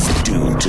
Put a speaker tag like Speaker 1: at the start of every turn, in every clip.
Speaker 1: to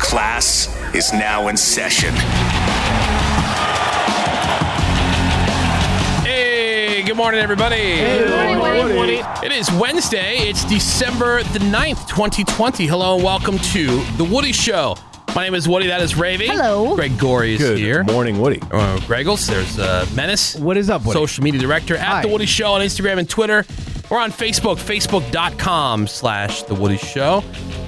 Speaker 1: Class is now in session.
Speaker 2: Hey, good morning, everybody. Hey,
Speaker 3: morning, Woody. Woody.
Speaker 2: It is Wednesday. It's December the 9th, 2020. Hello and welcome to The Woody Show. My name is Woody. That is Ravy.
Speaker 4: Hello.
Speaker 2: Greg Gorey is
Speaker 5: Good
Speaker 2: here.
Speaker 5: morning, Woody.
Speaker 2: Uh, Greggles, there's uh, Menace.
Speaker 5: What is up, Woody?
Speaker 2: Social media director at The Woody Show on Instagram and Twitter. We're on Facebook, facebook.com slash The Woody Show.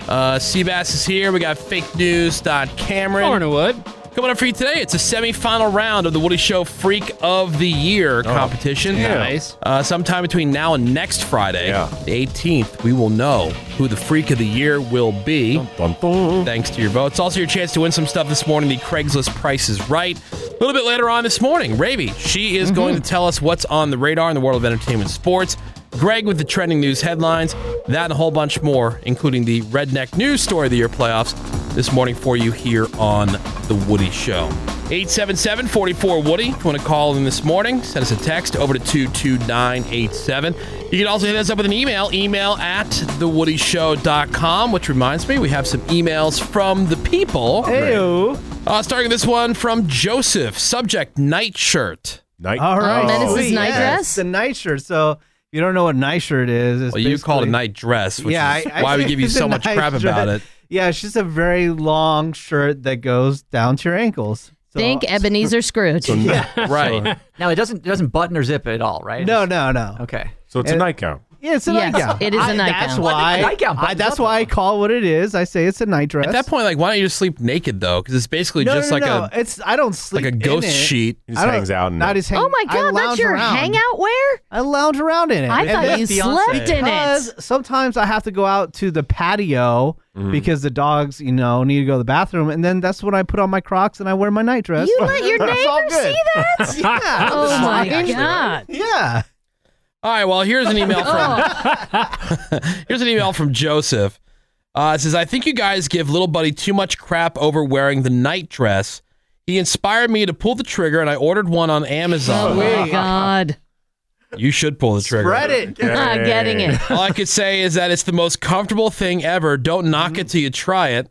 Speaker 2: Uh, Seabass is here. We got fake news. Cameron. Wood. Coming up for you today, it's a semifinal round of the Woody Show Freak of the Year competition.
Speaker 5: damn. Oh. Nice.
Speaker 2: Uh, sometime between now and next Friday, the 18th, we will know who the Freak of the Year will be. Thanks to your votes. Also, your chance to win some stuff this morning the Craigslist Price is Right. A little bit later on this morning, Ravi, she is going to tell us what's on the radar in the world of entertainment sports. Greg with the trending news headlines, that and a whole bunch more, including the Redneck News Story of the Year playoffs this morning for you here on The Woody Show. 877 44 Woody. If you want to call in this morning, send us a text over to 22987. You can also hit us up with an email, email at thewoodyshow.com, which reminds me, we have some emails from the people. Heyo. Uh, starting this one from Joseph, subject nightshirt.
Speaker 5: Night.
Speaker 6: All right.
Speaker 2: Sweet.
Speaker 6: The night shirt. So if you don't know what night shirt is, it's
Speaker 2: Well, you called it
Speaker 6: basically-
Speaker 2: night dress, which is why we give you
Speaker 6: it's a
Speaker 2: so much
Speaker 6: night
Speaker 2: crap about
Speaker 6: shirt.
Speaker 2: it.
Speaker 6: Yeah, it's just a very long shirt that goes down to your ankles. So-
Speaker 4: Think Ebenezer Scrooge.
Speaker 2: right.
Speaker 7: Now it doesn't it doesn't button or zip at all, right?
Speaker 6: No, no, no.
Speaker 7: Okay.
Speaker 5: So
Speaker 6: it's a And-
Speaker 5: nightgown.
Speaker 6: Yeah, it's a
Speaker 4: Yes,
Speaker 6: nightgown.
Speaker 4: it is a
Speaker 6: I- That's
Speaker 4: nightgown.
Speaker 7: Well, I
Speaker 6: why.
Speaker 7: think a nightgown
Speaker 6: I,
Speaker 7: buttons
Speaker 6: that's
Speaker 7: up,
Speaker 6: why I call it what it is. I say it's a night dress.
Speaker 2: At that point, like, why don't you just sleep naked though? Because it's basically
Speaker 6: no,
Speaker 2: just
Speaker 6: no,
Speaker 2: like
Speaker 6: no,
Speaker 2: a
Speaker 6: It's I don't sleep
Speaker 2: like a ghost
Speaker 6: in it.
Speaker 2: sheet.
Speaker 5: He just
Speaker 6: I don't-
Speaker 5: hangs out in
Speaker 6: Not
Speaker 5: it.
Speaker 6: just hang.
Speaker 4: Oh my
Speaker 6: I
Speaker 4: God, that's
Speaker 6: lounge
Speaker 4: your
Speaker 6: around.
Speaker 4: hangout wear?
Speaker 6: I lounge around in it.
Speaker 4: I
Speaker 6: And
Speaker 4: thought
Speaker 6: then-
Speaker 4: you slept in
Speaker 6: because
Speaker 4: it.
Speaker 6: sometimes I have to go out to the patio
Speaker 5: Mm-hmm.
Speaker 6: because the dogs, you know, need to go to the bathroom, and then that's when I put on my Crocs and I wear my nightdress.
Speaker 4: You let your
Speaker 6: It's all
Speaker 4: neighbor
Speaker 6: good.
Speaker 4: see that?
Speaker 6: yeah.
Speaker 4: oh my
Speaker 6: Actually,
Speaker 4: God.
Speaker 6: Yeah.
Speaker 2: All right. Well, here's an email from
Speaker 4: Oh.
Speaker 2: here's an email from Joseph. Uh, it says, I think you guys give little buddy too much crap over wearing the night dress. He inspired me to pull the trigger, and I ordered one on
Speaker 4: Oh
Speaker 2: Amazon.
Speaker 4: my God.
Speaker 2: You should pull the trigger.
Speaker 6: Spread it.
Speaker 4: Not getting it.
Speaker 2: All I could say is that it's the most comfortable thing ever. Don't knock
Speaker 6: Mm-hmm.
Speaker 2: it till you try it.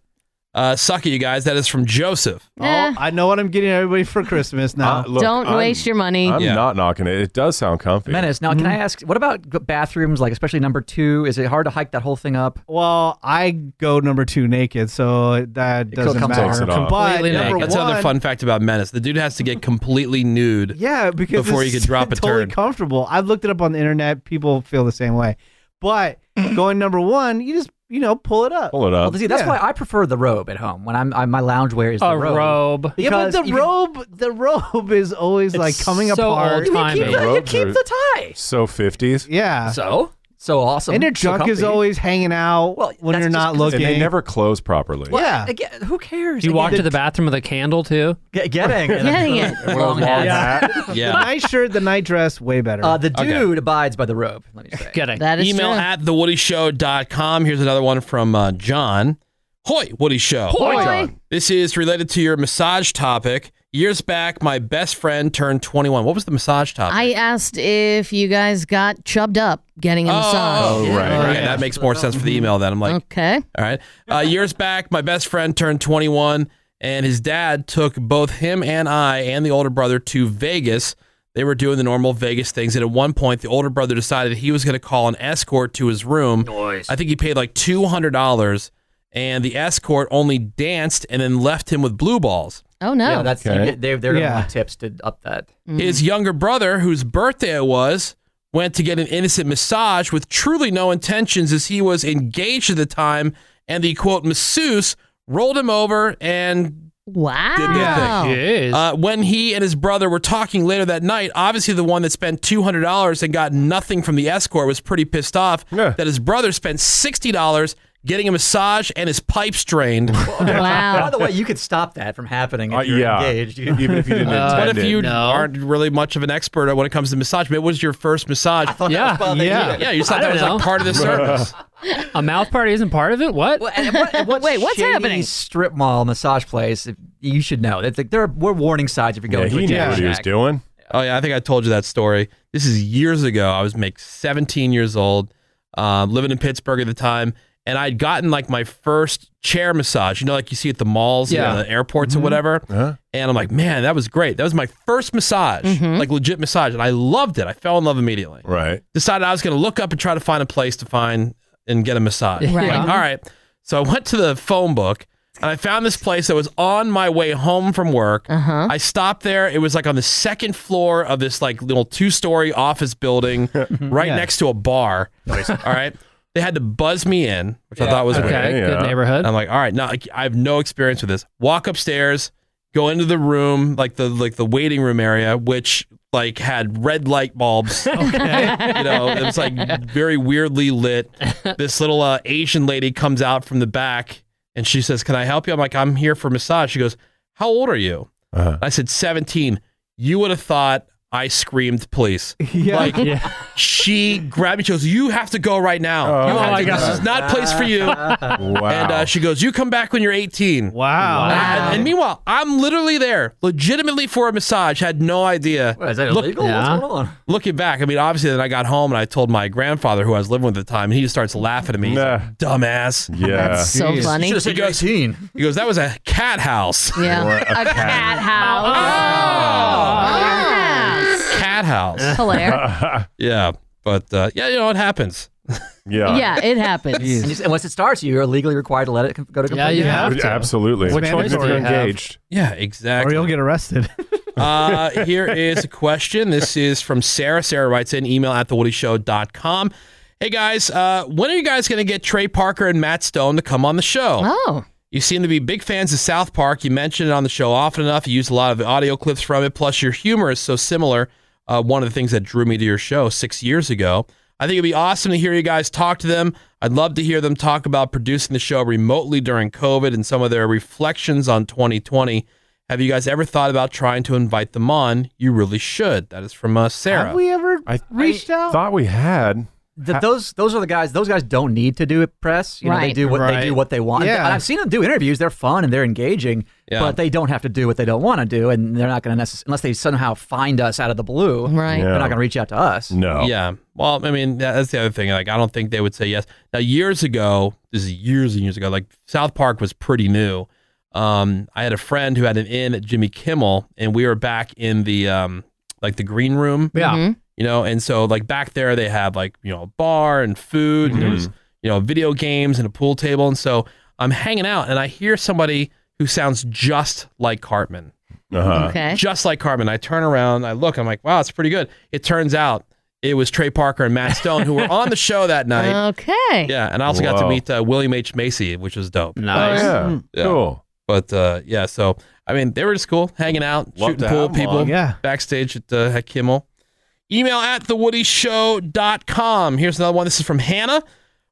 Speaker 2: Uh, suck it, you guys. That is from Joseph.
Speaker 4: Eh,
Speaker 6: Oh, I know what I'm getting everybody for Christmas now.
Speaker 5: Uh, look,
Speaker 4: Don't
Speaker 5: I'm-
Speaker 4: waste your money.
Speaker 5: I'm
Speaker 2: Yeah.
Speaker 5: not knocking it. It does sound comfy.
Speaker 7: Menace. Now,
Speaker 6: Mm-hmm.
Speaker 7: can I ask, what about g- bathrooms, like especially number two? Is it hard to hike that whole thing up?
Speaker 6: well, I go number two naked, so that doesn't
Speaker 7: comes
Speaker 5: Takes
Speaker 6: matter.
Speaker 5: it off.
Speaker 6: But
Speaker 7: Completely
Speaker 6: number
Speaker 7: naked.
Speaker 2: That's
Speaker 6: one,
Speaker 2: another fun fact about Menace. The dude has to get completely nude.
Speaker 6: Yeah, because
Speaker 2: before
Speaker 6: it's
Speaker 2: you could drop a
Speaker 6: totally
Speaker 2: turd.
Speaker 6: comfortable. I've looked it up on the internet. People feel the same way. But going number one, you just you know pull it up.
Speaker 5: Mm-hmm. Pull it
Speaker 7: Well,
Speaker 5: up.
Speaker 7: see, that's
Speaker 6: Yeah.
Speaker 7: why I prefer the robe at home. When I'm, I, my loungewear is the
Speaker 3: A
Speaker 7: robe.
Speaker 3: robe.
Speaker 6: yeah, but
Speaker 7: Because
Speaker 6: the
Speaker 7: you can-
Speaker 6: robe, the robe is always like coming
Speaker 3: so
Speaker 6: apart.
Speaker 3: old timey.
Speaker 7: Keep
Speaker 5: The
Speaker 7: the, you
Speaker 5: robes
Speaker 7: keep
Speaker 5: are-
Speaker 7: the tie.
Speaker 5: so 50s.
Speaker 6: Yeah,
Speaker 7: So so awesome.
Speaker 6: and your
Speaker 7: So
Speaker 6: junk is
Speaker 7: comfy.
Speaker 6: always hanging out
Speaker 7: Well,
Speaker 6: when
Speaker 7: that's
Speaker 6: you're
Speaker 7: just
Speaker 6: not
Speaker 7: 'cause
Speaker 6: looking.
Speaker 5: And they never close properly.
Speaker 7: Well,
Speaker 6: Yeah.
Speaker 7: Again, who cares?
Speaker 3: Do you
Speaker 7: Again,
Speaker 3: walk to the bathroom with a candle too?
Speaker 7: get- getting
Speaker 4: Getting it.
Speaker 7: Long hats.
Speaker 6: the
Speaker 2: Yeah.
Speaker 6: night shirt, the night dress, way better.
Speaker 7: Uh, the
Speaker 2: Okay.
Speaker 7: dude abides by the robe. Let me say.
Speaker 3: Getting.
Speaker 4: That is
Speaker 2: Email
Speaker 4: true.
Speaker 2: at thewoodyshow.com. Here's another one from uh, John. Hoy, Woody Show.
Speaker 4: Boy.
Speaker 2: This is related to your massage topic. Years back, my best friend turned 21. What was the massage topic?
Speaker 4: I asked if you guys got chubbed up getting a massage.
Speaker 2: oh, right.
Speaker 5: Yeah.
Speaker 2: Okay, that makes more sense for the email then. I'm like,
Speaker 4: Okay.
Speaker 2: all right. Uh, years back, my best friend turned 21, and his dad took both him and I and the older brother to Vegas. They were doing the normal Vegas things, and at one point, the older brother decided he was going to call an escort to his room. I think he paid like two hundred dollars, and the escort only danced and then left him with blue balls.
Speaker 4: Oh, no.
Speaker 7: Yeah, that's
Speaker 5: Okay.
Speaker 7: they, they're
Speaker 6: Yeah.
Speaker 7: gonna want tips to up that.
Speaker 2: His younger brother, whose birthday it was, went to get an innocent massage with truly no intentions as he was engaged at the time. And the quote masseuse rolled him over and
Speaker 4: Wow.
Speaker 2: did their thing. Uh, when he and his brother were talking later that night, obviously the one that spent two hundred dollars and got nothing from the escort was pretty pissed off that his brother spent sixty dollars getting a massage and his pipes drained.
Speaker 7: Wow. By the way, you could stop that from happening if
Speaker 2: Uh,
Speaker 7: you're
Speaker 2: yeah.
Speaker 7: engaged.
Speaker 2: Even if you didn't Uh, intend what if it. you aren't really much of an expert when it comes to massage? Maybe it was your first massage. I
Speaker 7: thought
Speaker 3: Yeah, yeah,
Speaker 2: yeah. You thought that was like part of the service.
Speaker 3: a mouth party isn't part of it. What?
Speaker 7: Wait,
Speaker 3: what's happening?
Speaker 7: Strip mall massage place. if- You should know that like, there are we're warning signs if you're going to a jazz shack.
Speaker 2: doing. Oh yeah, I think I told you that story. This is years ago. I was like 17 years old, um, living in Pittsburgh at the time, and I'd gotten like my first chair massage. You know, like you see at the malls,
Speaker 3: Yeah. Mm-hmm.
Speaker 2: and the airports or whatever. And I'm like, man, that was great. That was my first massage, like legit massage, and I loved it. I fell in love immediately. Mm-hmm. Right. Decided I was going to look up and try to find a place to find and get a massage.
Speaker 3: Right.
Speaker 2: Like, all right. Uh-huh. So I went to the phone book and I found this place that was on my way home from work. Uh-huh. I stopped there. It was like on the second floor of this like little two story office building right next to a bar. All right. They had to buzz me in, which I
Speaker 3: Yeah.
Speaker 2: thought was
Speaker 3: Okay,
Speaker 2: weird.
Speaker 3: good Yeah. neighborhood.
Speaker 2: I'm like, all right, now like, I have no experience with this. Walk upstairs, go into the room, like the like the waiting room area, which like had red light bulbs you know, it was like very weirdly lit. This little uh, Asian lady comes out from the back and she says, "Can I help you?" I'm like, "I'm here for massage." She goes, "How old are you?"
Speaker 3: Uh-huh.
Speaker 2: I said, "17." You would have thought I screamed police.
Speaker 6: Yeah.
Speaker 2: Like she grabbed me. She goes, "You have to go right now.
Speaker 3: Oh,
Speaker 2: You have
Speaker 3: my
Speaker 2: to-
Speaker 3: God.
Speaker 2: This is not place for you."
Speaker 3: Wow.
Speaker 2: And uh, she goes, "You come back when you're 18."
Speaker 6: Wow.
Speaker 2: And, and meanwhile, I'm literally there, legitimately for a massage. Had no idea.
Speaker 7: is that illegal? What's going on?
Speaker 2: Looking back, I mean, obviously, then I got home and I told my grandfather, who I was living with at the time, and he just starts laughing at me. He's like, Dumbass.
Speaker 5: Yeah. That's
Speaker 4: so Jeez. funny.
Speaker 2: He
Speaker 4: Should've said
Speaker 2: goes, he goes, that was a cat house.
Speaker 4: Yeah. a cat house. Oh.
Speaker 2: Oh. cat house.
Speaker 4: Hilaire.
Speaker 2: yeah. But uh, yeah, you know, it happens.
Speaker 4: Yeah. Yeah, it happens. Jeez.
Speaker 7: And you- and once it starts, you're legally required to let it com- go to
Speaker 3: Yeah,
Speaker 7: complaint.
Speaker 3: you have to.
Speaker 5: Absolutely.
Speaker 3: What choice do you have?
Speaker 2: Yeah, exactly.
Speaker 6: Or you'll get arrested.
Speaker 2: uh, here is a question. This is from Sarah. Sarah writes in email at thewoodyshow.com. Hey guys, uh, when are you guys going to get Trey Parker and Matt Stone to come on the show?
Speaker 4: Oh.
Speaker 2: You seem to be big fans of South Park. You mention it on the show often enough. You use a lot of audio clips from it. Plus, your humor is so similar. Uh, one of the things that drew me to your show six years ago. I think it'd be awesome to hear you guys talk to them. I'd love to hear them talk about producing the show remotely during COVID and some of their reflections on 2020. Have you guys ever thought about trying to invite them on? You really should. That is from uh, Sarah.
Speaker 6: Have we ever
Speaker 5: I
Speaker 6: reached out?
Speaker 5: thought we had.
Speaker 7: Th- those those are the guys. Those guys don't need to do it press. You know, they
Speaker 4: Right.
Speaker 7: do what they do what they want.
Speaker 6: Yeah.
Speaker 7: And I've seen them do interviews. They're fun and they're engaging,
Speaker 2: Yeah.
Speaker 7: but they don't have to do what they don't want to do, and they're not going to necess- unless they somehow find us out of the blue.
Speaker 4: Right.
Speaker 7: They're not going to reach out to us.
Speaker 5: No.
Speaker 2: Yeah. Well, I mean, that- that's the other thing. Like, I don't think they would say yes. Now, years ago, this is years and years ago, like South Park was pretty new. Um, I had a friend who had an in at Jimmy Kimmel, and we were back in the um, like the green room.
Speaker 3: Yeah. Mhm.
Speaker 2: You know, and so like back there they had like you know a bar and food, and there was you know video games and a pool table, and so I'm hanging out, and I hear somebody who sounds just like Cartman
Speaker 5: Uh-huh.
Speaker 4: Okay.
Speaker 2: just like Carmen. I turn around, I look, I'm like, wow, it's pretty good. It turns out it was Trey Parker and Matt Stone who were on the show that night.
Speaker 4: Okay.
Speaker 2: Yeah, and I also got to
Speaker 5: Wow.
Speaker 2: meet uh, William H Macy, which was dope.
Speaker 3: Nice.
Speaker 5: Yeah.
Speaker 2: Yeah.
Speaker 5: Cool.
Speaker 2: But uh, yeah, so I mean, they were just cool, hanging out,
Speaker 5: Love to
Speaker 2: shooting pool
Speaker 5: have 'em
Speaker 2: people,
Speaker 5: on.
Speaker 6: Yeah.
Speaker 2: backstage at, uh, at Kimmel. Email at thewoodyshow.com. Here's another one. This is from Hannah.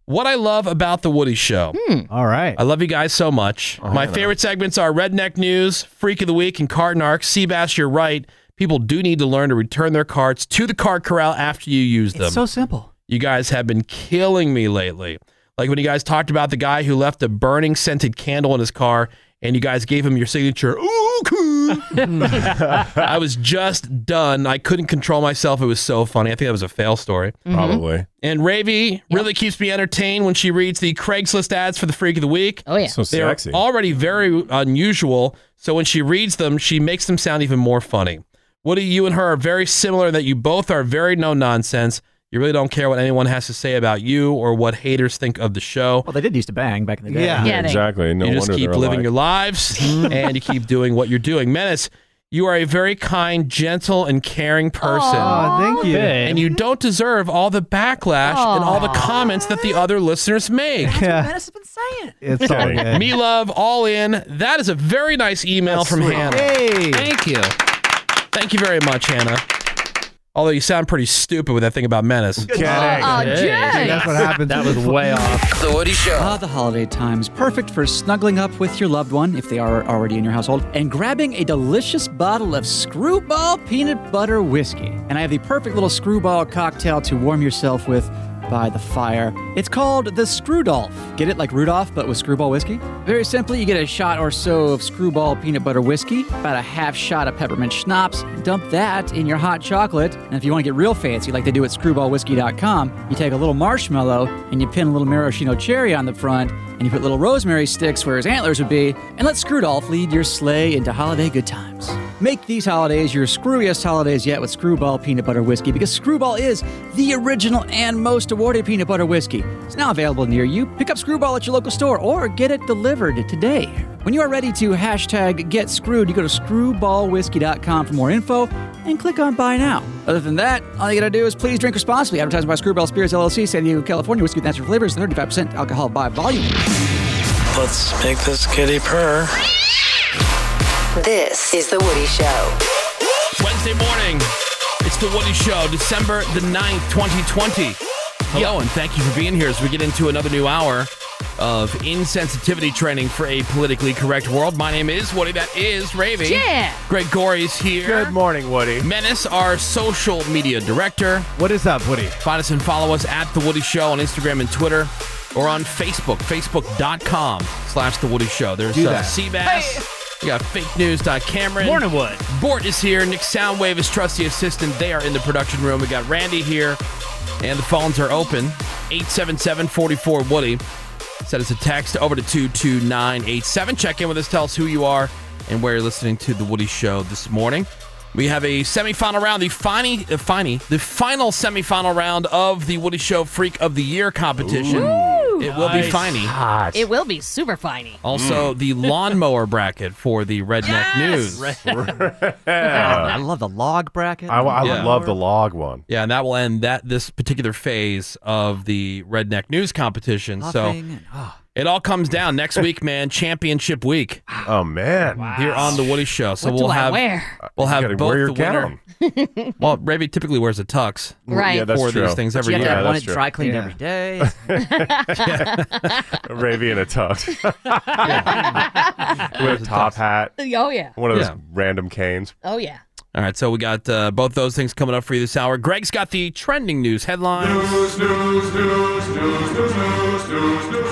Speaker 2: What I love about The Woody Show.
Speaker 7: Hmm.
Speaker 6: All right.
Speaker 2: I love you guys so much. My favorite segments are Redneck News, Freak of the Week, and Card Narc. Seabass, you're right. People do need to learn to return their cards to the card corral after you use them.
Speaker 7: It's so simple.
Speaker 2: you guys have been killing me lately. Like when you guys talked about the guy who left a burning scented candle in his car and you guys gave him your signature. Ooh, cool. I was just done. I couldn't control myself. It was so funny. I think that was a fail story.
Speaker 5: Mm-hmm. Probably.
Speaker 2: And Ravi really keeps me entertained when she reads the Craigslist ads for the Freak of the Week.
Speaker 4: Oh yeah.
Speaker 5: So
Speaker 2: They are
Speaker 5: sexy.
Speaker 2: already very unusual, so when she reads them, she makes them sound even more funny. Woody, you and her are very similar in that you both are very no nonsense. You really don't care what anyone has to say about you or what haters think of the show.
Speaker 7: Well, they did used to bang back in the day.
Speaker 6: Yeah.
Speaker 4: Yeah, they-
Speaker 5: exactly. No
Speaker 2: you just
Speaker 5: wonder
Speaker 2: keep
Speaker 5: they're
Speaker 2: living
Speaker 5: alike.
Speaker 2: your lives and you keep doing what you're doing. Menace, You are a very kind, gentle, and caring person.
Speaker 6: Aw, thank you. Babe.
Speaker 2: And you don't deserve all the backlash and all the
Speaker 6: Aw.
Speaker 2: comments that the other listeners make.
Speaker 8: Menace has been saying.
Speaker 6: It's all good.
Speaker 2: Me love, all in. That is a very nice email
Speaker 6: That's
Speaker 2: from
Speaker 6: sweet.
Speaker 2: Hannah.
Speaker 6: Yay.
Speaker 2: Thank you. Thank you very much, Hannah. Although you sound pretty stupid with that thing about menace.
Speaker 4: Oh, Jay.
Speaker 6: That's what happens.
Speaker 9: That was way off.
Speaker 10: The Woody Show.
Speaker 7: Ah, the holiday times. Perfect for snuggling up with your loved one, if they are already in your household, and grabbing a delicious bottle of screwball peanut butter whiskey. And I have the perfect little screwball cocktail to warm yourself with by the fire. It's called the Screwdolph. Get it like Rudolph, but with screwball whiskey? Very simply, you get a shot or so of screwball peanut butter whiskey, about a half shot of peppermint schnapps, dump that in your hot chocolate, and if you want to get real fancy, like they do at screwballwhiskey.com, you take a little marshmallow and you pin a little maraschino cherry on the front, and you put little rosemary sticks where his antlers would be, and let Screwdolph lead your sleigh into holiday good times. Make these holidays your screwiest holidays yet with Screwball Peanut Butter Whiskey because Screwball is the original and most awarded peanut butter whiskey. It's now available near you. Pick up Screwball at your local store or get it delivered today. When you are ready to hashtag get screwed, you go to screwballwhiskey.com for more info and click on buy now. Other than that, all you gotta do is please drink responsibly. Advertised by Screwball Spirits LLC, San Diego, California. Whiskey with natural flavors, 35% alcohol by volume.
Speaker 10: Let's make this kitty purr.
Speaker 11: This is The Woody Show.
Speaker 2: Wednesday morning. It's the Woody Show, December the 9th, 2020. Hello, and thank you for being here as we get into another new hour of insensitivity training for a politically correct world. My name is Woody. That is Ravy.
Speaker 4: Yeah.
Speaker 2: Greg Gorey's here. Good
Speaker 6: morning, Woody.
Speaker 2: Menace, our social media director.
Speaker 6: What is up, Woody?
Speaker 2: Find us and follow us at The Woody Show on Instagram and Twitter or on Facebook, facebook.com slash The Woody Show. There's
Speaker 12: Do
Speaker 2: uh,
Speaker 12: that.
Speaker 2: Seabass. We got fake news. Cameron. Morningwood. Bort is here. Nick Soundwave is trusty assistant. They are in the production room. We got Randy here. And the phones are open. 877 44 Woody. Send us a text over to 22987. Check in with us. Tell us who you are and where you're listening to The Woody Show this morning. We have a semifinal round, the final, uh, fini- the final semifinal round of the Woody Show Freak of the Year competition. It will be
Speaker 4: Nice.
Speaker 2: finey.
Speaker 4: It will be super finey.
Speaker 2: Mm.
Speaker 5: Mm.
Speaker 2: Also, the lawnmower bracket for the Redneck News.
Speaker 8: I love the log bracket.
Speaker 2: I- I
Speaker 8: Yeah.
Speaker 2: love
Speaker 5: The log one.
Speaker 2: Yeah, and that will end that this particular phase of the Redneck News competition.
Speaker 8: Huffing
Speaker 2: So it all comes down next week, man. Championship week.
Speaker 5: Oh man,
Speaker 2: here on the Woody Show. So
Speaker 4: What
Speaker 2: we'll
Speaker 4: do I
Speaker 2: have uh,
Speaker 4: wear?
Speaker 2: we'll
Speaker 5: You
Speaker 2: have
Speaker 5: gotta
Speaker 2: both
Speaker 5: wear your
Speaker 2: the winner. well, Ravi typically wears a tux.
Speaker 4: Right. Yeah, that's
Speaker 2: for
Speaker 5: true.
Speaker 2: these things
Speaker 5: But
Speaker 2: every
Speaker 5: you have to
Speaker 2: year.
Speaker 5: have Yeah, one that's true.
Speaker 8: Dry cleaned every day.
Speaker 5: Ravy in a tux. With a top hat.
Speaker 4: Oh, yeah.
Speaker 5: One of those
Speaker 2: Yeah.
Speaker 5: random canes.
Speaker 4: Oh, yeah.
Speaker 2: All right, so we got uh, both those things coming up for you this hour. Greg's got the trending news headlines.
Speaker 13: News, news, news, news, news, news, news, news, news. News, news, news, news, news, news, news, news, news.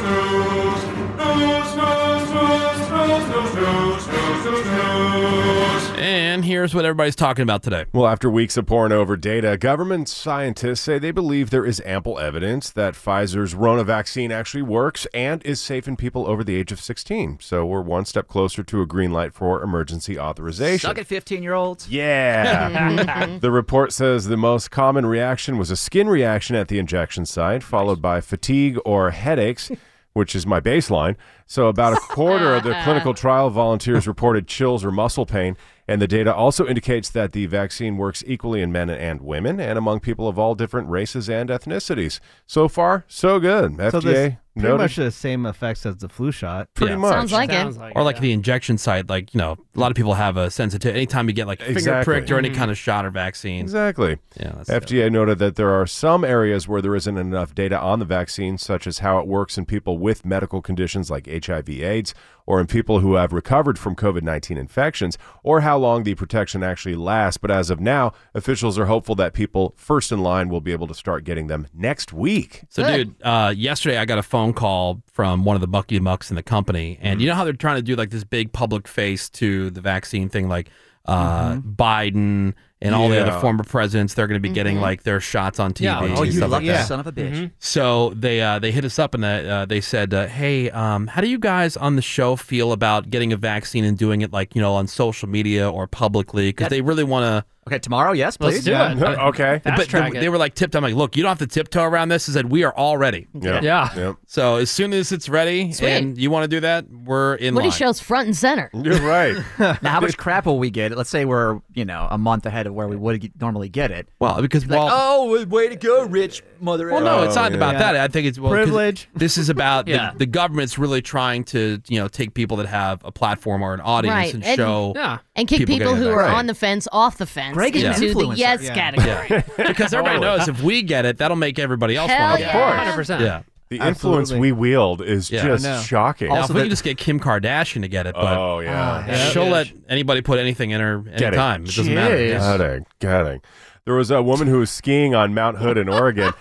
Speaker 2: And here's what everybody's talking about today.
Speaker 5: Well, after weeks of pouring over data, government scientists say they believe there is ample evidence that Pfizer's Rona vaccine actually works and is safe in people over the age of 16. So we're one step closer to a green light for emergency authorization.
Speaker 8: Suck at 15 year olds.
Speaker 5: Yeah. the report says the most common reaction was a skin reaction at the injection site, followed by fatigue or headaches, which is my baseline. So, about a quarter of the clinical trial volunteers reported chills or muscle pain. And the data also indicates that the vaccine works equally in men and women and among people of all different races and ethnicities. So far, so good. FDA
Speaker 6: So there's pretty
Speaker 5: noted.
Speaker 6: much the same effects as the flu shot.
Speaker 5: Pretty Yeah. much. Sounds like it. Sounds
Speaker 4: like
Speaker 2: or like the injection site, like you know, a lot of people have a sensitivity. Anytime you get like finger
Speaker 5: Exactly.
Speaker 2: pricked or any kind of shot or vaccine,
Speaker 5: Exactly.
Speaker 2: Yeah, that's
Speaker 5: FDA noted that there are some areas where there isn't enough data on the vaccine, such as how it works in people with medical conditions like HIV/AIDS, or in people who have recovered from COVID-19 infections, or how long the protection actually lasts. But as of now, officials are hopeful that people first in line will be able to start getting them next week.
Speaker 2: So, dude, uh, yesterday I got a phone call from one of the Bucky Mucks in the company, and
Speaker 8: Mm-hmm.
Speaker 2: you know how they're trying to do like this big public face to the vaccine thing, like uh, Biden and all the
Speaker 8: Mm-hmm. Yeah.
Speaker 2: other former presidents. They're going to be getting
Speaker 8: Mhm.
Speaker 2: like their shots on TV.
Speaker 8: Yeah,
Speaker 2: and
Speaker 8: oh, you
Speaker 2: stuff
Speaker 8: lucky
Speaker 2: like that. Mm-hmm.
Speaker 8: son of a bitch. Mhm.
Speaker 2: So they uh, they hit us up and uh, uh, they said, uh, "Hey, um, how do you guys on the show feel about getting a vaccine and doing it like you know on social media or publicly? Because they really want to."
Speaker 7: Okay, tomorrow, yes, please.
Speaker 5: okay.
Speaker 2: But they, they were like tipped. I'm like, look, you don't have to tiptoe around this. Is that we are all ready.
Speaker 4: Yeah. Yeah.
Speaker 2: So as soon as it's ready,
Speaker 4: Sweet.
Speaker 2: and you want to do that, we're in
Speaker 4: Woody
Speaker 2: line.
Speaker 4: shows front and center.
Speaker 5: You're right.
Speaker 7: now, how much crap will we get? Let's say we're you know a month ahead of where we would get- normally get it.
Speaker 2: Well, because
Speaker 7: like,
Speaker 2: we're all-
Speaker 7: oh, way to go, rich mother.
Speaker 2: Well,
Speaker 5: Oh,
Speaker 2: no, it's not about that. I think it's well, 'cause
Speaker 7: Privilege.
Speaker 2: This is about the-
Speaker 7: Yeah.
Speaker 2: the, government's really trying to, you know, take people that have a platform or an audience
Speaker 4: right.
Speaker 2: and show
Speaker 4: and kick people,
Speaker 2: getting
Speaker 4: who
Speaker 2: their
Speaker 4: are
Speaker 2: back.
Speaker 4: on the fence off the fence
Speaker 2: Greg is an
Speaker 4: into the
Speaker 2: influencer.
Speaker 4: yes
Speaker 2: Yeah.
Speaker 4: category.
Speaker 2: because everybody
Speaker 5: Totally.
Speaker 2: knows if we get it, that'll make everybody else
Speaker 4: Hell
Speaker 2: want to.
Speaker 4: yeah. Of course. 100%.
Speaker 2: Yeah.
Speaker 5: The influence we wield is just shocking.
Speaker 2: Now, if we can just get Kim Kardashian to get it, but
Speaker 5: Oh, yeah. Ah,
Speaker 2: she'll
Speaker 5: yeah.
Speaker 2: let anybody put anything in her
Speaker 5: Get
Speaker 2: anytime. It. doesn't matter. Yeah.
Speaker 5: Getting, getting. There was a woman who was skiing on Mount Hood in Oregon.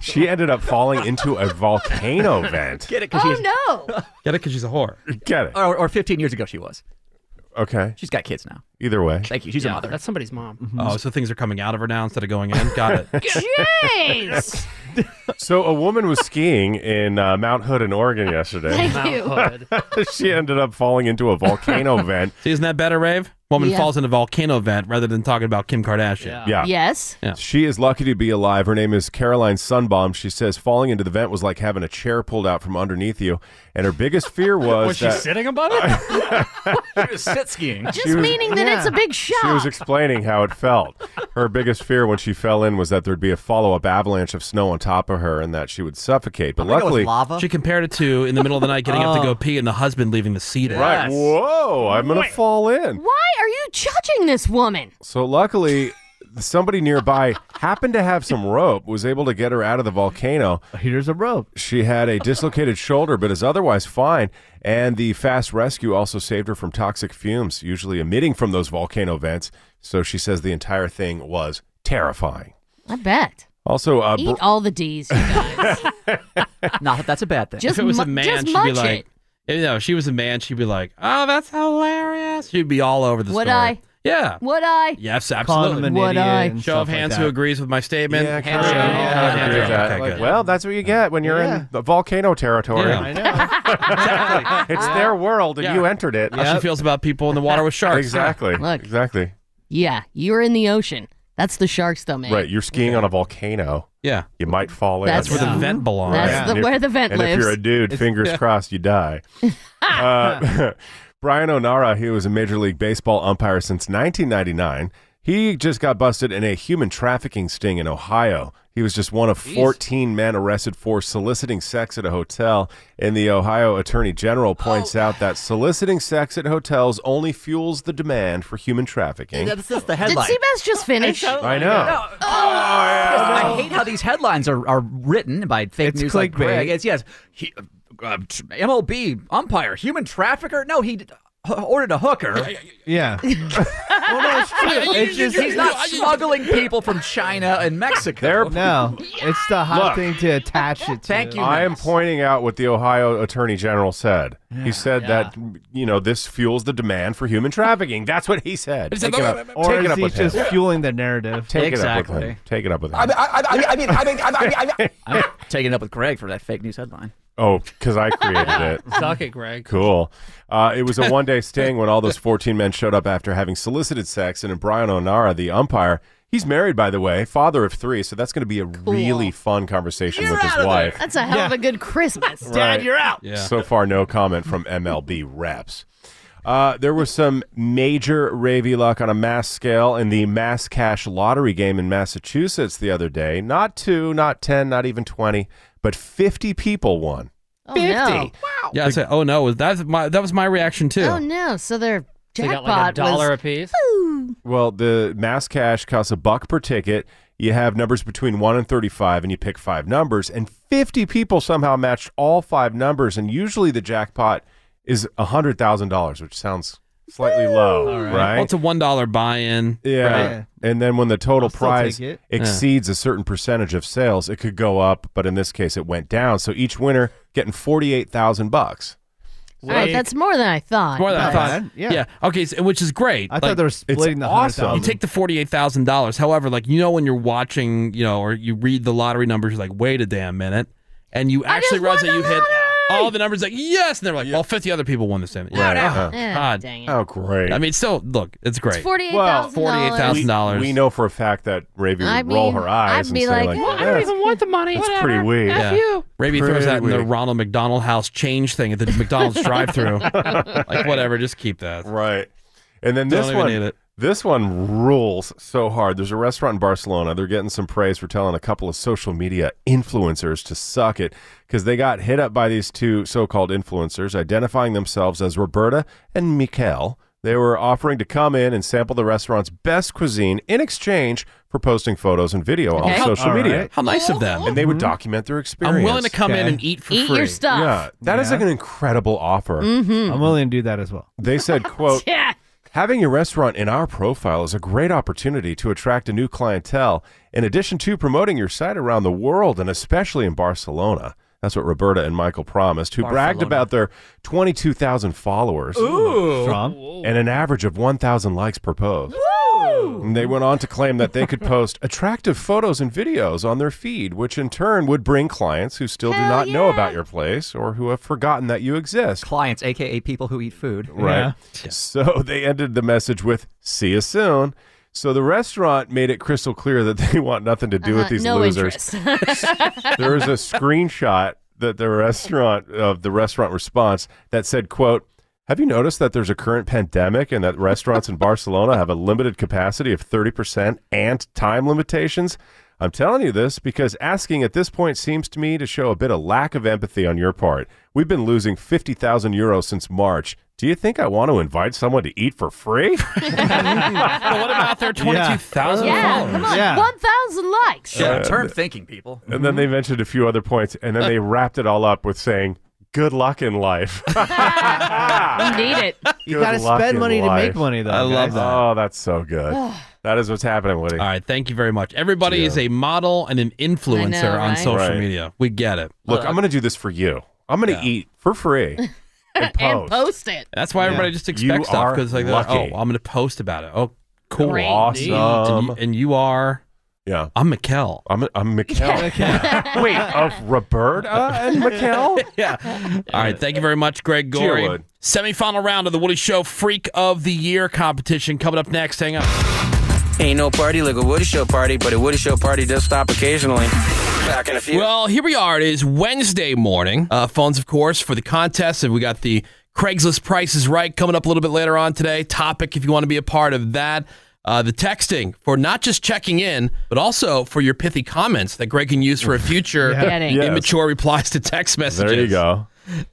Speaker 5: she ended up falling into a volcano vent.
Speaker 7: Get it? 'cause she's-
Speaker 4: Oh no!
Speaker 2: Get it because she's a whore.
Speaker 5: Get it.
Speaker 7: Or, or 15 years ago, she was.
Speaker 5: Okay.
Speaker 7: She's got kids now.
Speaker 5: Either way.
Speaker 7: Thank you. She's a
Speaker 2: Yeah,
Speaker 7: mother.
Speaker 3: That's somebody's mom.
Speaker 5: Mm-hmm.
Speaker 2: Oh, so things are coming out of her now instead of going in. Got it.
Speaker 4: Jeez.
Speaker 5: So a woman was skiing in uh, Mount Hood in Oregon yesterday.
Speaker 4: Thank Mount you.
Speaker 5: she ended up falling into a volcano vent.
Speaker 2: See, isn't that better, Rave? Woman
Speaker 4: Yeah.
Speaker 2: falls in a volcano vent rather than talking about Kim Kardashian.
Speaker 5: Yeah.
Speaker 4: Yes.
Speaker 5: She is lucky to be alive. Her name is Caroline Sunbaum. She says falling into the vent was like having a chair pulled out from underneath you, and her biggest fear was,
Speaker 14: Was she
Speaker 5: that
Speaker 14: sitting above it?
Speaker 7: she was sit skiing.
Speaker 4: Just
Speaker 5: was-
Speaker 4: meaning that it's a big
Speaker 5: She
Speaker 4: shock.
Speaker 5: was explaining how it felt. Her biggest fear when she fell in was that there'd be a follow-up avalanche of snow on top of her and that she would suffocate. But luckily,
Speaker 2: She compared it to in the middle of the night getting up to
Speaker 5: Oh.
Speaker 2: go pee and the husband leaving the seat. in.
Speaker 5: Right. Whoa, I'm going to
Speaker 4: Wait.
Speaker 5: fall in.
Speaker 4: Why are you judging this woman?
Speaker 5: So luckily, somebody nearby happened to have some rope, was able to get her out of the volcano.
Speaker 6: Here's a rope.
Speaker 5: She had a dislocated shoulder, but is otherwise fine. And the fast rescue also saved her from toxic fumes, usually emitting from those volcano vents. So she says the entire thing was terrifying.
Speaker 4: I bet.
Speaker 5: Also, uh,
Speaker 4: Eat
Speaker 5: Br-
Speaker 4: all the D's. you guys.
Speaker 7: Not that that's a bad thing.
Speaker 4: Just
Speaker 2: if it was a
Speaker 4: mu-
Speaker 2: man,
Speaker 4: just
Speaker 2: she'd be
Speaker 4: munch
Speaker 2: like, you know, if she was a man, she'd be like, oh, that's hilarious. She'd be all over the
Speaker 4: Would
Speaker 2: story.
Speaker 4: I?
Speaker 2: Yeah.
Speaker 4: Would I?
Speaker 2: Yes,
Speaker 6: Calling
Speaker 2: absolutely.
Speaker 6: him an Would idiot I? and
Speaker 2: Show of
Speaker 6: stuff like
Speaker 2: hands
Speaker 6: that.
Speaker 2: who agrees with my statement.
Speaker 5: Yeah,
Speaker 2: Hands
Speaker 5: kinda,
Speaker 2: up.
Speaker 5: yeah, I agree with that.
Speaker 2: Okay,
Speaker 5: Like,
Speaker 2: good.
Speaker 5: well, that's what you get when you're in the volcano territory.
Speaker 2: Yeah.
Speaker 5: It's their world, and
Speaker 2: Yeah.
Speaker 5: you entered it.
Speaker 2: How she feels about people in the water with sharks.
Speaker 5: Exactly.
Speaker 4: Look.
Speaker 5: Exactly.
Speaker 4: Yeah, you're in the ocean. That's the shark's domain.
Speaker 5: Right. You're skiing on a volcano.
Speaker 2: Yeah.
Speaker 5: You might fall in.
Speaker 4: That's That's where the
Speaker 2: vent belongs.
Speaker 4: That's the-
Speaker 5: And if-
Speaker 4: where the vent
Speaker 5: and if
Speaker 4: lives.
Speaker 5: you're a dude,
Speaker 4: It's-
Speaker 5: fingers
Speaker 4: yeah.
Speaker 5: crossed, you die. Uh, Brian Onara, he was a Major League Baseball umpire since 1999. He just got busted in a human trafficking sting in Ohio. He was just one of 14 men arrested for soliciting sex at a hotel. And the Ohio Attorney
Speaker 4: Oh.
Speaker 5: General points out that soliciting sex at hotels only fuels the demand for human trafficking.
Speaker 7: That's just the
Speaker 4: Did
Speaker 7: headline.
Speaker 4: Seabass just finish?
Speaker 5: I know.
Speaker 7: Oh, I hate how these headlines are, are written by fake
Speaker 6: It's
Speaker 7: news like
Speaker 6: clickbait.
Speaker 7: Greg. It's yes, he, uh, tr- MLB umpire, human trafficker. No, he d- h- ordered a hooker.
Speaker 6: Yeah. well, no, it's true. It's just
Speaker 7: he's not smuggling people from China and Mexico.
Speaker 6: no. It's the hot
Speaker 5: Look.
Speaker 6: thing to attach it to.
Speaker 7: Thank
Speaker 5: I am pointing out what the Ohio Attorney General said. he said that you know this fuels the demand for human trafficking. That's what he said. Take it up,
Speaker 6: or
Speaker 5: take
Speaker 6: is
Speaker 5: it up
Speaker 6: he
Speaker 5: with him.
Speaker 6: just fueling the narrative?
Speaker 5: Take it up with him. Take it up with him.
Speaker 7: I'm taking it up with Greg for that fake news headline.
Speaker 5: Oh, because I created it.
Speaker 3: Suck it, Greg.
Speaker 5: Cool. Uh, it was a one day sting when all those 14 men showed up after having solicited sex. And Brian Onara, the umpire, he's married, by the way, father of three. So that's going to be a really fun conversation with his wife.
Speaker 4: That's a hell of a good Christmas.
Speaker 5: Right. So far, no comment from MLB reps. Uh, there was some major ravey luck on a mass scale in the mass cash lottery game in Massachusetts the other day. Not two, not 10, not even 20, but 50 people won.
Speaker 4: Oh, no.
Speaker 2: Yeah, I said, oh no, was that my that was my reaction too.
Speaker 4: Oh, no. So their
Speaker 3: They
Speaker 4: jackpot
Speaker 3: got like a dollar
Speaker 4: was.
Speaker 3: apiece.
Speaker 5: Well, the mass cash costs a buck per ticket. You have numbers between 1 and 35, and you pick five numbers. And 50 people somehow matched all five numbers. And usually the jackpot is $100,000, which sounds slightly low, right?
Speaker 2: Well, it's a one dollar buy in.
Speaker 5: Yeah. And then when the total
Speaker 2: still
Speaker 5: prize
Speaker 2: take it.
Speaker 5: exceeds a certain percentage of sales, it could go up, but in this case it went down. So each winner getting 48,000 bucks.
Speaker 4: All right, that's more than I thought.
Speaker 2: More than I
Speaker 4: but-
Speaker 2: thought. Yeah. Okay, so, which is great.
Speaker 6: I thought they were
Speaker 2: it's
Speaker 6: splitting the
Speaker 2: awesome.
Speaker 6: 100,000.
Speaker 2: You take the forty eight thousand dollars. However, like you know when you're watching, you know, or you read the lottery numbers, you're like, wait a damn minute, and you actually realize that you hit all the numbers like yes, and they're like, well, fifty other people won the same.
Speaker 14: Right.
Speaker 2: Oh,
Speaker 4: Yeah,
Speaker 2: God.
Speaker 4: dang
Speaker 5: Oh, great.
Speaker 2: I mean, still look, it's great.
Speaker 4: It's $48,000.
Speaker 2: $48,000.
Speaker 5: We, we know for a fact that Ravi would
Speaker 4: I
Speaker 5: roll
Speaker 4: mean,
Speaker 5: her eyes
Speaker 4: I'd
Speaker 5: and
Speaker 4: be
Speaker 5: say,
Speaker 4: like,
Speaker 5: like,
Speaker 4: "What?
Speaker 5: "Yeah,
Speaker 4: don't
Speaker 3: even want the money.
Speaker 5: That's Whatever. pretty weird. F you.
Speaker 2: Raby throws
Speaker 5: Pretty
Speaker 2: that in the
Speaker 5: weird.
Speaker 2: Ronald McDonald House change thing at the McDonald's drive-through. like whatever, just keep that.
Speaker 5: Right. And then
Speaker 2: Don't
Speaker 5: this
Speaker 2: even
Speaker 5: one,
Speaker 2: need it.
Speaker 5: this one rules so hard. There's a restaurant in Barcelona. They're getting some praise for telling a couple of social media influencers to suck it because they got hit up by these two so-called influencers identifying themselves as Roberta and Mikel. They were offering to come in and sample the restaurant's best cuisine in exchange for posting photos and video
Speaker 2: Okay.
Speaker 5: on
Speaker 2: How-
Speaker 5: social
Speaker 2: all
Speaker 5: media.
Speaker 2: right. How nice of them.
Speaker 5: And they would document their experience.
Speaker 2: willing to come in Okay. and eat for Eat your free. stuff.
Speaker 5: Yeah, that is
Speaker 2: Yeah. Mm-hmm.
Speaker 5: like an incredible offer.
Speaker 4: Mhm.
Speaker 6: I'm willing to do that as well.
Speaker 5: They said, quote,
Speaker 4: Yeah.
Speaker 5: Having your restaurant in our profile is a great opportunity to attract a new clientele, in addition to promoting your site around the world and especially in Barcelona. That's what Roberta and Michael promised, who bragged
Speaker 14: Barcelona.
Speaker 5: about their 22,000 followers
Speaker 14: Ooh.
Speaker 5: From- and an average of 1,000 likes per post. And they went on to claim that they could post attractive photos and videos on their feed, which in turn would bring clients who still do not know about your place or who have forgotten that you exist.
Speaker 7: Clients, aka people who eat food.
Speaker 5: Right. So they ended the message with "See you soon." So the restaurant made it crystal clear that they want nothing to do with
Speaker 4: Uh,
Speaker 5: these
Speaker 4: no
Speaker 5: losers.
Speaker 4: interest.
Speaker 5: there is a screenshot that the restaurant of the restaurant response that said, "quote Have you noticed that there's a current pandemic and that restaurants in Barcelona have a limited capacity of thirty percent and time limitations?" I'm telling you this because asking at this point seems to me to show a bit of lack of empathy on your part. We've been losing 50,000 euros since March. Do you think I want to invite someone to eat for free?
Speaker 2: what about their
Speaker 5: Yeah.
Speaker 2: 22,000
Speaker 5: oh,
Speaker 4: Yeah,
Speaker 2: followers?
Speaker 4: come on. 1,000 likes.
Speaker 5: Yeah.
Speaker 7: Term thinking, people.
Speaker 5: And then they
Speaker 6: Mm-hmm.
Speaker 5: mentioned a few other points, and then they wrapped it all up with saying, Good luck in life.
Speaker 4: Need it.
Speaker 6: You
Speaker 5: Good
Speaker 6: gotta
Speaker 5: luck
Speaker 6: spend
Speaker 5: in
Speaker 6: money to
Speaker 5: life.
Speaker 6: make money, though.
Speaker 2: I love
Speaker 6: guys.
Speaker 2: that.
Speaker 5: Oh, that's so good. that is what's happening, Woody.
Speaker 2: All right, thank you very much. Everybody is a model and an influencer
Speaker 4: I know,
Speaker 2: on
Speaker 4: right?
Speaker 2: social
Speaker 5: Right.
Speaker 2: media. We get it. Uh,
Speaker 5: Look, I'm going to do this for you. I'm going to eat for free.
Speaker 4: and
Speaker 5: post.
Speaker 4: post it.
Speaker 2: That's why everybody just expects
Speaker 5: You
Speaker 2: stuff
Speaker 5: are
Speaker 2: because like,
Speaker 5: lucky.
Speaker 2: oh, I'm going to post about it. Oh, cool,
Speaker 4: Great.
Speaker 5: Awesome.
Speaker 2: And you, and you are,
Speaker 5: yeah,
Speaker 2: I'm Mikkel.
Speaker 5: I'm I'm Mikkel. Wait, of Roberta and Mikkel?
Speaker 2: yeah. All right. Thank you very much, Greg Gorey.
Speaker 5: Cheerwood.
Speaker 2: Semi-final round of the Woody Show Freak of the Year competition coming up next. Hang up.
Speaker 13: Ain't no party like a Woody Show party, but a Woody Show party does stop occasionally. Back in a few.
Speaker 2: Well, here we are. It is Wednesday morning. Uh, phones, of course, for the contest. And we got the Craigslist Price is Right coming up a little bit later on today. Topic, if you want to be a part of that. Uh, the texting for not just checking in, but also for your pithy comments that Greg can use for a future
Speaker 5: Yeah. Getting. Yes.
Speaker 2: immature replies to text messages.
Speaker 5: There you go.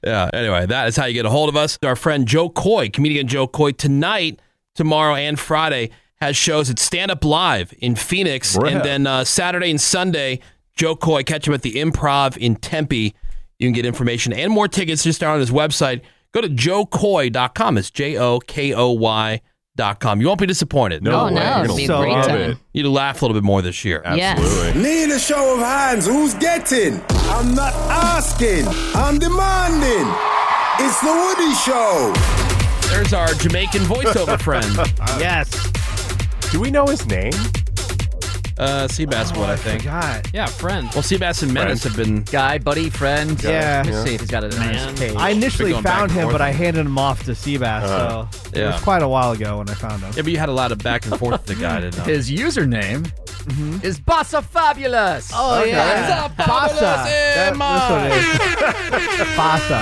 Speaker 2: Yeah. Anyway, that is how you get a hold of us. Our friend Joe Coy, comedian Joe Coy, tonight, tomorrow, and Friday has shows at Stand Up Live in Phoenix,
Speaker 5: Right.
Speaker 2: and then uh, Saturday and Sunday, Joe Coy catch him at the Improv in Tempe. You can get information and more tickets just on his website. Go to joecoy.com. It's J O K O Y. Dot com. You won't be disappointed.
Speaker 4: No Oh, way. no, You're gonna it'll be a love great time. it.
Speaker 2: You'd laugh a little bit more this year.
Speaker 4: Yes. Absolutely.
Speaker 15: Need a show of hands. Who's getting? I'm not asking. I'm demanding. It's the Woody Show.
Speaker 2: There's our Jamaican voiceover friend.
Speaker 6: yes.
Speaker 5: Do we know his name?
Speaker 2: Uh, Seabass, what I think.
Speaker 6: God.
Speaker 3: Yeah, friends.
Speaker 2: Well, Seabass and Menace have been
Speaker 7: guy, buddy, friend.
Speaker 6: Yeah.
Speaker 7: Let's
Speaker 6: Yeah.
Speaker 7: see if he's got it on his page.
Speaker 6: I initially
Speaker 7: Been going back
Speaker 6: found
Speaker 7: and
Speaker 6: him,
Speaker 7: forth.
Speaker 6: but I handed him off to Seabass.
Speaker 2: Uh,
Speaker 6: so it
Speaker 2: yeah.
Speaker 6: was quite a while ago when I found him.
Speaker 2: Yeah, but you had a lot of back and forth with the guy, didn't you?
Speaker 7: His username
Speaker 16: Mm-hmm.
Speaker 7: is Bossa Fabulous.
Speaker 6: Oh, Okay. yeah. Bossa. Uh, That- Fasa.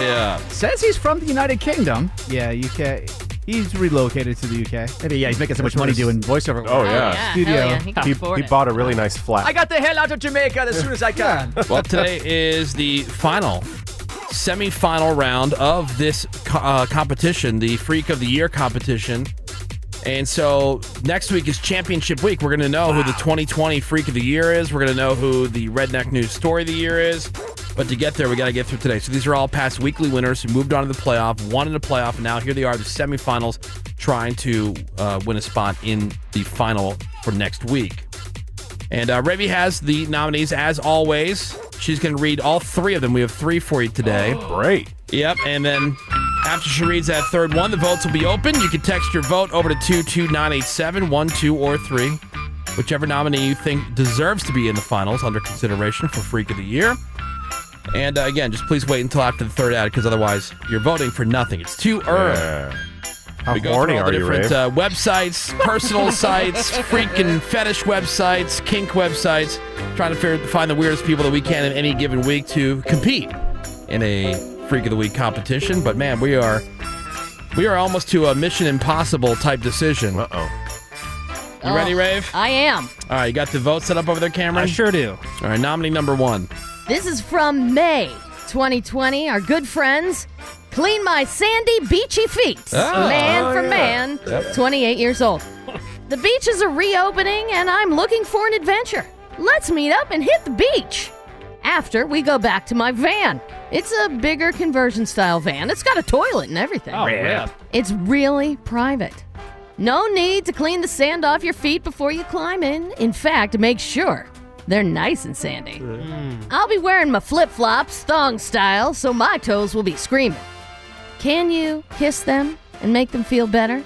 Speaker 2: Yeah.
Speaker 7: Says he's from the United Kingdom.
Speaker 6: Yeah, UK. He's relocated to the UK.
Speaker 7: Maybe, yeah, he's making so much money doing voiceover.
Speaker 5: Oh, yeah.
Speaker 6: Studio.
Speaker 5: He, he bought a really nice flat.
Speaker 7: I got the hell out of Jamaica as soon as I can.
Speaker 2: Well, today is the final, semi-final round of this co- uh, competition, the Freak of the Year competition. And so next week is Championship Week. We're going to know who the 2020 Freak of the Year is. We're going to know who the Redneck News Story of the Year is. But to get there, we got to get through today. So these are all past weekly winners who moved on to the playoff, won in the playoff, and now here they are, the semifinals, trying to uh, win a spot in the final for next week. And uh, Revy has the nominees as always. She's going to read all three of them. We have three for you today.
Speaker 5: Oh, Great.
Speaker 2: Yep. And then after she reads that third one, the votes will be open. You can text your vote over to 22987, one, two, or three. Whichever nominee you think deserves to be in the finals under consideration for Freak of the Year. And uh, again, just please wait until after the third ad because otherwise you're voting for nothing. It's too early.
Speaker 5: How
Speaker 2: we go
Speaker 5: horny
Speaker 2: through all the
Speaker 5: are you,
Speaker 2: different
Speaker 5: Rafe?
Speaker 2: uh, websites, personal sites, freaking fetish websites, kink websites, trying to figure, find the weirdest people that we can in any given week to compete in a freak of the week competition. But man, we are we are almost to a Mission Impossible type decision. Uh oh. You ready, Rave?
Speaker 4: I am.
Speaker 2: All right, you got the vote set up over there, Cameron? I sure do. All right, nominee number one.
Speaker 4: This is from May 2020. Our good friends clean my sandy beachy feet.
Speaker 14: Oh.
Speaker 4: man
Speaker 14: Oh,
Speaker 4: for
Speaker 14: yeah.
Speaker 4: man,
Speaker 14: Yep.
Speaker 4: 28 years old. The beaches are reopening and I'm looking for an adventure. Let's meet up and hit the beach. After we go back to my van. It's a bigger conversion style van. It's got a toilet and everything.
Speaker 14: Oh, rip.
Speaker 4: It's really private. No need to clean the sand off your feet before you climb in. In fact, make sure they're nice and sandy. I'll be wearing my flip flops, thong style, so my toes will be screaming. Can you kiss them and make them feel better?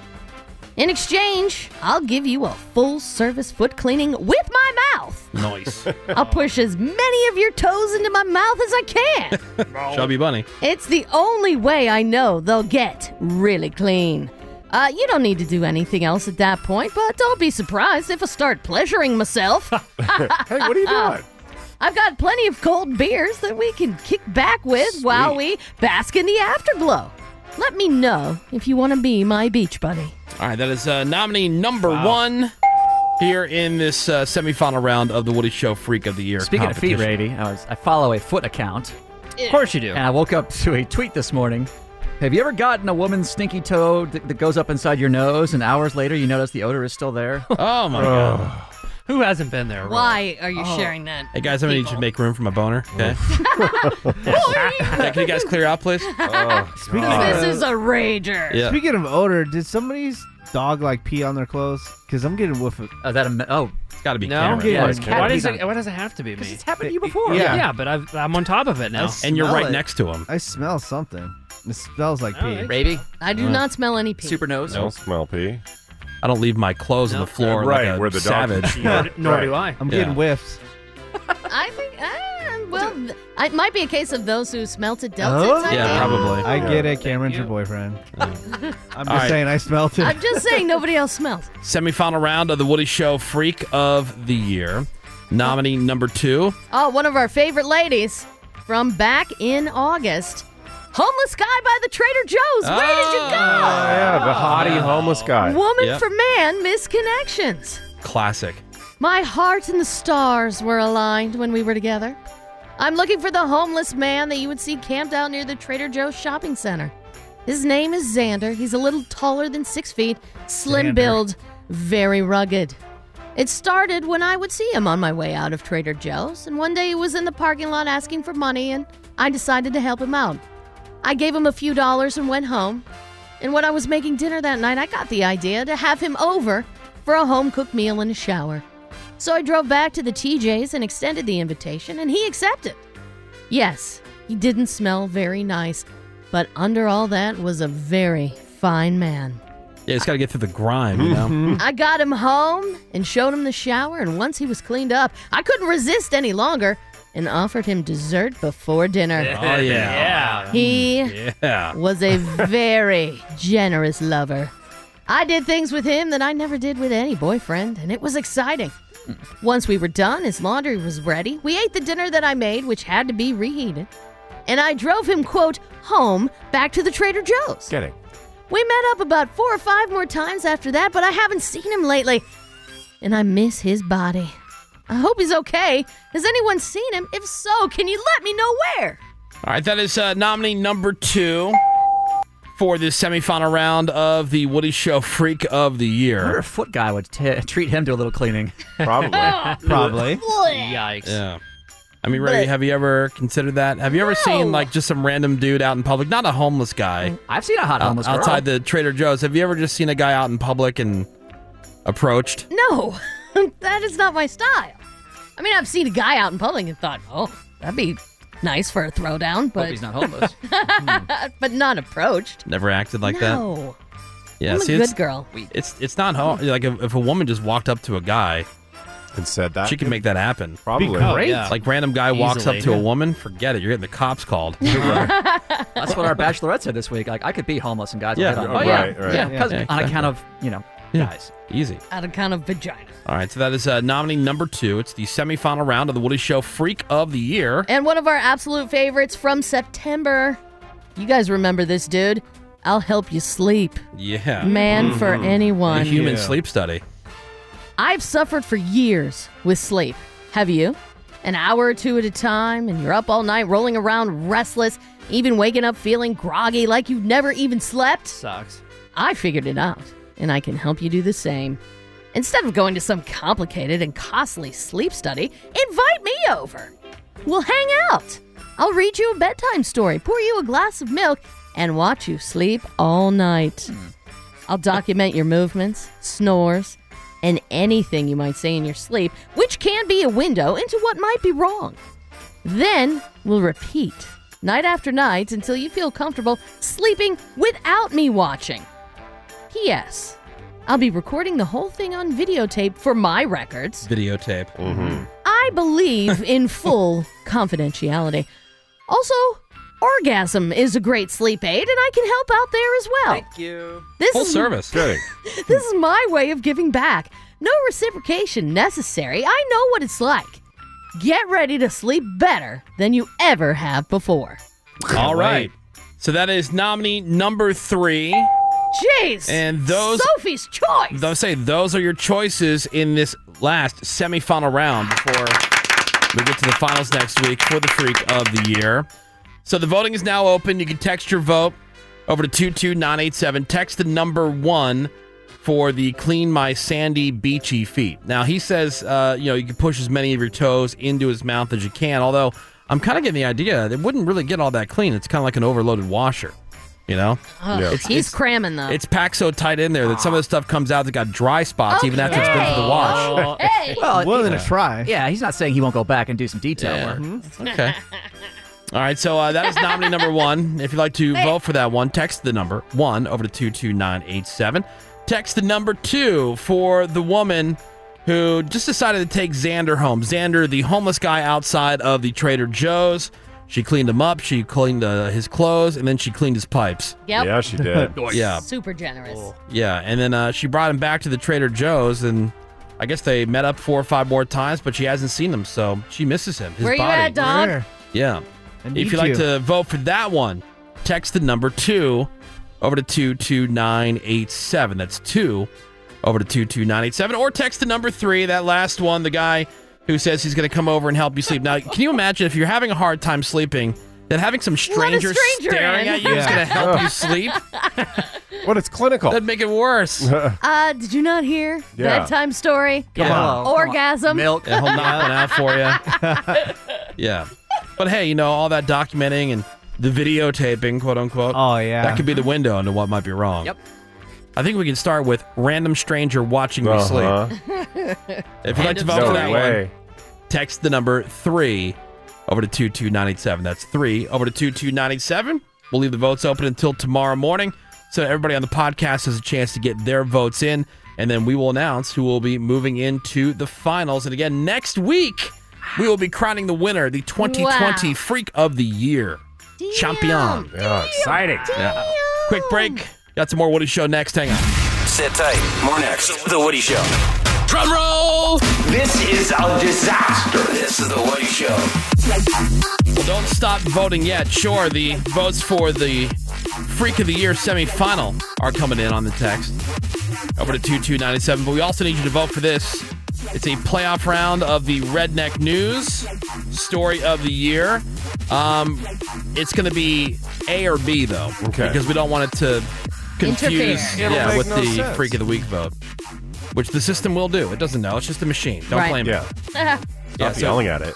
Speaker 4: In exchange, I'll give you a full service foot cleaning with my mouth.
Speaker 2: Nice.
Speaker 4: I'll push as many of your toes into my mouth as I can.
Speaker 2: Chubby Bunny.
Speaker 4: It's the only way I know they'll get really clean. Uh, you don't need to do anything else at that point, but don't be surprised if I start pleasuring myself. hey,
Speaker 5: what are you doing?
Speaker 4: I've got plenty of cold beers that we can kick back with while we bask in the afterglow. Let me know if you want to be my beach buddy.
Speaker 2: All right, that is uh, nominee number one here in this uh, semifinal round of the Woody Show Freak of the Year.
Speaker 16: Speaking of feet,
Speaker 2: competition.
Speaker 16: Brady, I, was, I follow a foot account. Of course you do. And I woke up to a tweet this morning. Have you ever gotten a woman's stinky toe that, that goes up inside your nose, and hours later you notice the odor is still there?
Speaker 2: Oh my God.
Speaker 16: Who hasn't been there?
Speaker 4: Why are you
Speaker 16: Oh.
Speaker 4: sharing that?
Speaker 2: Hey guys, I'm gonna need you to make room for my boner. Okay. yeah, can you guys clear out, please?
Speaker 5: Oh,
Speaker 6: Speaking
Speaker 4: this is a rager.
Speaker 2: Yeah.
Speaker 6: Speaking of odor, did somebody's dog like pee on their clothes? Because I'm getting whiff of.
Speaker 2: Uh,
Speaker 16: Oh, that oh,
Speaker 2: it's got to
Speaker 6: be
Speaker 3: No, yeah, why does it? Why does it have to be me? Because
Speaker 16: it's happened to you before.
Speaker 6: Yeah.
Speaker 3: yeah, but I've, I'm on top of it now,
Speaker 2: to him.
Speaker 6: I smell something. It smells
Speaker 4: Oh,
Speaker 6: like pee.
Speaker 16: Baby?
Speaker 4: I do
Speaker 2: Uh,
Speaker 4: not smell any pee.
Speaker 16: Super nose.
Speaker 2: No.
Speaker 5: smell pee.
Speaker 2: I don't leave my clothes on the floor
Speaker 5: Uh, Right,
Speaker 2: like a
Speaker 5: where the dog
Speaker 2: savage.
Speaker 5: can- Nor- nor do Right. I.
Speaker 6: I'm
Speaker 2: Yeah.
Speaker 6: getting whiffs.
Speaker 4: I think, ah, well, th- it might be a case of those who smelt it, dealt
Speaker 5: Oh,
Speaker 4: it. type
Speaker 2: Yeah,
Speaker 4: thing.
Speaker 2: probably.
Speaker 6: Oh. I
Speaker 2: Yeah.
Speaker 6: get it. Cameron's your boyfriend. I'm just
Speaker 2: All right.
Speaker 6: saying, I smelled it.
Speaker 4: I'm just saying, nobody else smells.
Speaker 2: Semifinal round of the Woody Show Freak of the Year. Nominee number two.
Speaker 4: Oh, one of our favorite ladies from back in August. Homeless guy by the Trader Joe's. Where did you go? Ah.
Speaker 5: yeah, the hottie homeless guy.
Speaker 4: Woman
Speaker 2: Ah! Yep.
Speaker 4: for man misconnections.
Speaker 2: Classic.
Speaker 4: My heart and the stars were aligned when we were together. I'm looking for the homeless man that you would see camped out near the Trader Joe's shopping center. His name is Xander. He's a little taller than six feet, slim
Speaker 14: Xander.
Speaker 4: build, very rugged. It started when I would see him on my way out of Trader Joe's, and one day he was in the parking lot asking for money, and I decided to help him out. I gave him a few dollars and went home. And when I was making dinner that night, I got the idea to have him over for a home cooked meal and a shower. So I drove back to the TJ's and extended the invitation, and he accepted. Yes, he didn't smell very nice, but under all that was a very fine man.
Speaker 2: Yeah, it's got to get through the grime, you know?
Speaker 4: I got him home and showed him the shower, and once he was cleaned up, I couldn't resist any longer and offered him dessert before dinner.
Speaker 2: Oh, yeah. Yeah.
Speaker 4: He
Speaker 2: Yeah.
Speaker 4: was a very generous lover. I did things with him that I never did with any boyfriend, and it was exciting. Once we were done, his laundry was ready. We ate the dinner that I made, which had to be reheated, and I drove him, quote, home back to the Trader Joe's.
Speaker 5: Getting.
Speaker 4: We met up about four or five more times after that, but I haven't seen him lately, and I miss his body. I hope he's okay. Has anyone seen him? If so, can you let me know where?
Speaker 2: All right, that is uh, nominee number two for this semifinal round of the Woody Show Freak of the Year.
Speaker 16: Or a foot guy would t- treat him to a little cleaning.
Speaker 2: Probably. Probably.
Speaker 16: Yikes.
Speaker 2: Yeah. I mean, Ray, have you ever considered that? Have you ever seen like just some random dude out in public, not a homeless guy?
Speaker 16: I've seen Mm, a hot
Speaker 2: out-
Speaker 16: homeless girl.
Speaker 2: outside the Trader Joe's. Have you ever just seen a guy out in public and approached?
Speaker 4: No, that is not my style. I mean, I've seen a guy out in public and thought, oh, that'd be nice for a throwdown, but
Speaker 2: he's not homeless.
Speaker 4: but not approached.
Speaker 2: Never acted like that.
Speaker 4: no.
Speaker 2: Yeah,
Speaker 4: I'm a
Speaker 2: see,
Speaker 4: good
Speaker 2: it's,
Speaker 4: girl.
Speaker 2: It's it's not home. Like if, if a woman just walked up to a guy,
Speaker 5: and said that.
Speaker 2: She can make that happen.
Speaker 5: Probably. Be great.
Speaker 2: Like random guy walks up
Speaker 7: Easily.
Speaker 2: to a woman, forget it. You're getting the cops called.
Speaker 7: That's what our bachelorette said this week. Like, I could be homeless and guys
Speaker 2: Yeah.
Speaker 7: will hit on
Speaker 2: Oh,
Speaker 7: me.
Speaker 2: right, right.
Speaker 7: yeah,
Speaker 2: Yeah,
Speaker 7: 'cause-
Speaker 2: yeah,
Speaker 7: on
Speaker 2: exactly.
Speaker 7: account of you know
Speaker 2: Yeah.
Speaker 7: guys.
Speaker 2: Easy.
Speaker 4: Out of kind of vagina.
Speaker 2: All right, so that is uh, nominee number two. It's the semifinal round of the Woody Show Freak of the Year.
Speaker 4: And one of our absolute favorites from September. You guys remember this dude? I'll help you sleep.
Speaker 2: Yeah. Mm-hmm.
Speaker 4: Man for anyone.
Speaker 2: The human
Speaker 4: Yeah.
Speaker 2: sleep study.
Speaker 4: I've suffered for years with sleep. Have you? An hour or two at a time, and you're up all night rolling around restless, even waking up feeling groggy like you've never even slept?
Speaker 3: Sucks.
Speaker 4: I figured it out, and I can help you do the same. Instead of going to some complicated and costly sleep study, invite me over. We'll hang out. I'll read you a bedtime story, pour you a glass of milk, and watch you sleep all night. I'll document your movements, snores, and anything you might say in your sleep, which can be a window into what might be wrong. Then we'll repeat night after night until you feel comfortable sleeping without me watching. P.S. I'll be recording the whole thing on videotape for my records.
Speaker 2: Videotape. Mm-hmm.
Speaker 4: I believe in full confidentiality. Also, orgasm is a great sleep aid, and I can help out there as well. Thank you. This
Speaker 2: Full
Speaker 4: is,
Speaker 2: service. Good.
Speaker 4: This is my way of giving back. No reciprocation necessary. I know what it's like. Get ready to sleep better than you ever have before.
Speaker 2: All right. So that is nominee number three.
Speaker 4: Jeez.
Speaker 2: And those-
Speaker 4: Sophie's choice.
Speaker 2: Those say those are your choices in this last semifinal round before we get to the finals next week for the Freak of the Year. So the voting is now open. You can text your vote over to 22987. Text the number one for the Clean My Sandy Beachy Feet. Now, he says, uh, you know, you can push as many of your toes into his mouth as you can, although I'm kind of getting the idea that it wouldn't really get all that clean. It's kind of like an overloaded washer, you know?
Speaker 4: Ugh,
Speaker 2: It's-
Speaker 4: he's
Speaker 2: it's-
Speaker 4: cramming though.
Speaker 2: it's packed so tight in there that some of the stuff comes out that got dry spots even after it's been through the wash.
Speaker 7: Well,
Speaker 2: Willing to
Speaker 7: yeah.
Speaker 2: try.
Speaker 7: Yeah, he's not saying he won't go back and do some detail
Speaker 2: Yeah.
Speaker 7: work.
Speaker 2: Okay. All right, so uh, that is nominee number one. If you'd like to vote for that one, text the number one over to 22987. Text the number two for the woman who just decided to take Xander home. Xander, the homeless guy outside of the Trader Joe's. She cleaned him up, she cleaned uh, his clothes, and then she cleaned his pipes.
Speaker 4: Yep.
Speaker 2: yeah.
Speaker 4: Super generous.
Speaker 2: Yeah, and then uh, she brought him back to the Trader Joe's, and I guess they met up four or five more times, but she hasn't seen him, so she misses him. His
Speaker 4: Where
Speaker 2: body.
Speaker 4: you at, dog?
Speaker 2: Yeah.
Speaker 4: need
Speaker 2: If you'd
Speaker 5: E
Speaker 2: like
Speaker 4: you.
Speaker 2: to vote for that one, text the number two over to 22987. That's two over to 22987. Or text the number three, that last one, the guy who says he's going to come over and help you sleep. Now, can you imagine if you're having a hard time sleeping, that having some stranger,
Speaker 4: stranger
Speaker 2: staring
Speaker 4: in.
Speaker 2: at you is
Speaker 4: Yeah.
Speaker 2: going to help you sleep?
Speaker 5: What? It's clinical.
Speaker 2: That'd make it worse.
Speaker 4: Uh, did you not hear
Speaker 2: Yeah.
Speaker 4: bedtime story?
Speaker 2: Come Yeah. on.
Speaker 4: Orgasm.
Speaker 2: milk. And he'll knock one out for you. yeah. But hey, you know, all that documenting and the videotaping, quote unquote. Oh, yeah. That could be the window into what might be wrong. Yep. I think we can start with random stranger watching me
Speaker 5: Uh-huh.
Speaker 2: sleep. If you'd like to vote for that
Speaker 5: way.
Speaker 2: one, text the number three over to 22987. That's three over to 22987. We'll leave the votes open until tomorrow morning so everybody on the podcast has a chance to get their votes in. And then we will announce who will be moving into the finals. And again, next week, we will be crowning the winner, the 2020
Speaker 5: Wow.
Speaker 2: Freak of the Year. Champion.
Speaker 5: Yeah, exciting.
Speaker 2: Yeah. Quick break. Got some more Woody Show next. Hang on.
Speaker 1: Sit tight. More next. The Woody Show.
Speaker 2: Drum roll!
Speaker 1: This is a disaster. This is The Woody Show.
Speaker 2: Don't stop voting yet. Sure, the votes for the Freak of the Year semifinal are coming in on the text over to 2297. But we also need you to vote for this. It's a playoff round of the Redneck News Story of the Year. Um, it's going to be A or B, though. Okay. Because we don't want it to confuse
Speaker 5: Interfere. It'll
Speaker 2: yeah,
Speaker 5: make
Speaker 2: with
Speaker 5: no
Speaker 2: the
Speaker 5: sense.
Speaker 2: Freak of the Week vote, which the system will do. It doesn't know. It's just a machine. Don't
Speaker 5: Right.
Speaker 2: blame
Speaker 5: Yeah.
Speaker 2: it
Speaker 5: Stop yelling at it.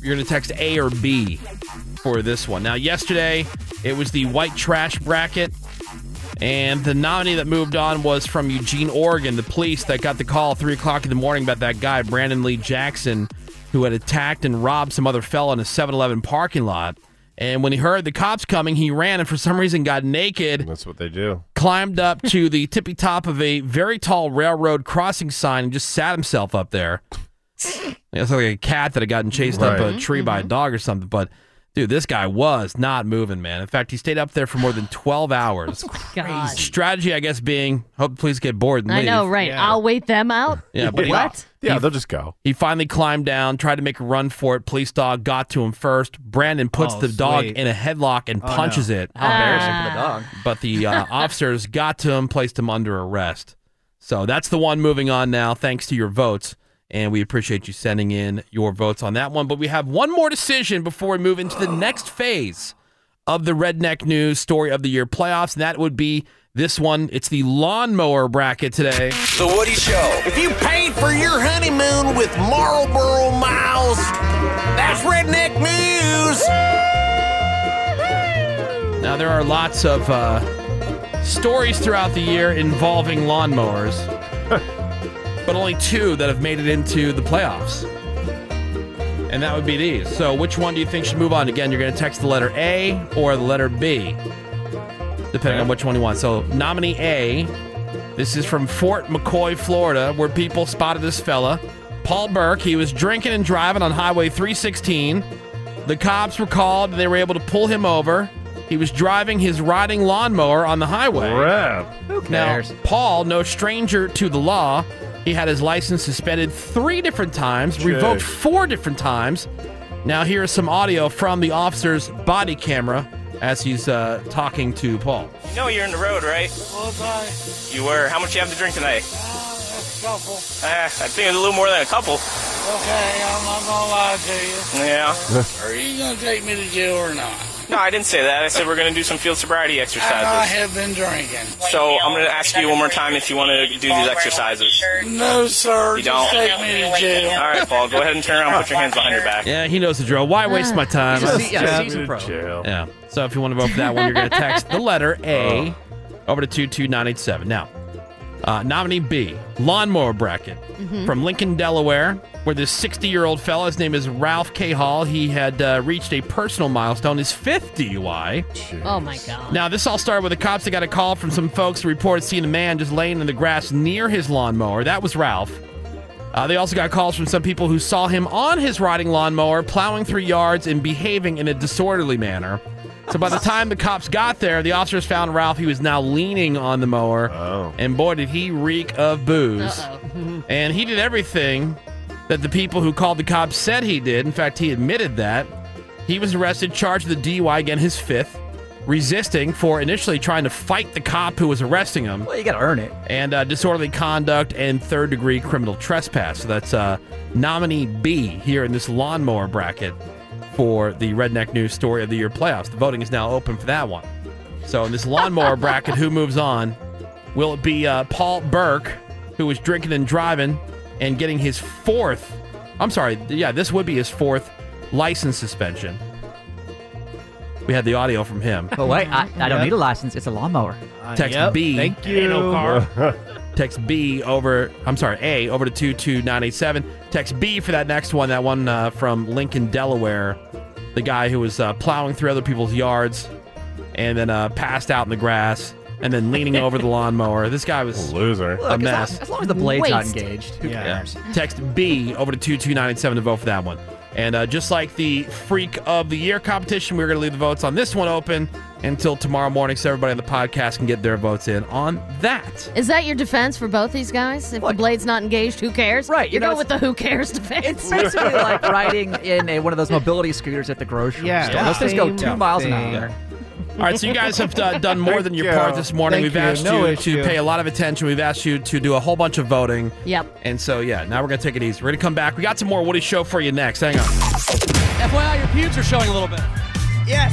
Speaker 2: you're going to text A or B for this one. Now, yesterday, it was the white trash bracket. And the nominee that moved on was from Eugene, Oregon. The police that got the call at 3 o'clock in the morning about that guy, Brandon Lee Jackson, who had attacked and robbed some other fella in a 7 Eleven parking lot. And when he heard the cops coming, he ran and for some reason got naked.
Speaker 5: That's what they do.
Speaker 2: Climbed up to the tippy top of a very tall railroad crossing sign and just sat himself up there. It's like a cat that had gotten chased up a
Speaker 17: Right.
Speaker 2: tree
Speaker 4: Mm-hmm.
Speaker 2: by a dog or something. But dude, this guy was not moving, man. In fact, he stayed up there for more than twelve hours.
Speaker 4: God.
Speaker 2: Strategy, I guess, being hope the police get bored and
Speaker 4: I
Speaker 2: leave.
Speaker 4: know, right? I'll wait them out.
Speaker 2: Yeah, but he-
Speaker 4: what?
Speaker 2: he-
Speaker 5: they'll just go.
Speaker 2: He finally climbed down, tried to make a run for it. Police dog got to him first. Brandon puts
Speaker 17: Oh,
Speaker 2: the dog
Speaker 17: sweet.
Speaker 2: in a headlock and
Speaker 17: Oh,
Speaker 2: punches
Speaker 17: no.
Speaker 2: it.
Speaker 4: Uh,
Speaker 17: How embarrassing for the dog.
Speaker 2: But the uh, officers got to him, placed him under arrest. So that's the one moving on now, thanks to your votes. And we appreciate you sending in your votes on that one. But we have one more decision before we move into the next phase of the Redneck News Story of the Year playoffs. And that would be this one. It's the lawnmower bracket today.
Speaker 18: The Woody Show. If you paid for your honeymoon with Marlboro Miles, that's redneck news.
Speaker 2: Now, there are lots of uh, stories throughout the year involving lawnmowers, but only two that have made it into the playoffs. And that would be these. So, which one do you think should move on? Again, you're going to text the letter A or the letter B, depending on which one you want. So, nominee A, this is from Fort McCoy, Florida, where people spotted this fella, Paul Burke. He was drinking and driving on Highway 316. The cops were called and they were able to pull him over. He was driving his riding lawnmower on the highway. Who
Speaker 17: cares?
Speaker 2: Now, Paul, no stranger to the law, he had his license suspended three different times, revoked four different times. Now, here is some audio from the officer's body camera as he's uh, talking to Paul.
Speaker 19: You know you're in the road, right? You were. How much you have to drink tonight? Ah, I think it's a little more than a couple.
Speaker 10: Okay, I'm not gonna lie to you.
Speaker 19: Yeah.
Speaker 10: Are you gonna take me to jail or not?
Speaker 19: No, I didn't say that. I said we're going to do some field sobriety
Speaker 10: Uh, I
Speaker 19: exercises.
Speaker 10: have been drinking.
Speaker 19: So I'm going to ask you one more time if you want to do these exercises.
Speaker 10: No, sir.
Speaker 19: You
Speaker 10: Just
Speaker 19: don't.
Speaker 10: take me to jail.
Speaker 19: All right, Paul. Go ahead and turn around. and Put your hands behind your back.
Speaker 2: Yeah, he knows the drill. Why waste my time?
Speaker 19: He's a se- yeah, seasoned pro.
Speaker 2: Yeah. So if you want to vote for that one, you're going to text the letter A over to 22987. Now, uh, nominee B, lawnmower bracket
Speaker 17: Mhm.
Speaker 2: from Lincoln, Delaware, where this 60 year old fella, his name is Ralph K. Hall, he had uh, reached a personal milestone, his fifth DUI.
Speaker 4: Oh my god.
Speaker 2: Now, this all started with the cops that got a call from some folks who reported seeing a man just laying in the grass near his lawnmower. That was Ralph. Uh, they also got calls from some people who saw him on his riding lawnmower, plowing through yards and behaving in a disorderly manner. So by the time the cops got there, the officers found Ralph. He was now leaning on the mower. And boy, did he reek of booze. And he did everything that the people who called the cops said he did. In fact, he admitted that. He was arrested, charged with the DUI, again, his fifth, resisting for initially trying to fight the cop who was arresting him. Well, you got to earn it. And uh, disorderly conduct and third degree criminal trespass. So that's uh, nominee B here in this lawnmower bracket for the Redneck News Story of the Year playoffs. The voting is now open for that one. So in this lawnmower bracket, who moves on? Will it be uh, Paul Burke, who was drinking and driving and getting his fourth? I'm sorry, yeah, this would be his fourth license suspension. We had the audio from him.
Speaker 17: But wait, I, I don't need a license. It's a lawnmower.
Speaker 7: Uh,
Speaker 2: Text B.
Speaker 17: Ain't no car.
Speaker 2: text B over. I'm sorry, A over to two two nine eight seven. Text B for that next one. That one uh, from Lincoln, Delaware. The guy who was uh, plowing through other people's yards, and then uh, passed out in the grass, and then leaning over the lawnmower. This guy was
Speaker 5: loser,
Speaker 17: Look,
Speaker 2: a
Speaker 17: as
Speaker 2: mess.
Speaker 17: long- as long as the blade's not
Speaker 2: Waste.
Speaker 17: engaged, who cares?
Speaker 2: Text B over to 22987 to vote for that one. And uh, just like the Freak of the Year competition, we're going to leave the votes on this one open until tomorrow morning so everybody on the podcast can get their votes in on that.
Speaker 4: Is that your defense for both these guys? If the blade's not engaged, who cares? Right. You're
Speaker 17: know,
Speaker 4: going with the who cares defense.
Speaker 17: It's basically like riding in a, one of those mobility scooters at the grocery
Speaker 4: Yeah,
Speaker 17: store. Those things go
Speaker 4: same
Speaker 17: two miles an
Speaker 4: thing.
Speaker 17: hour.
Speaker 2: All right, so you guys have uh, done more than your
Speaker 17: Thank you.
Speaker 2: part this morning.
Speaker 17: Thank
Speaker 2: We've
Speaker 17: you.
Speaker 2: asked
Speaker 17: No
Speaker 2: you
Speaker 17: issue.
Speaker 2: to pay a lot of attention. We've asked you to do a whole bunch of voting.
Speaker 4: Yep.
Speaker 2: And so, yeah, now we're going to take it easy. We're going to come back. We got some more Woody Show for you next. Hang on.
Speaker 3: FYI, your pubes are showing a little bit.
Speaker 13: Yes.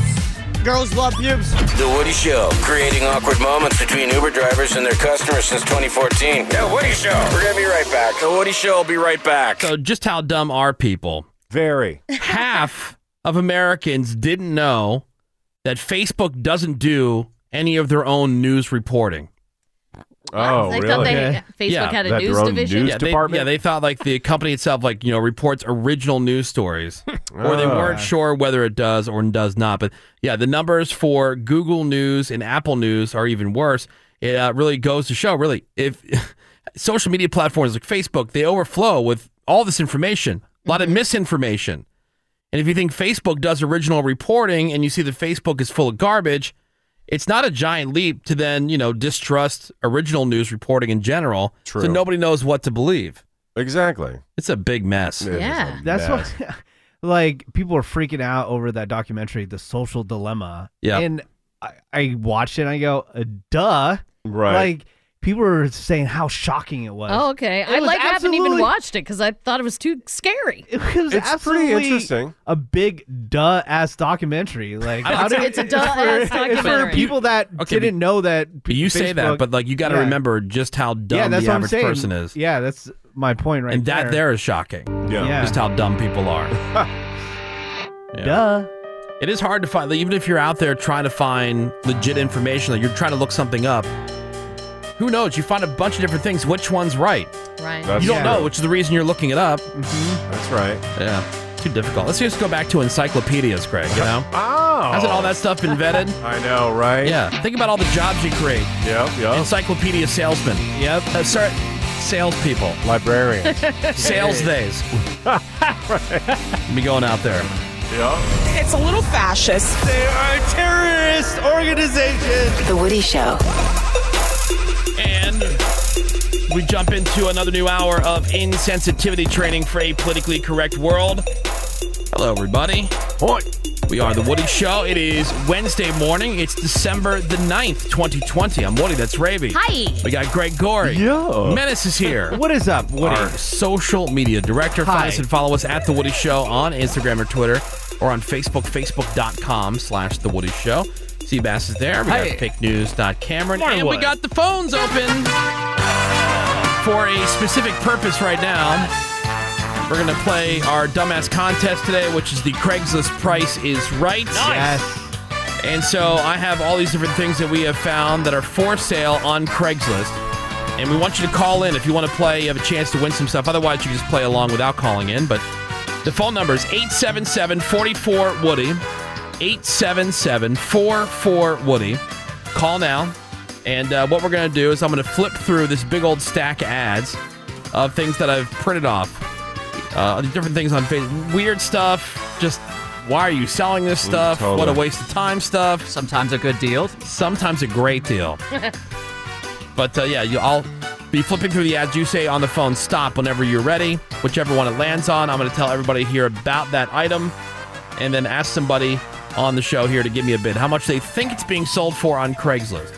Speaker 3: Girls love pubes.
Speaker 13: The Woody Show, creating awkward moments between Uber drivers and their customers since 2014. The Woody Show. We're going to be right back. The Woody Show will be right back.
Speaker 2: So, just how dumb are people?
Speaker 5: Very.
Speaker 2: Half of Americans didn't know that Facebook doesn't do any of their own news reporting.
Speaker 5: Oh,
Speaker 4: They thought really? they- Facebook had a That news their own division? news
Speaker 2: yeah, they,
Speaker 4: department?
Speaker 2: yeah, they thought like the company itself, like you know, reports original news stories, or they
Speaker 17: Oh.
Speaker 2: weren't sure whether it does or does not. But yeah, the numbers for Google News and Apple News are even worse. It uh, really goes to show, really, if social media platforms like Facebook they overflow with all this information, a lot of misinformation. And if you think Facebook does original reporting and you see that Facebook is full of garbage, it's not a giant leap to then, you know, distrust original news reporting in general. True. So nobody knows what to believe.
Speaker 5: Exactly.
Speaker 2: It's a big mess.
Speaker 4: Yeah.
Speaker 6: That's what, like, people were freaking out over that documentary, The Social Dilemma.
Speaker 2: Yeah.
Speaker 6: And I, I watched it and I go, uh, duh.
Speaker 5: Right.
Speaker 6: Like, people were saying how shocking it was.
Speaker 4: Oh, okay.
Speaker 6: It
Speaker 4: I
Speaker 6: was
Speaker 4: like I haven't even
Speaker 6: absolutely-
Speaker 4: watched it because I thought it was too scary.
Speaker 6: It was absolutely A big duh ass documentary. Like,
Speaker 4: I
Speaker 6: how
Speaker 4: don't-
Speaker 6: did-
Speaker 4: It's a duh-ass
Speaker 6: it's for- It's
Speaker 4: documentary.
Speaker 6: for people that
Speaker 2: Okay, but-
Speaker 6: didn't know that.
Speaker 2: But you say that,
Speaker 6: Facebook-
Speaker 2: but like you got to
Speaker 6: Yeah.
Speaker 2: remember just how dumb
Speaker 6: yeah, that's
Speaker 2: the
Speaker 6: what I'm
Speaker 2: average
Speaker 6: saying.
Speaker 2: person is.
Speaker 6: Yeah, that's my point right
Speaker 2: and that
Speaker 6: there.
Speaker 2: there is shocking.
Speaker 6: Yeah. Yeah.
Speaker 2: Just how dumb people are.
Speaker 6: Duh.
Speaker 2: It is hard to find, like, even if you're out there trying to find legit information, like you're trying to look something up. Who knows? You find a bunch of different things. Which one's right?
Speaker 4: Right.
Speaker 2: you don't know, which is the reason you're looking it up.
Speaker 5: Mm-hmm. That's right.
Speaker 2: Yeah. Too difficult. Let's just go back to encyclopedias, Greg, you know?
Speaker 5: Oh.
Speaker 2: Hasn't all that stuff been vetted?
Speaker 5: I know, right?
Speaker 2: Yeah. Think about all the jobs you create.
Speaker 5: Yep, yep.
Speaker 2: Encyclopedia salesmen.
Speaker 6: Yep.
Speaker 2: Uh, sorry, salespeople.
Speaker 5: Librarians.
Speaker 2: Sales days. Be going out there.
Speaker 5: Yep.
Speaker 20: It's a little fascist. They are a terrorist organization. The Woody Show.
Speaker 2: And we jump into another new hour of insensitivity training for a politically correct world. Hello, everybody. Hoi. We are The Woody Show. It is Wednesday morning. It's December the 9th, 2020. I'm Woody. That's Ravy.
Speaker 4: Hi.
Speaker 2: We got Greg Gorey.
Speaker 6: Yo.
Speaker 2: Menace is here.
Speaker 6: What is up, Woody?
Speaker 2: Our social media director. Find
Speaker 6: Hi.
Speaker 2: us and follow us at The Woody Show on Instagram or Twitter or on Facebook, facebook.com slash The Woody Show. Seabass is there. We got
Speaker 13: Hi.
Speaker 2: fake news.cameron.
Speaker 13: Morning,
Speaker 2: and we
Speaker 13: Woody.
Speaker 2: got the phones open for a specific purpose right now. We're going to play our dumbass contest today, which is the Craigslist price is right. And so I have all these different things that we have found that are for sale on Craigslist. And we want you to call in if you want to play. You have a chance to win some stuff. Otherwise, you can just play along without calling in. But the phone number is 877 44 Woody. 877 44 Woody. Call now. And uh, what we're going to do is I'm going to flip through this big old stack of ads of things that I've printed off uh, the different things on Facebook, weird stuff. Just why are you selling this stuff?
Speaker 7: totally.
Speaker 2: What a waste of time stuff. Sometimes a good deal. Sometimes a great deal. But uh, yeah, you, I'll be flipping through the ads. You say on the phone, stop whenever you're ready. Whichever one it lands on, I'm going to tell everybody here about that item and then ask somebody on the show here to give me a bid how much they think it's being sold for on Craigslist.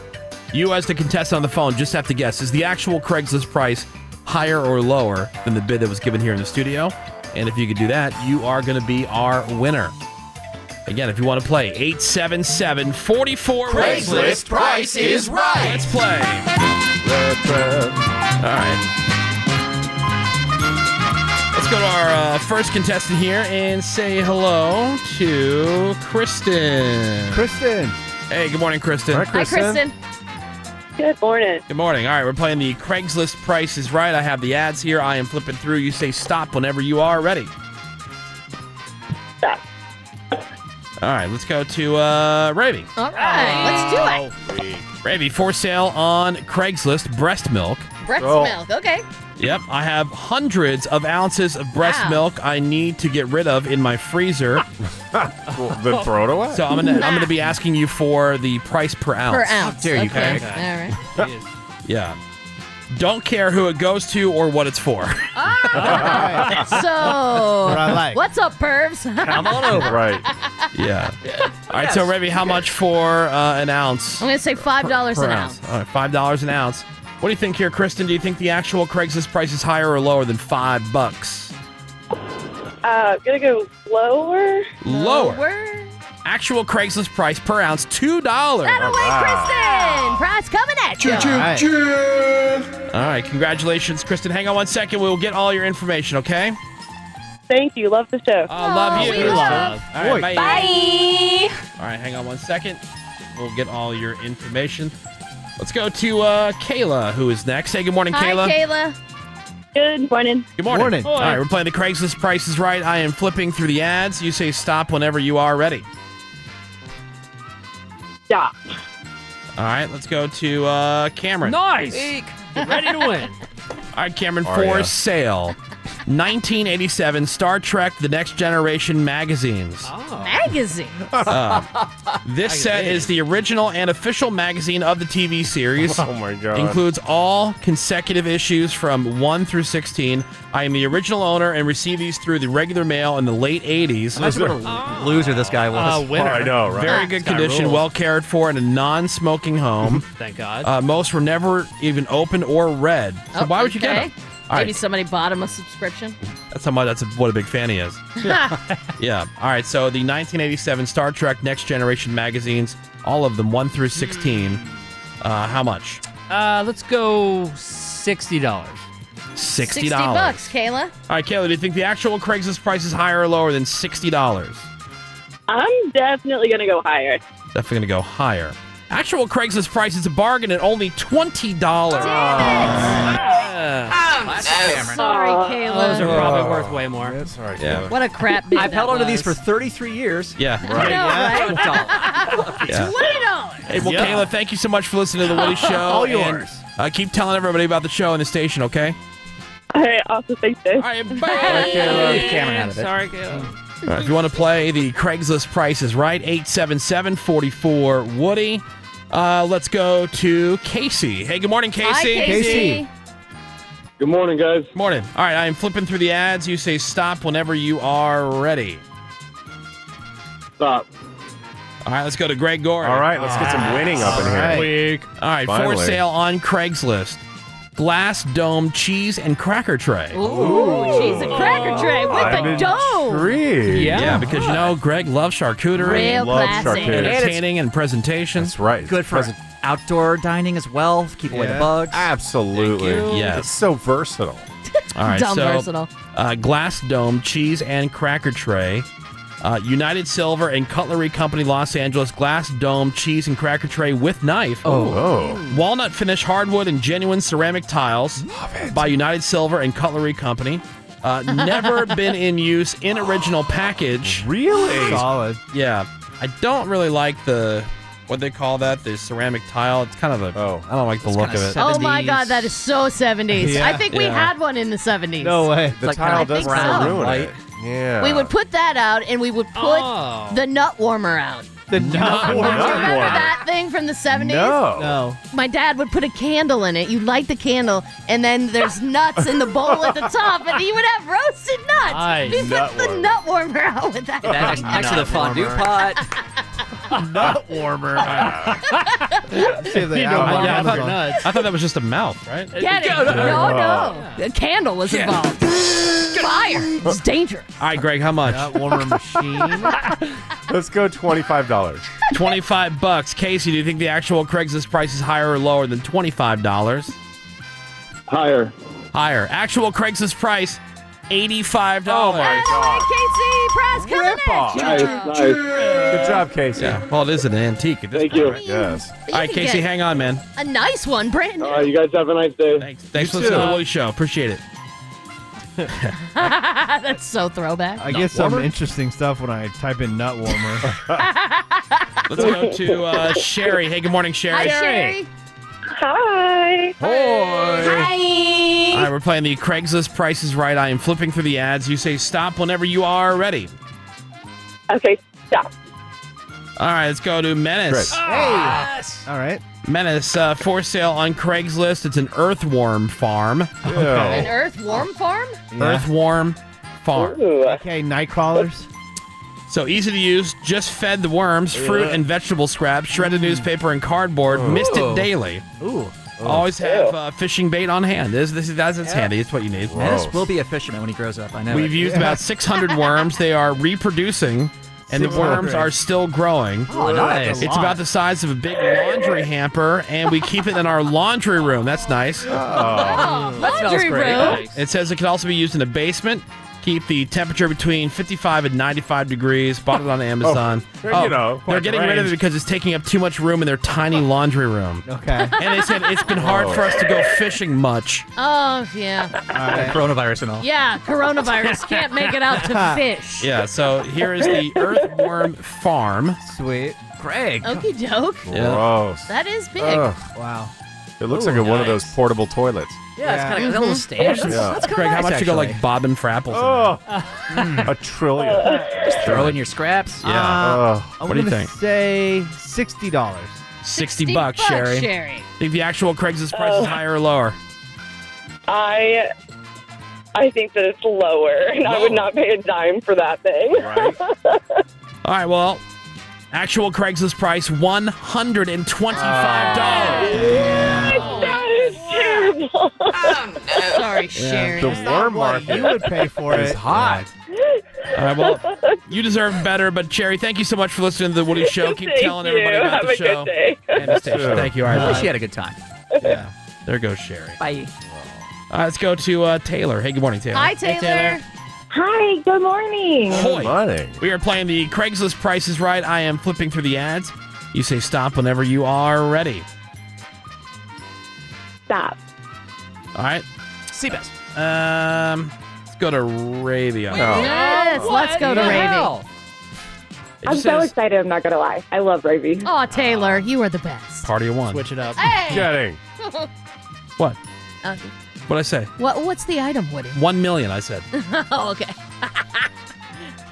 Speaker 2: You, as the contestant on the phone, just have to guess is the actual Craigslist price higher or lower than the bid that was given here in the studio? And if you could do that, you are going to be our winner. Again, if you want to play, 877 44
Speaker 13: Craigslist price is right.
Speaker 2: Let's play. All right. Let's go to our uh, first contestant here and say hello to Kristen.
Speaker 6: Kristen.
Speaker 2: Hey, good morning, Kristen.
Speaker 21: Good morning.
Speaker 2: Good morning. All right, we're playing the Craigslist Price is Right. I have the ads here. I am flipping through. You say stop whenever you are ready.
Speaker 21: Stop.
Speaker 2: All right, let's go to uh, Ravy.
Speaker 4: All right. Let's do
Speaker 2: Ravy, for sale on Craigslist, breast milk.
Speaker 4: it. Breast
Speaker 2: Oh.
Speaker 4: milk. Okay.
Speaker 2: Yep, I have hundreds of ounces of breast
Speaker 4: Wow.
Speaker 2: milk I need to get rid of in my freezer.
Speaker 5: Well, then throw it away.
Speaker 2: So I'm gonna I'm gonna be asking you for the price per ounce.
Speaker 4: Per ounce. okay. All right.
Speaker 2: Yeah. Don't care who it goes to or what it's for.
Speaker 4: so,
Speaker 2: What I like.
Speaker 4: what's up, pervs? I'm
Speaker 2: Right. Yeah. All right. So, Remy, how much for uh, an ounce?
Speaker 4: I'm going to say $5 dollars
Speaker 2: per
Speaker 4: an ounce.
Speaker 2: All right, five dollars an ounce. What do you think here, Kristen? Do you think the actual Craigslist price is higher or lower than five bucks?
Speaker 21: Uh, gonna go lower.
Speaker 2: Lower. Actual Craigslist price per ounce, two dollars.
Speaker 4: That away, Kristen! Prize coming at you.
Speaker 2: All right. All right, congratulations, Kristen. Hang on one second. We'll get all your information, okay?
Speaker 21: Thank you. Love the show.
Speaker 2: I
Speaker 13: Oh,
Speaker 2: love you. All right, bye.
Speaker 21: Bye.
Speaker 2: All right, hang on one second. We'll get all your information. Let's go to uh, Kayla, who is next. Say good morning,
Speaker 4: Hi,
Speaker 2: Kayla.
Speaker 4: Kayla.
Speaker 21: Good morning.
Speaker 2: Good morning.
Speaker 4: Morning.
Speaker 2: All right, we're playing the Craigslist Price is Right. I am flipping through the ads. You say stop whenever you are ready.
Speaker 21: Stop.
Speaker 2: All right, let's go to uh, Cameron.
Speaker 13: Nice.
Speaker 2: All right, Cameron,
Speaker 13: Oh,
Speaker 2: for
Speaker 13: yeah.
Speaker 2: sale. 1987 Star Trek The Next Generation magazines.
Speaker 4: Magazine.
Speaker 2: Uh, this set is the original and official magazine of the TV series.
Speaker 5: Oh my God.
Speaker 2: Includes all consecutive issues from 1 through 16. I am the original owner and received these through the regular mail in the late 80s.
Speaker 17: Imagine what a loser this guy was.
Speaker 2: Uh, winner. Very good condition, well cared for, in a non-smoking home.
Speaker 17: Thank God.
Speaker 2: Uh, most were never even opened or read. So
Speaker 4: Oh,
Speaker 2: why would you get
Speaker 4: okay.
Speaker 2: them? All
Speaker 4: Maybe
Speaker 2: right,
Speaker 4: somebody bought him a subscription.
Speaker 2: that's how much. That's what a big fan he is. yeah. All right. So the 1987 Star Trek Next Generation magazines, all of them, one through 16. Uh, how much?
Speaker 9: Uh, let's go sixty dollars.
Speaker 4: 60
Speaker 2: Sixty dollars.
Speaker 4: bucks, Kayla.
Speaker 2: All right, Kayla. Do you think the actual Craigslist price is higher or lower than sixty dollars?
Speaker 21: I'm definitely going to go higher.
Speaker 2: Definitely gonna go higher. Actual Craigslist price is a bargain at only twenty dollars.
Speaker 4: Sorry, Kayla.
Speaker 9: Those are
Speaker 5: Oh.
Speaker 9: probably worth way more.
Speaker 5: Sorry,
Speaker 2: Yeah. Kayla.
Speaker 4: What a crap bid
Speaker 17: I've held
Speaker 4: that
Speaker 17: onto these for
Speaker 4: was.
Speaker 17: 33 years.
Speaker 2: Yeah.
Speaker 4: I know, right?
Speaker 2: Yeah.
Speaker 4: $20.
Speaker 2: Hey, well,
Speaker 17: Yeah.
Speaker 2: Kayla, thank you so much for listening to the Woody Show.
Speaker 17: All
Speaker 2: and,
Speaker 17: yours.
Speaker 2: uh, keep telling everybody about the show and the station, okay?
Speaker 21: All right, awesome. Thanks, Dave. All
Speaker 2: right,
Speaker 17: Cameron out of it.
Speaker 9: Sorry, Kayla.
Speaker 2: All right, if you want to play the Craigslist Price is Right, 877 44 Woody. Uh, let's go to Casey. Hey, good morning, Casey.
Speaker 14: Hi, Casey. Casey.
Speaker 2: Good morning, guys. Morning. All right, I am flipping through the ads. You say stop whenever you are ready. Stop. All right, let's go to Uh, Greg Gore.
Speaker 5: All right, let's get
Speaker 14: Ah,
Speaker 5: some winning up in here.
Speaker 2: All right, for
Speaker 5: Finally.
Speaker 2: sale on Craigslist. Glass dome cheese and cracker tray.
Speaker 4: Ooh, cheese and
Speaker 2: Oh,
Speaker 4: cracker tray with a dome.
Speaker 2: Yeah. because you know Greg loves charcuterie.
Speaker 4: Real Loves classic. charcuterie.
Speaker 2: Entertaining and presentation. That's
Speaker 5: right.
Speaker 2: Good
Speaker 17: for outdoor dining as well. Keep away the
Speaker 2: Yeah.
Speaker 17: bugs.
Speaker 5: Absolutely.
Speaker 2: Thank you. Yes.
Speaker 5: It's so versatile.
Speaker 2: All right,
Speaker 4: Dumb
Speaker 2: so
Speaker 4: versatile.
Speaker 2: Uh, glass dome cheese and cracker tray. Uh, United Silver and Cutlery Company, Los Angeles. Glass dome cheese and cracker tray with knife.
Speaker 5: Oh. Oh.
Speaker 2: walnut finish hardwood and genuine ceramic tiles by United Silver and Cutlery Company. Uh, never been in use in original package.
Speaker 5: Really?
Speaker 2: Solid. Yeah. I don't really like the what they call that the ceramic tile. It's kind of a oh I don't like the look of it.
Speaker 4: Oh my god, that is so 70s.
Speaker 2: Yeah.
Speaker 4: I think we
Speaker 2: Yeah.
Speaker 4: had one in the 70s.
Speaker 5: The
Speaker 4: Like, I
Speaker 5: tile
Speaker 4: think
Speaker 5: doesn't
Speaker 4: so.
Speaker 5: want to ruin
Speaker 4: Right.
Speaker 5: it. Yeah.
Speaker 4: We would put that out and we would put
Speaker 5: Oh.
Speaker 4: the nut warmer out.
Speaker 5: the
Speaker 4: Do you remember that thing from the 70s?
Speaker 5: No. No.
Speaker 4: My dad would put a candle in it. You'd light the candle, and then there's nuts in the bowl at the top, and you would have roasted nuts.
Speaker 9: Nice.
Speaker 4: We put
Speaker 9: Nut
Speaker 4: the
Speaker 9: warmer.
Speaker 4: nut warmer out with that.
Speaker 17: That's next to the fondue pot.
Speaker 2: Nut warmer.
Speaker 17: You know,
Speaker 2: I,
Speaker 17: warm
Speaker 2: yeah, I
Speaker 17: up
Speaker 2: thought,
Speaker 17: your
Speaker 2: I thought that was just a mouth, right?
Speaker 4: Get it?
Speaker 2: Yeah.
Speaker 4: No, no. A candle was involved. Fire. It's dangerous.
Speaker 2: All right, Greg, how much? warmer machine.
Speaker 5: Let's go twenty-five dollars.
Speaker 2: Twenty-five bucks, Casey. Do you think the actual Craigslist price is higher or lower than twenty-five dollars? Higher. Higher. Actual Craigslist price, eighty-five
Speaker 13: Oh
Speaker 2: dollars.
Speaker 4: Casey, Price coming at you.
Speaker 2: Good
Speaker 5: job, Casey.
Speaker 2: Well, it is an antique. At this Thank
Speaker 22: you.
Speaker 5: Yes.
Speaker 2: All right,
Speaker 4: You can
Speaker 2: Casey,
Speaker 4: get-
Speaker 2: hang on, man.
Speaker 4: A nice one, brand new.
Speaker 22: All right, you guys have a nice day. Thanks.
Speaker 2: Thanks for listening to the Woody Show. Appreciate it.
Speaker 4: That's so throwback.
Speaker 6: I get some interesting stuff when I type in nut warmer.
Speaker 2: Let's go to uh, Sherry. Hey, good morning, Sherry.
Speaker 14: Hi, Sherry. Hi.
Speaker 2: All
Speaker 14: Hi.
Speaker 2: right, we're playing the Craigslist Price is Right. I am flipping through the ads. You say stop whenever you are ready.
Speaker 21: Okay, stop.
Speaker 2: All right, let's go to Menace.
Speaker 4: Ah.
Speaker 6: All right.
Speaker 2: Menace, uh, for sale on Craigslist. It's an earthworm farm. Oh.
Speaker 4: An Earth warm farm?
Speaker 2: Earthworm farm.
Speaker 6: Okay, night crawlers.
Speaker 2: So easy to use, just fed the worms, fruit and vegetable scraps,
Speaker 17: Mm.
Speaker 2: shredded newspaper and cardboard, missed it
Speaker 17: Ooh.
Speaker 2: daily.
Speaker 17: Ooh.
Speaker 2: Always have uh, fishing bait on hand. This, this, that's it's
Speaker 17: Yeah.
Speaker 2: handy. It's what you need.
Speaker 17: Menace will be a fisherman when he grows up. I know.
Speaker 2: We've
Speaker 17: it.
Speaker 2: used about 600 worms. They are reproducing, and the
Speaker 17: 600.
Speaker 2: worms are still growing.
Speaker 17: Oh, nice. That's a
Speaker 2: It's
Speaker 17: lot.
Speaker 2: about the size of a big laundry hamper, and we keep it in our laundry room. That's nice.
Speaker 14: Oh, That smells laundry great. room. Nice.
Speaker 2: It says it can also be used in a basement. Keep the temperature between 55 and 95 degrees. Bought it on Amazon. Oh,
Speaker 5: you know, quite
Speaker 2: they're
Speaker 5: the
Speaker 2: getting rid of it
Speaker 5: range.
Speaker 2: because it's taking up too much room in their tiny laundry room.
Speaker 6: Okay.
Speaker 2: And they said it's been
Speaker 22: Oh.
Speaker 2: hard for us to go fishing much.
Speaker 4: Oh, yeah.
Speaker 2: Coronavirus and all.
Speaker 4: Yeah, coronavirus can't make it out to fish.
Speaker 2: Yeah, so here is the Earthworm Farm.
Speaker 6: Sweet.
Speaker 2: Greg.
Speaker 4: Okie doke.
Speaker 5: Gross.
Speaker 4: That is big.
Speaker 5: Ugh.
Speaker 6: Wow.
Speaker 5: It looks
Speaker 2: Ooh,
Speaker 5: like a, one of those portable toilets.
Speaker 17: Yeah, it's
Speaker 4: Mm-hmm.
Speaker 17: kinda- it's a little stash. That's- that's kinda
Speaker 2: Greg, how
Speaker 17: nice,
Speaker 2: much you go
Speaker 17: actually.
Speaker 2: like bobbing for apples?
Speaker 17: Oh.
Speaker 2: a trillion.
Speaker 17: Just throw in your scraps.
Speaker 2: Yeah.
Speaker 6: Uh, I'm
Speaker 5: Oh,
Speaker 2: what do you
Speaker 6: gonna
Speaker 2: think?
Speaker 6: Say sixty dollars.
Speaker 2: 60 bucks, Sherry. Think the actual Craigslist price is higher or lower?
Speaker 21: I I think that it's lower, and I would not pay a dime for that thing.
Speaker 2: All right, well, actual Craigslist price $125.
Speaker 21: that is terrible.
Speaker 4: Sorry,
Speaker 2: Sherry.
Speaker 5: The worm market.
Speaker 2: you would pay for
Speaker 5: is
Speaker 2: it.
Speaker 5: hot.
Speaker 2: All right, well, you deserve better, but Sherry, thank you so much for listening to The Woody Show. Keep
Speaker 21: Thank
Speaker 2: telling everybody
Speaker 21: you.
Speaker 2: about
Speaker 21: Have
Speaker 2: the
Speaker 21: a
Speaker 2: show.
Speaker 21: good day.
Speaker 2: And the station.
Speaker 7: Sure.
Speaker 2: Thank you. All right,
Speaker 7: Uh,
Speaker 2: bye.
Speaker 7: she had a good time.
Speaker 2: Yeah. There goes Sherry.
Speaker 17: Bye.
Speaker 2: All right, let's go to uh, Taylor. Hey, good morning, Taylor.
Speaker 22: Hi, Taylor. Hi, good morning.
Speaker 2: Hoy. We are playing the Craigslist Price is Right. I am flipping through the ads. You say stop whenever you are ready.
Speaker 21: Stop.
Speaker 2: All right.
Speaker 17: Seabass.
Speaker 2: Um, let's go to Ravia.
Speaker 7: Oh.
Speaker 4: Yes, let's go to
Speaker 21: the
Speaker 4: Ravy.
Speaker 21: hell? I'm so excited. I'm not gonna lie. I love Ravy.
Speaker 4: Oh, Taylor, you are the best.
Speaker 2: Party of one. Switch
Speaker 9: it up.
Speaker 4: Hey!
Speaker 2: Getting. What?
Speaker 4: Uh,
Speaker 2: What I say?
Speaker 4: what? What's the item, Woody?
Speaker 2: One million. I said.
Speaker 4: oh, okay.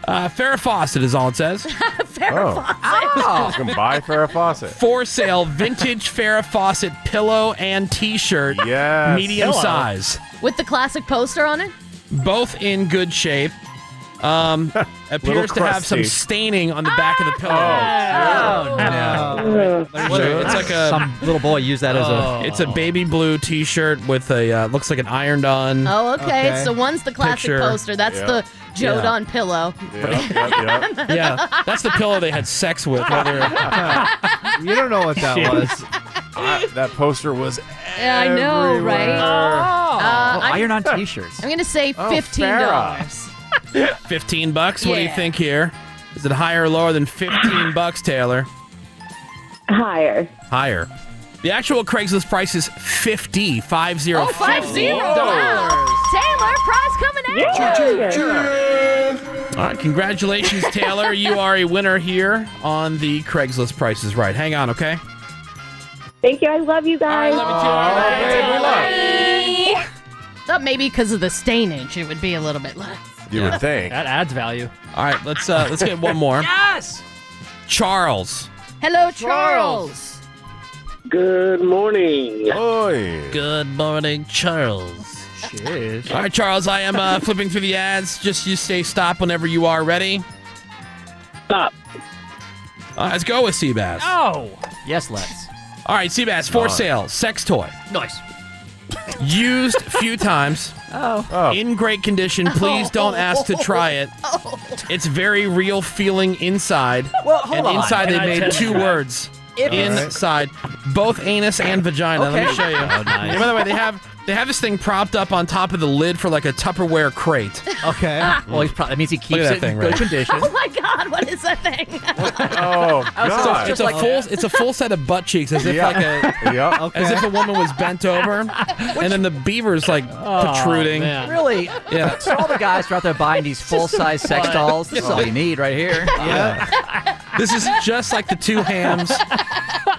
Speaker 2: Uh, Farrah Fawcett is all it says.
Speaker 4: Farrah Fawcett.
Speaker 2: Oh.
Speaker 5: You can buy Farrah Fawcett.
Speaker 2: For sale, vintage Farrah Fawcett pillow and T-shirt.
Speaker 5: Yes.
Speaker 2: Medium
Speaker 5: Pillow.
Speaker 2: size.
Speaker 4: With the classic poster on it.
Speaker 2: both in good shape. Um, appears to have some
Speaker 5: crusty.
Speaker 2: staining on the back of the pillow.
Speaker 17: Oh, no.
Speaker 2: So it's like a Oh.
Speaker 17: Some little boy used that as a.
Speaker 2: It's a baby blue T-shirt with a uh, looks like an ironed on.
Speaker 4: Oh, okay. So one's the classic
Speaker 2: Picture.
Speaker 4: poster. That's
Speaker 2: Yeah.
Speaker 4: the
Speaker 2: Yeah.
Speaker 4: Jodon pillow.
Speaker 2: yeah, that's the pillow they had sex with. While they were-
Speaker 5: You don't know what
Speaker 2: that was.
Speaker 5: that poster was.
Speaker 4: Yeah, I know, right?
Speaker 5: Everywhere.
Speaker 4: Uh, I'm-
Speaker 2: iron-on
Speaker 17: t-shirts.
Speaker 4: I'm gonna say
Speaker 2: Oh,
Speaker 4: fifteen dollars.
Speaker 2: fifteen bucks. What do you
Speaker 4: Yeah.
Speaker 2: think here? Is it higher or lower than fifteen bucks, Taylor?
Speaker 21: Higher.
Speaker 2: Higher. The actual Craigslist price is fifty five zero.
Speaker 4: Oh, five zero. Wow. Taylor, prize coming at you.
Speaker 2: All right, congratulations, Taylor. you are a winner here on the Craigslist prices. Right, hang on, okay?
Speaker 21: Thank you. I love you guys.
Speaker 4: Thought maybe because of the stainage, it would be a little bit less.
Speaker 2: You would think
Speaker 9: that adds value.
Speaker 2: All right, let's uh, let's get one more.
Speaker 4: Yes.
Speaker 2: Charles.
Speaker 4: Hello, Charles.
Speaker 2: Good morning. Good morning, Charles. Cheers. All right, Charles. I am uh, flipping through the ads. Just you say stop whenever you are ready.
Speaker 21: Stop.
Speaker 2: Uh, let's go with Seabass.
Speaker 9: Oh.
Speaker 2: Yes, let's. All right, Seabass for
Speaker 9: Nice.
Speaker 2: sale, sex toy.
Speaker 9: Nice.
Speaker 2: Used few times.
Speaker 9: Oh.
Speaker 2: In great condition. Please
Speaker 17: Oh.
Speaker 2: don't ask to try it. It's very real feeling inside.
Speaker 17: Well, hold
Speaker 2: and
Speaker 17: on.
Speaker 2: inside they
Speaker 17: Can I
Speaker 2: made
Speaker 17: test
Speaker 2: two
Speaker 17: drive?
Speaker 2: words.
Speaker 17: If-
Speaker 2: inside, both anus and vagina. Let me
Speaker 17: Okay.
Speaker 2: show you.
Speaker 17: Oh, nice.
Speaker 2: And by the way, they have they have this thing propped up on top of the lid for like a Tupperware crate. Okay.
Speaker 17: Well, he's probably, that means he
Speaker 2: Look
Speaker 17: keeps
Speaker 2: at that
Speaker 17: it
Speaker 2: thing
Speaker 17: in
Speaker 2: right
Speaker 17: good condition.
Speaker 4: Oh my God, what is that thing?
Speaker 2: Oh,
Speaker 17: God.
Speaker 2: it's,
Speaker 17: Just
Speaker 2: a
Speaker 17: like
Speaker 2: full
Speaker 17: that.
Speaker 2: it's a full set of butt cheeks, as if
Speaker 17: Yeah.
Speaker 2: like a as if a woman was bent over, and then the beaver's like protruding.
Speaker 17: Oh, Really?
Speaker 2: Yeah.
Speaker 17: So all the guys are out there buying these full-size sex
Speaker 2: What?
Speaker 17: dolls. This is all you need right here.
Speaker 2: Yeah. This is just like the two hams.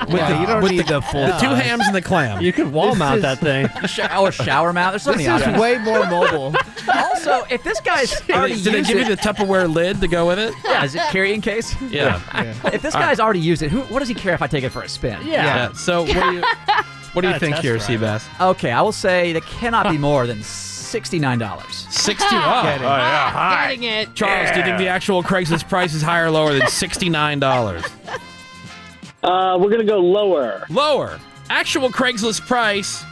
Speaker 2: With
Speaker 17: Yeah, you don't need the full
Speaker 2: The two
Speaker 17: size.
Speaker 2: hams and the clam. You could
Speaker 17: wall This mount is- that
Speaker 2: thing.
Speaker 17: Shower, oh, shower mount. There's so
Speaker 2: This
Speaker 17: many
Speaker 2: is
Speaker 17: options.
Speaker 2: way
Speaker 17: more mobile. also, if this guy's already
Speaker 2: Did they
Speaker 17: used
Speaker 2: give you
Speaker 17: it-
Speaker 2: the Tupperware lid to go with it?
Speaker 17: yeah, is it carrying case?
Speaker 2: Yeah.
Speaker 17: if this guy's already used it, who, what does he care if I take it for a spin?
Speaker 2: So what do you what do you think here, Seabass?
Speaker 17: Okay, I will say that cannot be more than sixty-nine dollars.
Speaker 2: Sixty.
Speaker 17: Ah,
Speaker 2: Oh,
Speaker 17: yeah, hi.
Speaker 4: Getting it.
Speaker 2: Charles, do you think the actual Craigslist price is higher or lower than sixty nine dollars?
Speaker 23: Uh, we're gonna go lower.
Speaker 2: Lower. Actual Craigslist price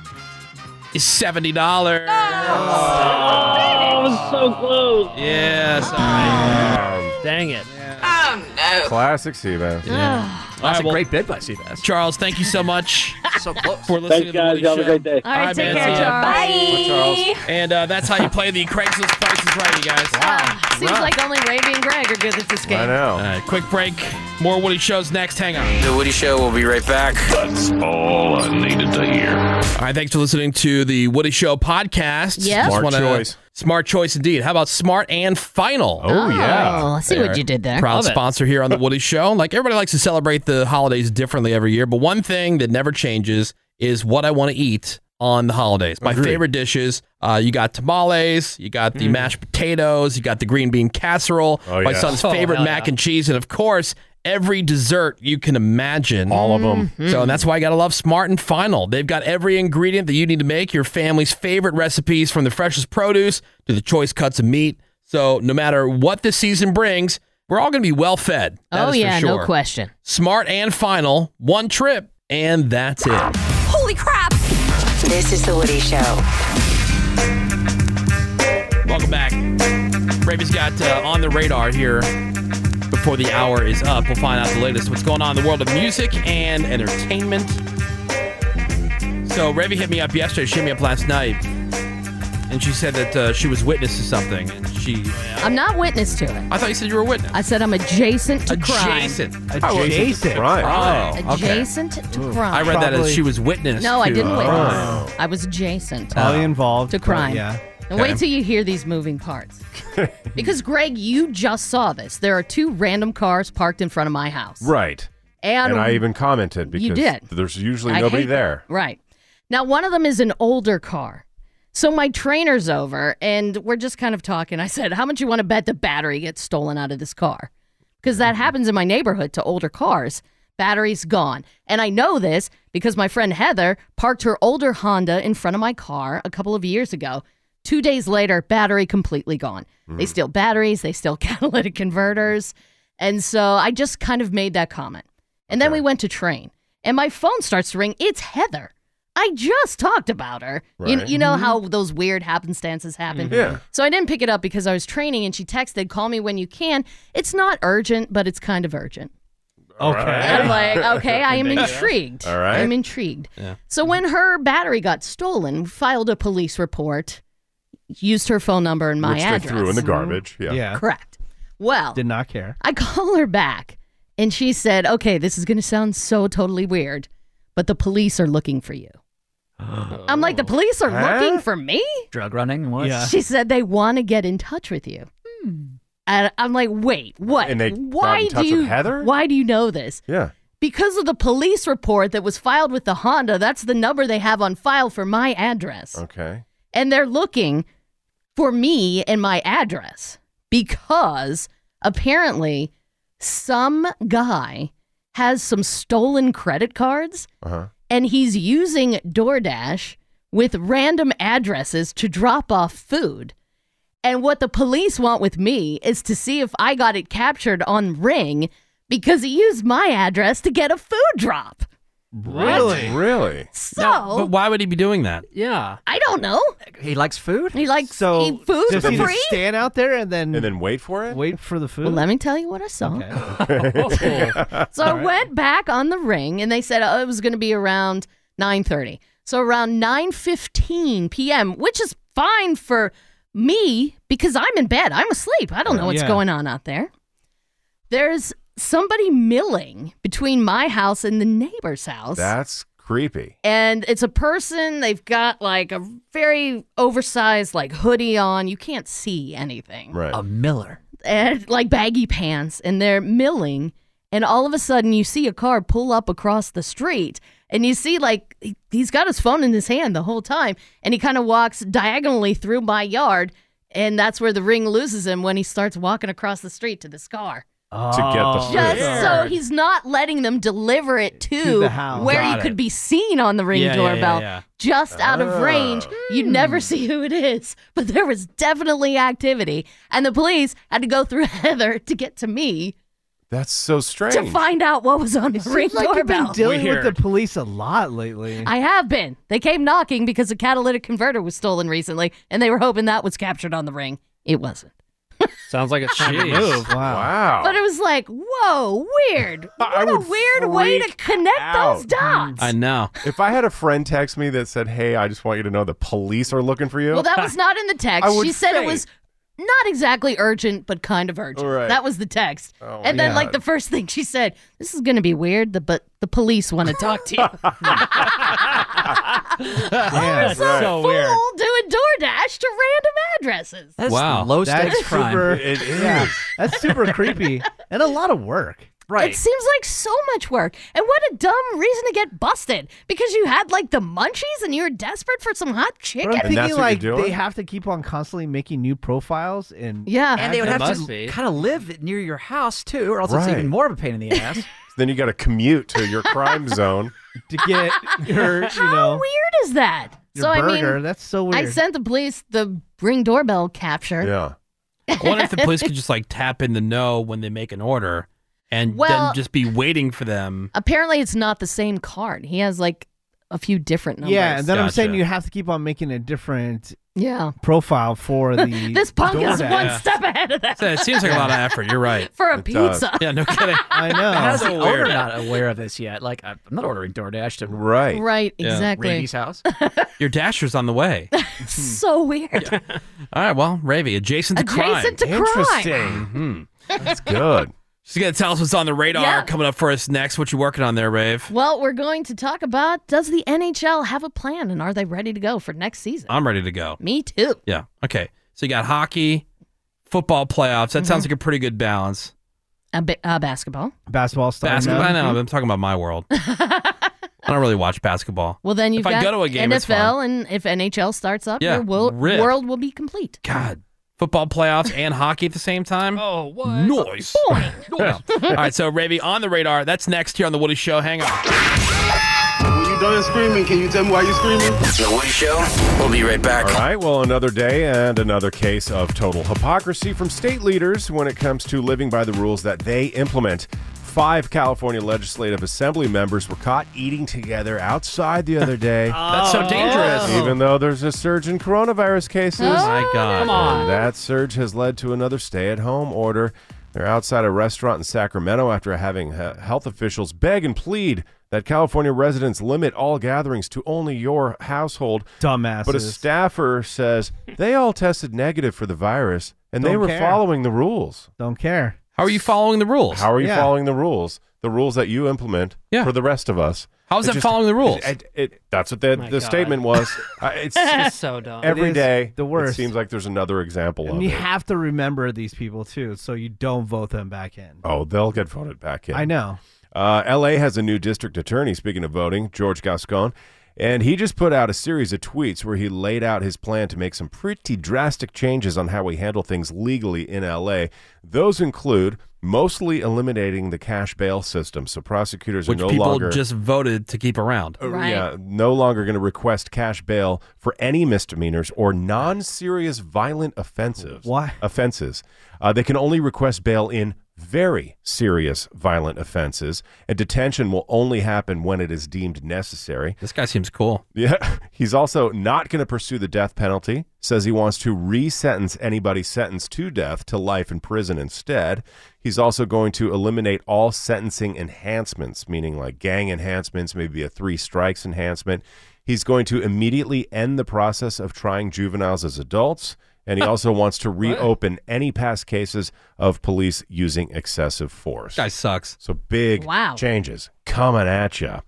Speaker 2: is seventy dollars.
Speaker 24: Uh,
Speaker 23: I was so close.
Speaker 2: Yeah, sorry. Dang it.
Speaker 4: Um,
Speaker 5: Classic Seabass.
Speaker 2: Yeah.
Speaker 17: That's a great bid by Seabass.
Speaker 2: Charles, thank you so much
Speaker 17: so close.
Speaker 2: for listening
Speaker 17: guys.
Speaker 2: to the Woody
Speaker 17: Have a
Speaker 2: Show.
Speaker 17: great day. All right,
Speaker 2: take
Speaker 17: care, Charles. Bye. Bye, Charles.
Speaker 2: And uh, that's how you play the Craigslist Price is Right, you guys.
Speaker 4: Um, Seems like only Ravy and Greg are good at this game.
Speaker 2: know. All right, quick break. More Woody Shows next. Hang on.
Speaker 13: The Woody Show will be right back. That's all I needed to hear.
Speaker 2: All right, thanks for listening to the Woody Show podcast.
Speaker 4: Yeah.
Speaker 2: Just
Speaker 4: Smart
Speaker 2: wanna-
Speaker 4: choice.
Speaker 2: Smart choice indeed. How about smart and final?
Speaker 4: Oh, yeah. I see what you did there.
Speaker 2: Proud
Speaker 4: Love it.
Speaker 2: sponsor here on the Woody Show. Like everybody likes to celebrate the holidays differently every year, but one thing that never changes is what I want to eat on the holidays. My favorite dishes. Uh, you got tamales, you got
Speaker 4: Hmm.
Speaker 2: the mashed potatoes, you got the green bean casserole, my
Speaker 5: yes.
Speaker 2: son's
Speaker 5: Oh,
Speaker 2: favorite
Speaker 5: hell
Speaker 2: mac and cheese, and of course, every dessert you can imagine. All of them. So that's why you got to love Smart and Final. They've got every ingredient that you need to make your family's favorite recipes from the freshest produce to the choice cuts of meat. So no matter what the season brings, we're all going to be well fed. That
Speaker 4: Oh,
Speaker 2: is for
Speaker 4: yeah, no
Speaker 2: sure.
Speaker 4: question.
Speaker 2: Smart and Final, one trip, and that's it.
Speaker 20: Holy crap! This is The Woody Show.
Speaker 2: Welcome back. Bravy's got uh, on the radar here before the hour is up. We'll find out the latest what's going on in the world of music and entertainment. So Ravy hit me up yesterday. She hit me up last night, and she said that uh, she was witness to something. And she,
Speaker 4: I'm not witness to it.
Speaker 2: I thought you said you were a witness.
Speaker 4: I said I'm adjacent to crime.
Speaker 2: Adjacent.
Speaker 5: Adjacent.
Speaker 2: Right. Oh, okay.
Speaker 4: Adjacent to crime.
Speaker 2: I read that as she was witness.
Speaker 4: No, I
Speaker 2: to-
Speaker 4: didn't witness.
Speaker 2: Oh.
Speaker 4: I was adjacent.
Speaker 6: Probably involved
Speaker 4: to
Speaker 6: but
Speaker 4: crime.
Speaker 6: Yeah.
Speaker 4: And wait till you hear these moving parts. because Greg, you just saw this. There are two random cars parked in front of my house.
Speaker 5: Right.
Speaker 4: And-
Speaker 5: And, I even commented because
Speaker 4: You did.
Speaker 5: there's usually
Speaker 4: I
Speaker 5: nobody
Speaker 4: hate that.
Speaker 5: there.
Speaker 4: Right. Now, one of them is an older car. So my trainer's over and we're just kind of talking. I said, How much you want to bet the battery gets stolen out of this car? Because that
Speaker 24: Mm-hmm.
Speaker 4: happens in my neighborhood to older cars. Battery's gone. And I know this because my friend Heather parked her older Honda in front of my car a couple of years ago. Two days later, battery completely gone. They
Speaker 24: Mm.
Speaker 4: steal batteries, they steal catalytic converters. And so I just kind of made that comment. And then we went to train, and my phone starts to ring. It's Heather. I just talked about her. You,
Speaker 24: Right.
Speaker 4: you know how those weird happenstances happen?
Speaker 5: Mm-hmm.
Speaker 24: Mhm. Yeah.
Speaker 4: So I didn't pick it up because I was training, and she texted, Call me when you can. It's not urgent, but it's kind of urgent.
Speaker 6: Okay.
Speaker 4: And I'm like, Okay, I am
Speaker 6: Yeah.
Speaker 4: intrigued.
Speaker 6: All right.
Speaker 4: I'm intrigued.
Speaker 6: Yeah.
Speaker 4: So when her battery got stolen, filed a police report, used her phone number and my
Speaker 5: which
Speaker 4: address.
Speaker 5: they threw in the garbage. Yeah.
Speaker 6: Yeah.
Speaker 4: Correct. Well,
Speaker 6: Did not care.
Speaker 4: I call her back and she said, Okay, this is going to sound so totally weird, but the police are looking for you. I'm like,
Speaker 5: Oh.
Speaker 4: The police are
Speaker 7: Huh?
Speaker 4: looking for me?
Speaker 7: Drug running? What?
Speaker 4: She said, They want to get in touch with you. And I'm like, Wait, what?
Speaker 7: And they got
Speaker 4: why
Speaker 7: in touch
Speaker 4: do
Speaker 7: with
Speaker 4: you,
Speaker 7: Heather?
Speaker 4: Why do you know this?
Speaker 5: Yeah.
Speaker 4: Because of the police report that was filed with the Honda, that's the number they have on file for my address.
Speaker 5: Okay.
Speaker 4: And they're looking for me and my address because apparently some guy has some stolen credit cards
Speaker 5: Uh-huh.
Speaker 4: and he's using DoorDash with random addresses to drop off food. And what the police want with me is to see if I got it captured on Ring because he used my address to get a food drop.
Speaker 2: Really?
Speaker 5: Really?
Speaker 4: So
Speaker 2: but why would he be doing that?
Speaker 4: yeah, I don't know.
Speaker 7: He likes food.
Speaker 4: He likes so, eat food
Speaker 6: Does
Speaker 4: for
Speaker 6: he just
Speaker 4: free.
Speaker 6: stand out there and then and
Speaker 5: then wait for it?
Speaker 6: Wait for the food.
Speaker 4: Well, let me tell you what I saw.
Speaker 2: Oh,
Speaker 4: So
Speaker 6: All
Speaker 4: I
Speaker 6: right.
Speaker 4: went back on the ring, and they said oh, it was going to be around 9:30. So around 9:15 p.m., which is fine for me because I'm in bed, I'm asleep. I don't know what's
Speaker 24: Yeah.
Speaker 4: going on out there. There's somebody milling between my house and the neighbor's house.
Speaker 5: That's creepy.
Speaker 4: and it's a person. They've got like a very oversized like hoodie on. You can't see anything
Speaker 5: Right. A
Speaker 7: miller.
Speaker 4: and like baggy pants and they're milling and all of a sudden you see a car pull up across the street and you see like he- he's got his phone in his hand the whole time and he kind of walks diagonally through my yard and that's where the ring loses him when he starts walking across the street to this car
Speaker 5: To get the food.
Speaker 4: just so he's not letting them deliver it to,
Speaker 5: To the house.
Speaker 4: where
Speaker 5: Got
Speaker 4: you
Speaker 5: it.
Speaker 4: could be seen on the ring
Speaker 24: Yeah, yeah, yeah,
Speaker 4: doorbell
Speaker 24: yeah. Oh.
Speaker 4: just out of range you never see who it is but there was definitely activity and the police had to go through heather to get to me
Speaker 5: That's so strange.
Speaker 4: to find out what was on the ring
Speaker 6: Seems like you've
Speaker 4: doorbell
Speaker 6: been dealing with the police a lot lately.
Speaker 4: I have been. They came knocking because a catalytic converter was stolen recently, and they were hoping that was captured on the ring. It wasn't.
Speaker 9: Sounds like a shiny
Speaker 6: Jeez.
Speaker 9: move.
Speaker 24: Oh.
Speaker 5: Wow.
Speaker 4: But it was like, whoa, weird. What a weird way to connect those dots.
Speaker 2: I know.
Speaker 5: If I had a friend text me that said, "Hey, I just want you to know the police are looking for you,"
Speaker 4: Well, that was not in the
Speaker 5: I
Speaker 4: text.
Speaker 5: would
Speaker 4: She said it
Speaker 5: say.
Speaker 4: was not exactly urgent, but kind of urgent.
Speaker 5: Right.
Speaker 4: That was the text.
Speaker 5: Oh,
Speaker 4: and then,
Speaker 5: yeah.
Speaker 4: like the first thing she said, "This is going to be weird," the, but the police want to talk to you.
Speaker 6: Yeah,
Speaker 4: I'm so fooled doing DoorDash to random addresses.
Speaker 6: That's super-
Speaker 5: It is.
Speaker 6: Yeah, that's super creepy and a lot of work.
Speaker 7: Right.
Speaker 4: It seems like so much work. And what a dumb reason to get busted because you had like the munchies and you were desperate for some hot chicken.
Speaker 6: But I'm thinking like they have to keep on constantly making new profiles and
Speaker 7: and they would have to kind of live near your house too, or else it's
Speaker 5: Right.
Speaker 7: even more of a pain in the ass.
Speaker 5: Then you got to commute to your crime zone
Speaker 6: to get your,
Speaker 4: How weird is that?
Speaker 5: Your
Speaker 4: so I
Speaker 5: burger,
Speaker 4: mean,
Speaker 6: that's so
Speaker 4: I
Speaker 2: weird.
Speaker 4: sent the police the ring doorbell capture.
Speaker 2: Yeah. I wonder if the police could just like tap in the know when they make an order and
Speaker 4: Well-
Speaker 2: then just be waiting for them.
Speaker 4: Apparently, it's not the same card. He has like a few different numbers.
Speaker 6: yeah. And then I'm saying you have to keep on making a different
Speaker 4: Yeah.
Speaker 6: profile for the
Speaker 4: this punk is
Speaker 6: DoorDash.
Speaker 4: one step ahead of that.
Speaker 2: So it seems like a lot of effort. You're right.
Speaker 4: For a It does. pizza.
Speaker 2: Yeah, no kidding.
Speaker 6: I know.
Speaker 7: How's
Speaker 2: So
Speaker 7: the
Speaker 2: weird.
Speaker 7: owner not aware of this yet? Like, I'm not ordering DoorDash to
Speaker 5: right,
Speaker 4: Right, Yeah. exactly.
Speaker 7: Randy's house.
Speaker 2: Your dasher's on the way.
Speaker 4: so weird.
Speaker 2: All right, well, Ravy, adjacent to crime.
Speaker 4: Adjacent to crime.
Speaker 2: Mhm.
Speaker 5: That's good.
Speaker 2: She's going to tell us what's on the radar
Speaker 4: Yeah.
Speaker 2: coming up for us next. What you working on there, Rave?
Speaker 4: Well, we're going to talk about does the NHL have a plan and are they ready to go for next season?
Speaker 2: I'm ready to go.
Speaker 4: Me too.
Speaker 2: Yeah. Okay. So you got hockey, football playoffs. That sounds
Speaker 4: Mm-hmm.
Speaker 2: like a pretty good balance.
Speaker 4: A bi- uh, basketball.
Speaker 6: basketball stuff.
Speaker 2: Basketball. I
Speaker 4: Mm-hmm.
Speaker 2: know. but I'm talking about my world. I don't really watch basketball.
Speaker 4: Well, then you've
Speaker 2: if
Speaker 4: got
Speaker 2: I go to a game, it's fun.
Speaker 4: NFL, and if NHL starts up,
Speaker 2: Yeah,
Speaker 4: your world,
Speaker 2: ripped.
Speaker 4: world will be complete.
Speaker 2: God, football playoffs and hockey at the same time. Oh, what? Noise. Yeah. All right. So Ravy on the radar. That's next here on the Woody Show. Hang on.
Speaker 24: When you done screaming, can you tell me why you screaming?
Speaker 13: The Woody Show. We'll be right back.
Speaker 5: All right, well, another day and another case of total hypocrisy from state leaders when it comes to living by the rules that they implement. Five California Legislative Assembly members were caught eating together outside the other day.
Speaker 2: That's so dangerous.
Speaker 5: Even though there's a surge in coronavirus cases.
Speaker 2: Oh, My God. come on.
Speaker 5: And that surge has led to another stay at home order. They're outside a restaurant in Sacramento after having he- health officials beg and plead that California residents limit all gatherings to only your household.
Speaker 6: Dumbasses.
Speaker 5: But a staffer says they all tested negative for the virus and they
Speaker 6: Don't
Speaker 5: were
Speaker 6: care.
Speaker 5: following the rules.
Speaker 6: Don't care.
Speaker 2: How are you following the rules?
Speaker 5: How are you
Speaker 2: Yeah.
Speaker 5: following the rules? The rules that you implement for the rest of us.
Speaker 2: How is it following the rules?
Speaker 5: It, it- that's what the,
Speaker 9: My
Speaker 5: the
Speaker 9: God.
Speaker 5: statement was. Uh, it's, it's
Speaker 9: So dumb.
Speaker 6: It
Speaker 5: Every
Speaker 6: is
Speaker 5: day,
Speaker 6: the worst.
Speaker 5: It seems like there's another example of
Speaker 6: And you
Speaker 5: it.
Speaker 6: have to remember these people too, so you don't vote them back in.
Speaker 5: Oh, they'll get voted back in.
Speaker 6: I know.
Speaker 5: Uh, L.A. has a new district attorney, speaking of voting, George Gascon, and he just put out a series of tweets where he laid out his plan to make some pretty drastic changes on how we handle things legally in L.A. Those include mostly eliminating the cash bail system, so prosecutors
Speaker 2: Which
Speaker 5: are no
Speaker 2: people
Speaker 5: longer
Speaker 2: just voted to keep around.
Speaker 5: uh, yeah, no longer going to request cash bail for any misdemeanors or non-serious violent offenses.
Speaker 6: Why
Speaker 5: offenses? Uh, they can only request bail in very serious violent offenses, and detention will only happen when it is deemed necessary.
Speaker 2: This guy seems cool.
Speaker 5: Yeah, he's also not going to pursue the death penalty. Says he wants to re-sentence anybody sentenced to death to life in prison instead. He's also going to eliminate all sentencing enhancements, meaning like gang enhancements, maybe a three strikes enhancement. He's going to immediately end the process of trying juveniles as adults. And he also wants to reopen any past cases of police using excessive force.
Speaker 2: Guy sucks.
Speaker 5: So big
Speaker 2: Wow.
Speaker 5: changes coming at you.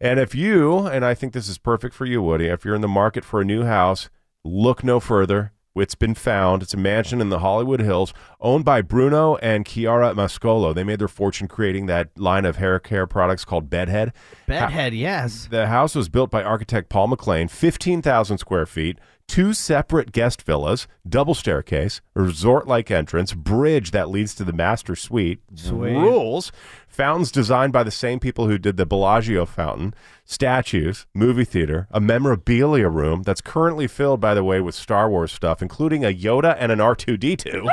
Speaker 5: And if you, and I think this is perfect for you, Woody, if you're in the market for a new house, look no further. It's been found. It's a mansion in the Hollywood Hills owned by Bruno and Chiara Mascolo. They made their fortune creating that line of hair care products called Bedhead.
Speaker 6: Bedhead, yes.
Speaker 5: The house was built by architect Paul McLean, 15,000 square feet, two separate guest villas, double staircase, resort like entrance, bridge that leads to the master suite,
Speaker 6: Sweet.
Speaker 5: rules, fountains designed by the same people who did the Bellagio fountain, statues, movie theater, a memorabilia room that's currently filled, by the way, with Star Wars stuff, including a Yoda and an R2D2.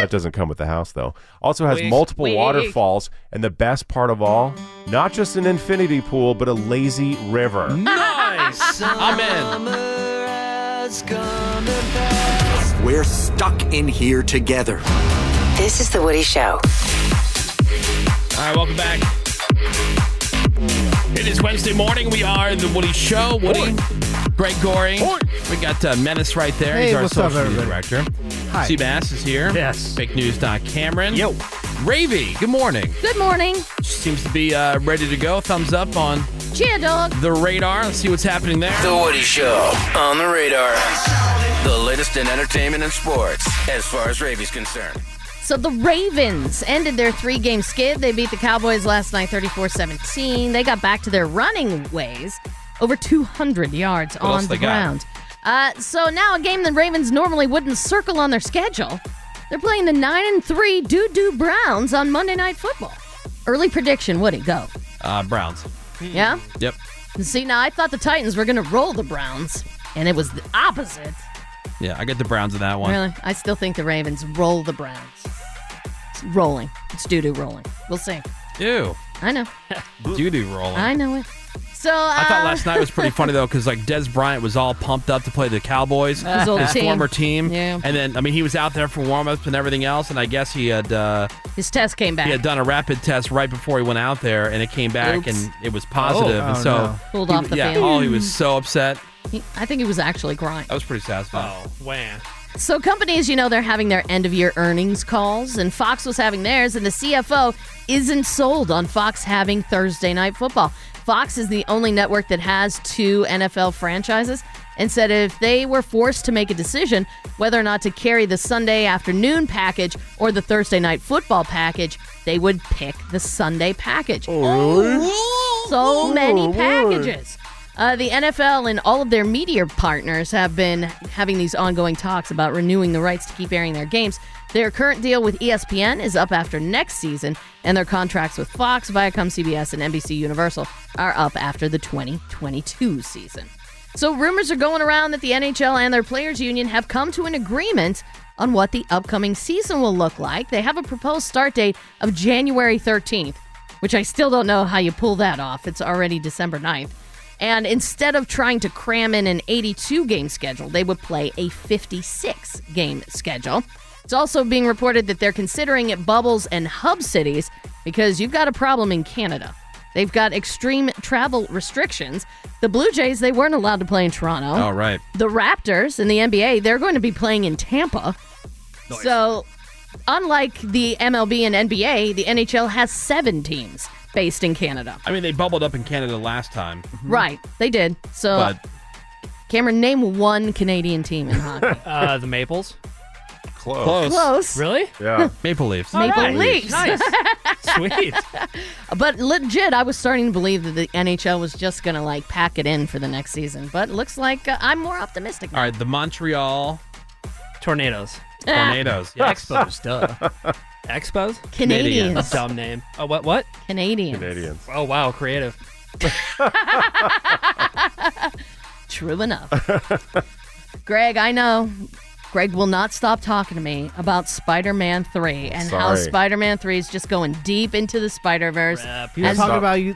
Speaker 5: That doesn't come with the house, though. Also has
Speaker 25: Wait.
Speaker 5: multiple
Speaker 25: Wait.
Speaker 5: waterfalls, and the best part of all, not just an infinity pool, but a lazy river.
Speaker 2: Nice. I'm in.
Speaker 26: We're stuck in here together.
Speaker 20: This is The Woody Show.
Speaker 2: All right, welcome back. It is Wednesday morning. We are the Woody Show. Woody, Greg Goring. We got uh, Menace right there.
Speaker 6: Hey,
Speaker 2: He's our
Speaker 6: what's up,
Speaker 2: social media
Speaker 6: everybody?
Speaker 2: director.
Speaker 6: Hi.
Speaker 2: Seabass is here. Yes. Fake News. Doc Cameron. Yo. Ravy, good morning.
Speaker 4: Good morning.
Speaker 2: She seems to be uh, ready to go. Thumbs up on
Speaker 4: Cheer dog.
Speaker 2: the radar. Let's see what's happening there.
Speaker 13: The Woody Show on the radar. The latest in entertainment and sports, as far as Ravy's concerned.
Speaker 4: So the Ravens ended their three game skid. They beat the Cowboys last night 34 17. They got back to their running ways, over 200 yards
Speaker 2: What
Speaker 4: on
Speaker 2: else
Speaker 4: the
Speaker 2: they got?
Speaker 4: ground. Uh, so now a game the Ravens normally wouldn't circle on their schedule. They're playing the 9 and 3 doo doo Browns on Monday Night Football. Early prediction, Woody, go.
Speaker 2: Uh, Browns.
Speaker 4: Yeah?
Speaker 2: Yep.
Speaker 4: See, now I thought the Titans were going to roll the Browns, and it was the opposite.
Speaker 2: Yeah, I get the Browns in that one.
Speaker 4: Really? I still think the Ravens roll the Browns. It's rolling. It's doo doo rolling. We'll see.
Speaker 2: Ew.
Speaker 4: I know.
Speaker 2: Doo doo rolling.
Speaker 4: I know it. So
Speaker 2: I thought
Speaker 4: uh,
Speaker 2: last night was pretty funny though, because like Des Bryant was all pumped up to play the Cowboys,
Speaker 4: His old team.
Speaker 2: former team.
Speaker 4: Yeah.
Speaker 2: And then I mean he was out there for warm ups and everything else, and I guess he had uh,
Speaker 4: His test came back.
Speaker 2: he had done a rapid test right before he went out there, and it came back
Speaker 4: Oops.
Speaker 2: and it was positive,
Speaker 4: Oh.
Speaker 2: and
Speaker 4: Oh,
Speaker 2: so
Speaker 4: no. Pulled off the
Speaker 2: yeah,
Speaker 4: field.
Speaker 2: oh he was so upset.
Speaker 4: He- I think he was actually crying.
Speaker 2: I was pretty satisfied. Oh, wham.
Speaker 4: So companies, you know, they're having their end of year earnings calls, and Fox was having theirs, and the CFO isn't sold on Fox having Thursday night football. Fox is the only network that has two NFL franchises and said if they were forced to make a decision whether or not to carry the Sunday afternoon package or the Thursday night football package, they would pick the Sunday package. So
Speaker 13: Oh,
Speaker 4: many packages. Uh, the NFL and all of their media partners have been having these ongoing talks about renewing the rights to keep airing their games. Their current deal with E ESPN is up after next season, and their contracts with Fox, Viacom, CBS, and NBC Universal are up after the 2022 season. So, rumors are going around that the NHL and their players' union have come to an agreement on what the upcoming season will look like. They have a proposed start date of January 13th, which I still don't know how you pull that off. It's already December 9th. And instead of trying to cram in an 82 game schedule, they would play a 56 game schedule. It's also being reported that they're considering it bubbles and hub cities because you've got a problem in Canada. They've got extreme travel restrictions. The Blue Jays, they weren't allowed to play in Toronto.
Speaker 2: All right.
Speaker 4: The Raptors in the NBA, they're going to be playing in Tampa. So, unlike the MLB and NBA, the NHL has seven teams based in Canada.
Speaker 2: I mean they bubbled up in Canada last time,
Speaker 4: Right, they did. So,
Speaker 2: Hmm. but
Speaker 4: Cameron, name one Canadian team in hockey.
Speaker 9: Uh, the Maples.
Speaker 5: Close.
Speaker 4: Close. Close.
Speaker 9: Really?
Speaker 5: Yeah.
Speaker 2: Maple Leafs.
Speaker 4: Maple Leafs.
Speaker 9: Nice. Sweet.
Speaker 4: But legit, I was starting to believe that the NHL was just going to like pack it in for the next season. But it looks like uh, I'm more optimistic.
Speaker 2: all right, the Montreal
Speaker 9: Tornadoes.
Speaker 2: Tornadoes.
Speaker 9: Yeah,
Speaker 2: yes.
Speaker 9: Expos, duh. Expos?
Speaker 4: Canadians.
Speaker 9: Dumb name. Oh, what? What?
Speaker 4: Canadians.
Speaker 5: Canadians.
Speaker 9: Oh, wow. Creative.
Speaker 4: True enough. Greg, I know. Greg will not stop talking to me about Spider Man 3 and how
Speaker 6: Sorry.
Speaker 4: Spider Man 3 is just going deep into the Spider Verse.
Speaker 6: You were talking about you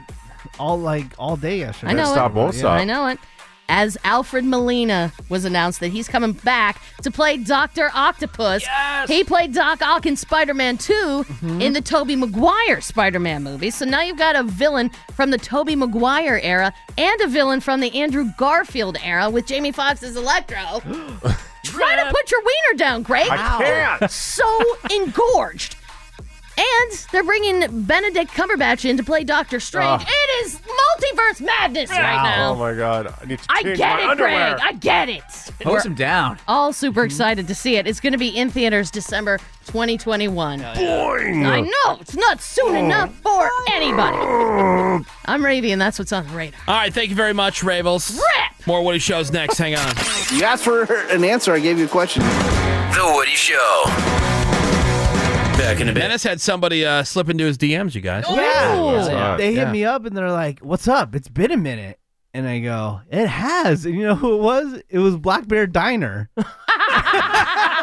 Speaker 6: all like all day yesterday.
Speaker 4: I know it. I know it. As Alfred Molina was announced that he's coming back to play Doctor Octopus. He played Doc Ock in Spider-Man 2
Speaker 6: Mm-hmm.
Speaker 4: in the Tobey Maguire Spider-Man movie. So now you've got a villain from the Tobey Maguire era and a villain from the Andrew Garfield era with Jamie Foxx as Electro. Try to put your wiener down, Greg.
Speaker 14: I can't.
Speaker 4: So engorged. And they're bringing Benedict Cumberbatch in to play Doctor Strange.
Speaker 5: Ah.
Speaker 4: It is multiverse madness right now.
Speaker 5: Oh my god. I need to
Speaker 4: I
Speaker 5: change
Speaker 4: get
Speaker 5: my
Speaker 4: it,
Speaker 5: underwear.
Speaker 4: Greg. I get it. We're
Speaker 7: Hose him down.
Speaker 4: all super excited to see it. It's going to be in theaters December 2021.
Speaker 14: Boing.
Speaker 4: I know. It's not soon enough for anybody. I'm Ravy, and that's what's on the radar.
Speaker 2: All right, thank you very much, Ravels. Rip! More Woody shows next. Hang on.
Speaker 25: You asked for an answer. I gave you a question.
Speaker 13: The Woody Show.
Speaker 2: Back in a bit. Dennis had somebody uh, slip into his DMs, you guys.
Speaker 6: Yeah. They hit
Speaker 2: Yeah.
Speaker 6: me up and they're like, "What's up? It's been a minute." And I go, "It has." And you know who it was? It was Black Bear Diner.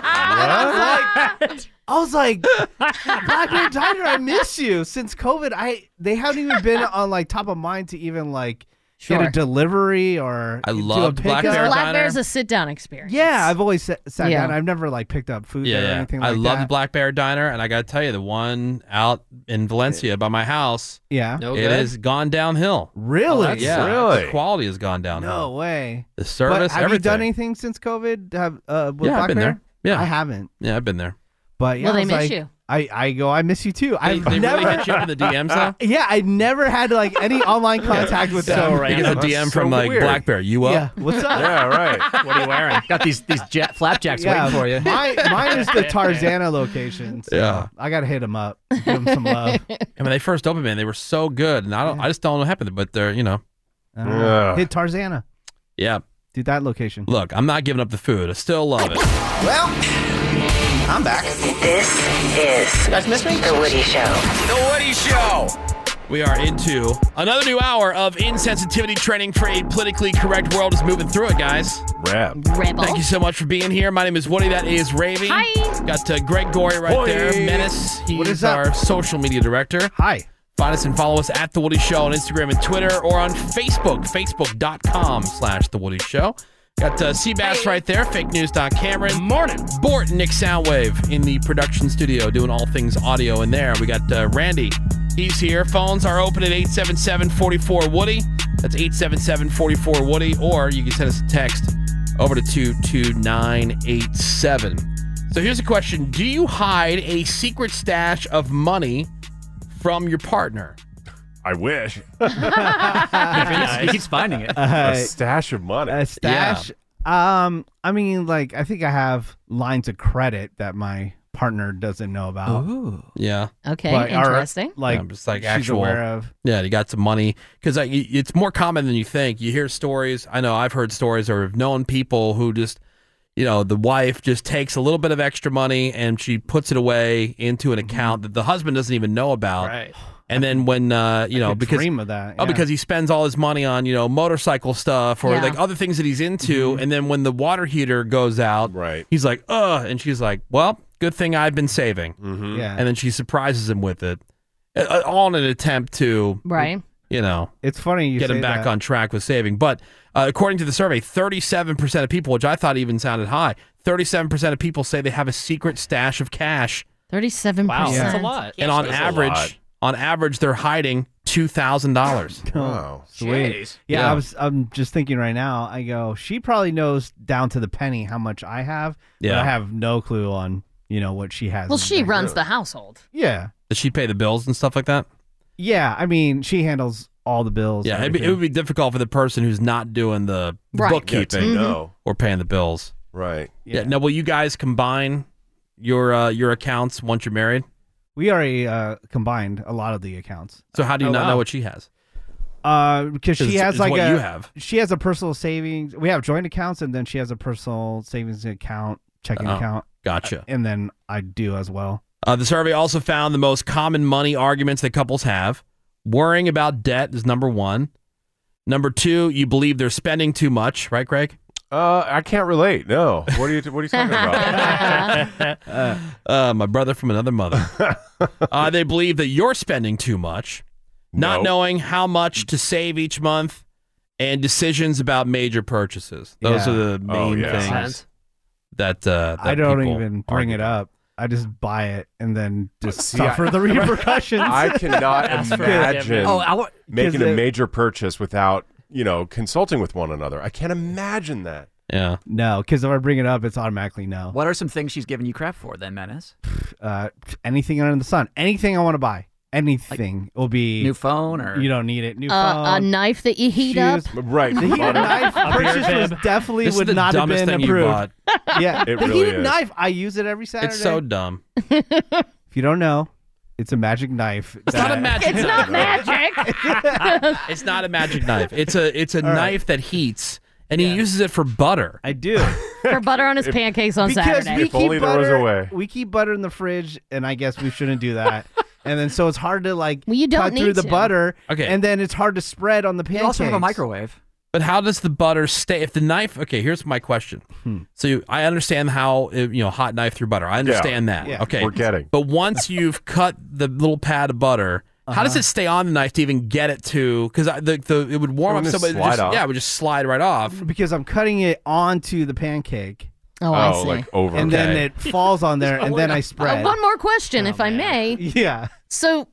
Speaker 6: I was like, I was like, Black Bear Diner, I miss you. Since COVID, I they haven't even been on like top of mind to even like get
Speaker 4: Sure.
Speaker 6: a delivery or
Speaker 2: I
Speaker 6: do a
Speaker 2: loved Black
Speaker 6: pickup.
Speaker 2: Bear
Speaker 4: Black Bear's a sit-down experience.
Speaker 6: Yeah, I've always sat, sat
Speaker 4: Yeah.
Speaker 6: down. I've never like picked up food
Speaker 2: Yeah,
Speaker 6: there or
Speaker 2: yeah.
Speaker 6: anything
Speaker 2: I
Speaker 6: like
Speaker 2: love the
Speaker 6: that.
Speaker 2: Black Bear Diner, and I got to tell you, the one out in Valencia by my house,
Speaker 6: Yeah.
Speaker 2: it
Speaker 6: No
Speaker 2: has
Speaker 6: good?
Speaker 2: gone downhill.
Speaker 6: Really?
Speaker 2: Oh, yeah,
Speaker 6: Really?
Speaker 2: The quality has gone downhill.
Speaker 6: No way.
Speaker 2: The service,
Speaker 6: But have
Speaker 2: everything.
Speaker 6: you done anything since COVID? Have uh, with
Speaker 2: Yeah, I've
Speaker 6: Black
Speaker 2: been
Speaker 6: Bear?
Speaker 2: there. Yeah.
Speaker 6: I haven't.
Speaker 2: yeah, I've been there.
Speaker 6: But yeah,
Speaker 4: Well,
Speaker 6: I
Speaker 4: they
Speaker 6: was
Speaker 4: miss
Speaker 6: like,
Speaker 4: you.
Speaker 6: I, I go, I miss you too. I've
Speaker 2: they really
Speaker 6: never
Speaker 2: hit you up in the DMs now?
Speaker 6: Yeah, I never had like any online contact with them.
Speaker 2: You get a DM from like Black Bear. You up?
Speaker 6: Yeah, what's up? Yeah,
Speaker 2: right.
Speaker 17: What are you wearing? Got these these jet flapjacks waiting for you.
Speaker 6: My, mine is the Tarzana location. so
Speaker 2: Yeah.
Speaker 6: I gotta hit him up. Give him some love.
Speaker 2: And when they first opened, man, they were so good, and I don't, I just don't know what happened, but they're, you know,
Speaker 6: Uh, hit Tarzana.
Speaker 2: yeah.
Speaker 6: Dude, that location.
Speaker 2: Look, I'm not giving up the food. I still love it.
Speaker 18: Well, I'm back. This is. You guys miss me? The Woody Show.
Speaker 13: The Woody Show.
Speaker 2: We are into another new hour of insensitivity training for a politically correct world. Is moving through it, guys.
Speaker 5: Rap.
Speaker 4: Rebel.
Speaker 2: Thank you so much for being here. My name is Woody. That is Ravy. Hi. Got uh, Greg Gory right
Speaker 5: Hoi.
Speaker 2: there. Menace. He's our social media director.
Speaker 6: Hi.
Speaker 2: Find us and follow us at The Woody Show on Instagram and Twitter or on Facebook, facebook.com slash The Woody Show. Got uh, Seabass right there, fake news. Don Cameron. Morning. Bort, Nick Soundwave in the production studio doing all things audio in there. We got uh, Randy. He's here. Phones are open at 877 44 Woody. That's 877 44 Woody. Or you can send us a text over to 22987. So here's a question Do you hide a secret stash of money from your partner?
Speaker 5: I wish.
Speaker 17: He keeps finding it.
Speaker 6: Uh,
Speaker 5: a stash of money.
Speaker 6: A stash. Um, I mean, like, I think I have lines of credit that my partner doesn't know about.
Speaker 17: Ooh.
Speaker 2: Yeah.
Speaker 4: Okay,
Speaker 6: Like, are-
Speaker 4: interesting.
Speaker 6: like,
Speaker 2: Yeah, just like
Speaker 6: she's
Speaker 2: actual.
Speaker 6: aware of.
Speaker 2: Yeah, you got some money because it's more common than you think. You hear stories. I know I've heard stories or have known people who just, you know, the wife just takes a little bit of extra money and she puts it away into an
Speaker 6: Mm-hmm.
Speaker 2: account that the husband doesn't even know about. Right. And then when uh, you know
Speaker 6: could
Speaker 2: because
Speaker 6: dream of that,
Speaker 2: oh
Speaker 6: yeah.
Speaker 2: because he spends all his money on you know motorcycle stuff or
Speaker 6: Yeah.
Speaker 2: like other things that he's
Speaker 6: Mm-hmm.
Speaker 2: into, and then when the water heater goes out, right, he's like, uh, and she's like, well, good thing I've been saving, mm-hmm.
Speaker 6: Yeah.
Speaker 2: and then she surprises him with it, Uh, all in an attempt to
Speaker 4: Right.
Speaker 2: you know,
Speaker 6: it's funny you
Speaker 2: get him
Speaker 6: say
Speaker 2: back
Speaker 6: that.
Speaker 2: on track with saving. But uh, according to the survey, 37% of people, which I thought even sounded high, 37% of people say they have a secret stash of cash.
Speaker 4: 37%.
Speaker 2: Wow,
Speaker 9: that's a lot.
Speaker 2: And on
Speaker 9: That's a lot.
Speaker 2: average, on average, they're hiding $2,000.
Speaker 6: Oh, Sweet. Yeah, I was. I'm just thinking right now. I go. She probably knows down to the penny how much I have. but
Speaker 2: Yeah.
Speaker 6: I have no clue on you know what she has.
Speaker 4: Well,
Speaker 6: in
Speaker 4: she
Speaker 6: her
Speaker 4: runs
Speaker 6: group.
Speaker 4: the household.
Speaker 6: Yeah,
Speaker 2: Does she pay the bills and stuff like that?
Speaker 6: yeah. I mean, she handles all the bills.
Speaker 2: Yeah, it'd be, it would be difficult for the person who's not doing the
Speaker 6: Right.
Speaker 2: bookkeeping
Speaker 6: Yeah, they know.
Speaker 2: or paying the bills.
Speaker 5: Right.
Speaker 2: Yeah. Now, will you guys combine your uh, your accounts once you're married?
Speaker 6: we already uh, combined a lot of the accounts.
Speaker 2: So how do you
Speaker 6: Oh,
Speaker 2: not know
Speaker 6: wow.
Speaker 2: what she has?
Speaker 6: Uh, because she
Speaker 2: Is-
Speaker 6: has
Speaker 2: is
Speaker 6: like
Speaker 2: what
Speaker 6: a
Speaker 2: you have.
Speaker 6: she has a personal savings. We have joint accounts, and then she has a personal savings account, checking
Speaker 2: Oh,
Speaker 6: account. Uh,
Speaker 2: gotcha.
Speaker 6: And then I do as well.
Speaker 2: Uh, the survey also found the most common money arguments that couples have. Worrying about debt is number one. Number two, you believe they're spending too much, right, Greg?
Speaker 5: Uh, I can't relate. No. What are you? What are you talking about?
Speaker 2: Uh, my brother from another mother. uh, they believe that you're spending too much, not knowing how much to save each month, and decisions about major purchases. Those
Speaker 6: Yeah.
Speaker 2: are the
Speaker 6: Oh,
Speaker 2: main
Speaker 6: yeah. Makes
Speaker 2: things
Speaker 6: sense.
Speaker 2: that, uh, that
Speaker 6: I don't
Speaker 2: people
Speaker 6: even bring it up. I just buy it and then just suffer
Speaker 5: I-
Speaker 6: the repercussions.
Speaker 5: I cannot imagine
Speaker 6: Oh, I wa-
Speaker 5: making
Speaker 6: 'Cause
Speaker 5: a
Speaker 6: it-
Speaker 5: major purchase without you know consulting with one another. I can't imagine that.
Speaker 2: Yeah.
Speaker 6: No, because if I bring it up, it's automatically no.
Speaker 17: What are some things she's giving you crap for then, Menace?
Speaker 6: Uh, anything under the sun, anything I want to buy, anything will be
Speaker 17: new phone or-
Speaker 6: you don't need it. New phone.
Speaker 4: Uh, a knife that you heat up.
Speaker 6: Shoes.
Speaker 5: Right.
Speaker 6: The heated knife
Speaker 4: A beer
Speaker 6: purchase was
Speaker 4: bib.
Speaker 6: definitely
Speaker 2: This is
Speaker 6: would
Speaker 2: the
Speaker 6: not have
Speaker 2: dumbest
Speaker 6: been
Speaker 2: thing you
Speaker 6: approved.
Speaker 2: bought.
Speaker 6: yeah,
Speaker 2: It
Speaker 6: the
Speaker 2: really
Speaker 6: heated
Speaker 2: is.
Speaker 6: knife. I use it every Saturday.
Speaker 2: It's so dumb.
Speaker 6: if you don't know, it's a magic knife. It's
Speaker 2: not a magic It's not knife.
Speaker 4: magic.
Speaker 2: it's not a magic knife. It's a it's a
Speaker 6: All right.
Speaker 2: knife that heats, and he uses it for butter.
Speaker 6: I do.
Speaker 4: For butter on his
Speaker 2: If-
Speaker 4: pancakes on
Speaker 6: because
Speaker 4: Saturday.
Speaker 6: we keep butter,
Speaker 5: a way.
Speaker 6: We keep butter in the fridge, and I guess we shouldn't do that. and then so it's hard to like
Speaker 4: you don't
Speaker 6: cut through
Speaker 4: need
Speaker 6: the
Speaker 4: to.
Speaker 6: butter.
Speaker 2: Okay.
Speaker 6: And then it's hard to spread on the pancakes.
Speaker 17: microwave.
Speaker 2: But how does the butter stay? If the knife, okay, here's my question. So you, I understand how uh, you know hot knife through butter. I understand that.
Speaker 5: Yeah.
Speaker 2: Okay,
Speaker 5: We're getting.
Speaker 2: But once you've cut the little pad of butter, how does
Speaker 5: Uh-huh.
Speaker 2: it stay on the knife to even get it to? Because the, the it would warm
Speaker 5: It
Speaker 2: up
Speaker 5: wouldn't
Speaker 2: so much. it
Speaker 5: slide
Speaker 2: just-
Speaker 5: off.
Speaker 2: Yeah, it would just slide right off.
Speaker 6: Because I'm cutting it onto the pancake.
Speaker 4: Oh,
Speaker 5: I Oh, see. like over.
Speaker 6: And then
Speaker 5: Okay.
Speaker 6: it falls on there, and then I
Speaker 4: Uh,
Speaker 6: spread. Oh,
Speaker 4: one more question, if I may.
Speaker 6: Yeah.
Speaker 4: So,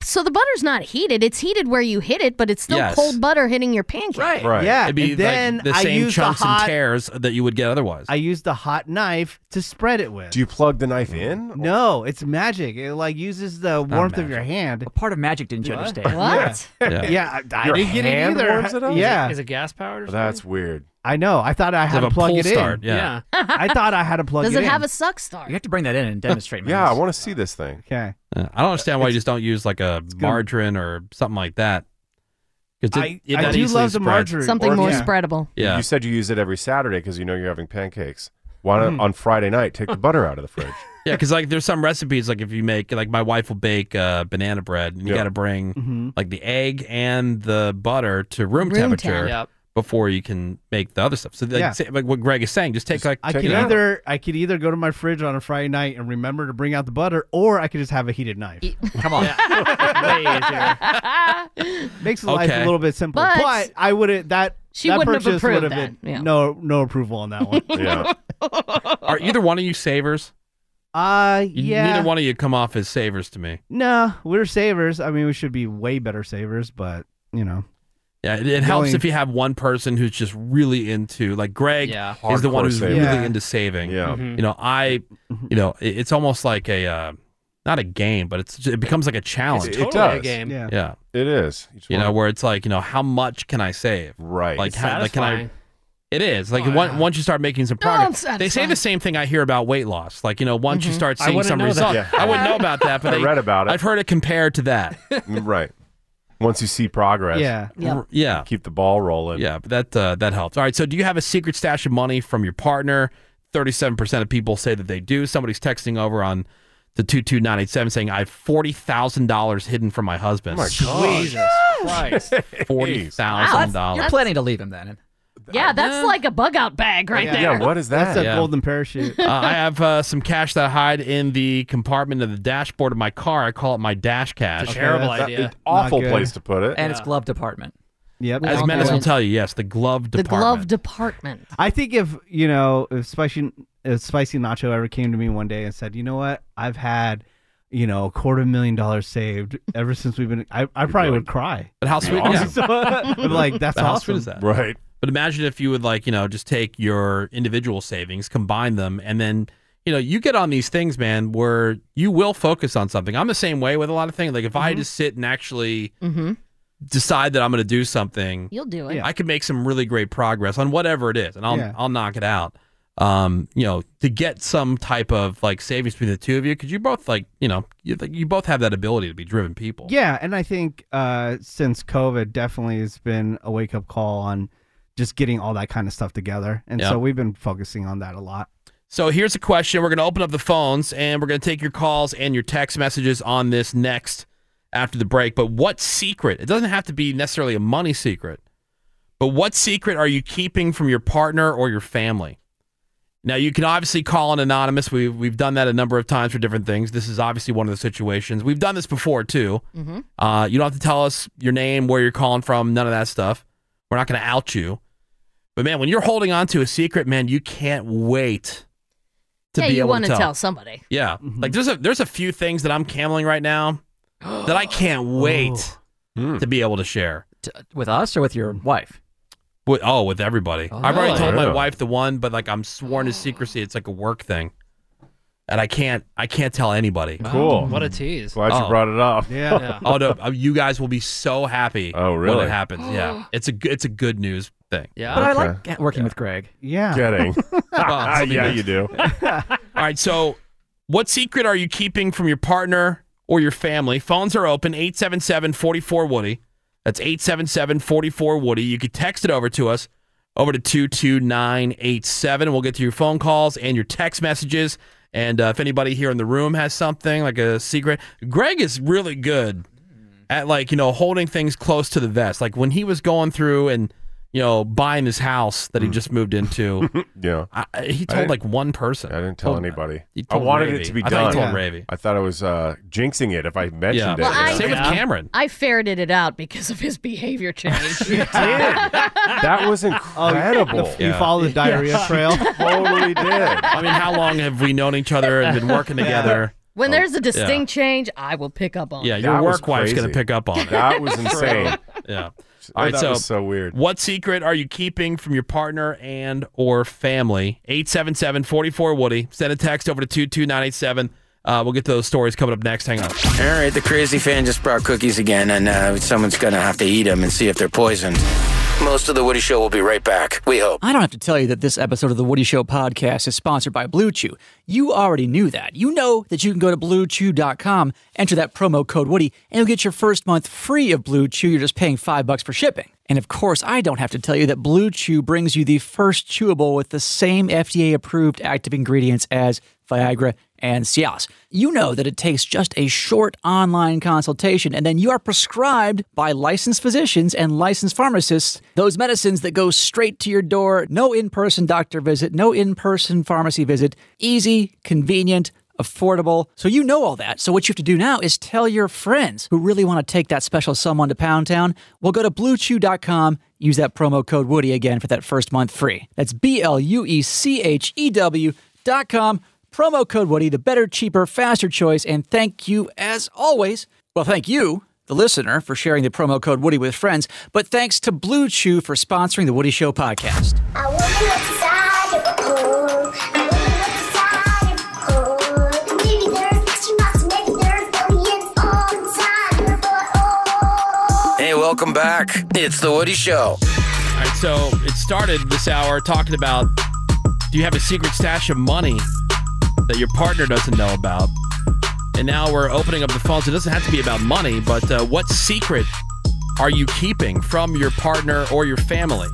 Speaker 4: So the butter's not heated. It's heated where you hit it, but it's still
Speaker 2: Yes.
Speaker 4: cold butter hitting your pancake.
Speaker 2: Right.
Speaker 6: Yeah,
Speaker 2: It'd be
Speaker 6: and then
Speaker 2: like the
Speaker 6: I
Speaker 2: same
Speaker 6: used the
Speaker 2: chunks
Speaker 6: hot-
Speaker 2: and tears that you would get otherwise.
Speaker 6: I used the hot knife to spread it with.
Speaker 5: Do you plug the knife in?
Speaker 6: No, it's magic. It like uses the warmth of your hand. A
Speaker 7: part of magic didn't
Speaker 6: you
Speaker 7: understand?
Speaker 6: What? Yeah,
Speaker 7: Yeah.
Speaker 6: Yeah, I, I
Speaker 5: Your
Speaker 6: didn't get it
Speaker 5: hand
Speaker 6: either.
Speaker 5: warms it up?
Speaker 6: Yeah,
Speaker 9: Is it gas powered?
Speaker 5: That's weird.
Speaker 6: I know. I thought I
Speaker 5: have
Speaker 6: had to
Speaker 5: a
Speaker 6: plug
Speaker 5: pull
Speaker 6: it
Speaker 5: start,
Speaker 6: in.
Speaker 5: yeah.
Speaker 6: I thought I had to plug
Speaker 4: Does
Speaker 6: it,
Speaker 4: it have
Speaker 6: in.
Speaker 4: a suck start?
Speaker 7: You have to bring that in and demonstrate. man.
Speaker 5: Yeah, I want to see this thing.
Speaker 6: Okay.
Speaker 2: Uh, I don't understand why you just don't use like a margarine or something like that. 'Cause
Speaker 5: I-
Speaker 2: it-
Speaker 5: I
Speaker 2: that
Speaker 5: do
Speaker 2: easily
Speaker 5: love the
Speaker 2: spreads.
Speaker 5: margarine.
Speaker 4: Something
Speaker 5: Or-
Speaker 4: more
Speaker 5: yeah.
Speaker 4: spreadable.
Speaker 2: Yeah.
Speaker 5: You said you use it every Saturday because you know you're having pancakes. Why not
Speaker 6: Hmm.
Speaker 2: Mm.
Speaker 5: on Friday night take the butter out of the fridge?
Speaker 2: Yeah, because like there's some recipes like if you make like my wife will bake uh, banana bread and you got to bring
Speaker 4: Mm-hmm.
Speaker 6: Mhm.
Speaker 2: like the egg and the butter to room,
Speaker 6: Room temp.
Speaker 2: temperature
Speaker 6: Yep.
Speaker 2: before you can make the other stuff. So like,
Speaker 6: Yeah.
Speaker 2: say- like what Greg is saying, just take like
Speaker 6: I could
Speaker 2: you know-
Speaker 6: either I could either go to my fridge on a Friday night and remember to bring out the butter, or I could just have a heated knife.
Speaker 7: Come on.
Speaker 6: Makes life a little bit simpler.
Speaker 4: But-
Speaker 6: But, I wouldn't that
Speaker 4: She
Speaker 6: that
Speaker 4: wouldn't have
Speaker 6: purchase
Speaker 4: approved
Speaker 6: would
Speaker 4: that,
Speaker 6: have been
Speaker 4: yeah.
Speaker 6: no no approval on that one.
Speaker 2: Yeah. Are either one of you savers?
Speaker 6: Uh
Speaker 2: You-
Speaker 6: yeah.
Speaker 2: Neither one of you come off as savers to me.
Speaker 6: No, we're savers. I mean, we should be way better savers, but you know.
Speaker 2: Yeah, it, it helps
Speaker 6: Going-
Speaker 2: if you have one person who's just really into like Greg
Speaker 6: Yeah.
Speaker 2: is the one
Speaker 6: Hardcore
Speaker 2: who's
Speaker 6: saver.
Speaker 2: really
Speaker 6: Yeah.
Speaker 2: into saving.
Speaker 6: Yeah.
Speaker 5: Mm-hmm.
Speaker 6: Mhm.
Speaker 2: You know, I you know, it- it's almost like a uh, not a game, but it's it becomes like a challenge.
Speaker 5: It totally a does. game.
Speaker 2: Yeah.
Speaker 5: Yeah.
Speaker 2: yeah.
Speaker 5: It is.
Speaker 2: You know, where it's like, you know, how much can I save?
Speaker 5: Right.
Speaker 2: Like
Speaker 5: It's
Speaker 2: how like, can I
Speaker 5: satisfying. Oh,
Speaker 2: it is like one- once you start making some progress.
Speaker 5: it's
Speaker 2: they say the same thing I hear about weight loss. Like you know, once you
Speaker 5: Mhm.
Speaker 2: start
Speaker 5: I
Speaker 2: seeing
Speaker 5: wouldn't
Speaker 2: some
Speaker 5: know that.
Speaker 2: results,
Speaker 5: Yeah.
Speaker 2: I wouldn't know about that. But
Speaker 5: I read about it.
Speaker 2: I've heard it compared to that.
Speaker 5: right. Once you see progress.
Speaker 2: Yeah. Yep. Yeah.
Speaker 5: Keep the ball rolling.
Speaker 2: Yeah, but that uh, that helps. All right. So, do you have a secret stash of money from your partner? Thirty-seven percent of people say that they do. Somebody's texting over on the two two nine eight seven saying I have forty thousand dollars hidden from my
Speaker 5: Oh
Speaker 2: husband.
Speaker 7: Jesus Christ.
Speaker 2: forty
Speaker 7: Wow,
Speaker 2: thousand
Speaker 7: that's-
Speaker 2: dollars.
Speaker 7: You're planning to leave him then.
Speaker 4: Yeah, that's
Speaker 6: Uh-huh.
Speaker 4: like a bug out bag right there.
Speaker 6: That's a golden parachute.
Speaker 2: uh, I have uh, some cash that I hide in the compartment of the dashboard of my car. I call it my dash cash.
Speaker 7: It's a terrible Okay, that's- idea. that's an awful Not good. place to put it. And it's glove department.
Speaker 6: Yep.
Speaker 2: As Menace will tell you, yes, the glove
Speaker 4: The
Speaker 2: department.
Speaker 4: glove department.
Speaker 6: I think if you know if spicy if spicy nacho ever came to me one day and said, you know what, I've had you know a quarter million dollars saved ever since we've been, I, I probably would cry.
Speaker 2: But how sweet!
Speaker 6: Awesome.
Speaker 2: Yeah.
Speaker 6: I'm like that's
Speaker 2: But how
Speaker 6: awesome.
Speaker 2: sweet is that? But imagine if you would like, you know, just take your individual savings, combine them, and then, you know, you get on these things, man, where you will focus on something. I'm the same way with a lot of things. Like if I just sit and actually
Speaker 4: Mm-hmm.
Speaker 2: decide that I'm going to do something,
Speaker 4: You'll do it.
Speaker 2: I could make some really great progress on whatever it is, and I'll
Speaker 4: Yeah.
Speaker 2: I'll knock it out. Um, you know, to get some type of like savings between the two of you, because you both like, you know, you, you both have that ability to be driven people.
Speaker 6: Yeah, and I think uh, since COVID, definitely has been a wake up call on just getting all that kind of stuff together, and
Speaker 2: Yeah.
Speaker 6: so we've been focusing on that a lot.
Speaker 2: So here's a question. We're going to open up the phones and we're going to take your calls and your text messages on this next after the break. But what secret? It doesn't have to be necessarily a money secret, but what secret are you keeping from your partner or your family? Now you can obviously call an anonymous. We've we've done that a number of times for different things. This is obviously one of the situations. We've done this before too.
Speaker 4: Mm-hmm.
Speaker 2: Uh, you don't have to tell us your name, where you're calling from, none of that stuff. We're not going to out you. But man, when you're holding on to a secret, man, you can't wait to
Speaker 4: yeah,
Speaker 2: be
Speaker 4: you
Speaker 2: able
Speaker 4: want
Speaker 2: to
Speaker 4: to
Speaker 2: tell.
Speaker 4: tell somebody.
Speaker 2: Yeah,
Speaker 5: Mm-hmm.
Speaker 2: like there's a there's a few things that I'm cameling right now that I can't wait
Speaker 5: Oh. Hmm.
Speaker 2: to be able to share
Speaker 7: With us or with your wife?
Speaker 2: with oh with everybody. I've already
Speaker 7: really?
Speaker 2: told my
Speaker 7: Yeah.
Speaker 2: wife the one, but like I'm sworn to secrecy. It's like a work thing, and I can't I can't tell anybody.
Speaker 5: Cool.
Speaker 9: What a tease.
Speaker 5: Glad you
Speaker 2: Oh.
Speaker 5: brought it up.
Speaker 9: Yeah.
Speaker 2: oh no, uh, you guys will be so happy. Oh
Speaker 5: really?
Speaker 2: When it happens, yeah. It's a g- it's a good news thing.
Speaker 7: Yeah. But I like get- working with Greg.
Speaker 6: Yeah.
Speaker 5: Getting.
Speaker 2: Well, something
Speaker 5: yeah,
Speaker 2: else.
Speaker 5: you do.
Speaker 2: All right, so what secret are you keeping from your partner or your family? Phones are open 877-44 Woody. That's 877-44 Woody. You could text it over to us over to 22987. We'll get to your phone calls and your text messages. And uh, if anybody here in the room has something like a secret, Greg is really good at like, you know, holding things close to the vest. Like when he was going through and, you know, buying his house that he just moved into.
Speaker 5: Yeah.
Speaker 2: I, I- he
Speaker 5: I
Speaker 2: told
Speaker 5: didn't-
Speaker 2: like one person. I
Speaker 5: didn't tell anybody.
Speaker 2: You
Speaker 5: I
Speaker 2: told
Speaker 5: wanted
Speaker 2: Ravy.
Speaker 5: it to be
Speaker 2: I
Speaker 5: done.
Speaker 2: thought you told Ravy.
Speaker 5: I thought I was uh, jinxing it if I mentioned
Speaker 4: Well,
Speaker 5: it.
Speaker 4: I-
Speaker 2: Same with
Speaker 4: Yeah.
Speaker 2: Cameron.
Speaker 4: I ferreted it out because of his behavior change.
Speaker 5: That was incredible.
Speaker 6: you follow the diarrhea trail?
Speaker 5: totally did.
Speaker 2: I mean, how long have we known each other and been working together?
Speaker 4: When there's
Speaker 2: Oh. Yeah.
Speaker 4: a distinct change, I will pick up on
Speaker 2: Yeah,
Speaker 4: it.
Speaker 2: your
Speaker 5: That was
Speaker 2: work wife's going to
Speaker 5: crazy.
Speaker 2: pick up on it.
Speaker 5: That was insane.
Speaker 2: yeah.
Speaker 5: Oh, that was so weird.
Speaker 2: What secret are you keeping from your partner and or family? 877-44-WOODY. Send a text over to 22987. Uh, we'll get to those stories coming up next. Hang on.
Speaker 13: All right, the crazy fan just brought cookies again, and uh, someone's going to have to eat them and see if they're poisoned. Most of the Woody Show will be right back. We hope.
Speaker 7: I don't have to tell you that this episode of the Woody Show podcast is sponsored by Blue Chew. You already knew that. You know that you can go to bluechew.com, enter that promo code Woody, and you'll get your first month free of Blue Chew. You're just paying 5 bucks for shipping. And of course, I don't have to tell you that Blue Chew brings you the first chewable with the same FDA approved active ingredients as Viagra and Cialis. You know that it takes just a short online consultation, and then you are prescribed by licensed physicians and licensed pharmacists those medicines that go straight to your door. No in person doctor visit, no in person pharmacy visit. Easy, convenient, affordable. So you know all that. So what you have to do now is tell your friends who really want to take that special someone to Pound Town. Well, go to bluechew.com, use that promo code Woody again for that first month free. That's B L U E C H E W dot com. Promo code Woody, the better, cheaper, faster choice. And thank you as always. Well, thank you, the listener, for sharing the promo code Woody with friends. But thanks to Blue Chew for sponsoring the Woody Show podcast.
Speaker 13: Hey, welcome back. It's the Woody Show.
Speaker 2: All right, so it started this hour talking about do you have a secret stash of money that your partner doesn't know about? And now we're opening up the phones. It doesn't have to be about money, but uh, what secret are you keeping from your partner or your family?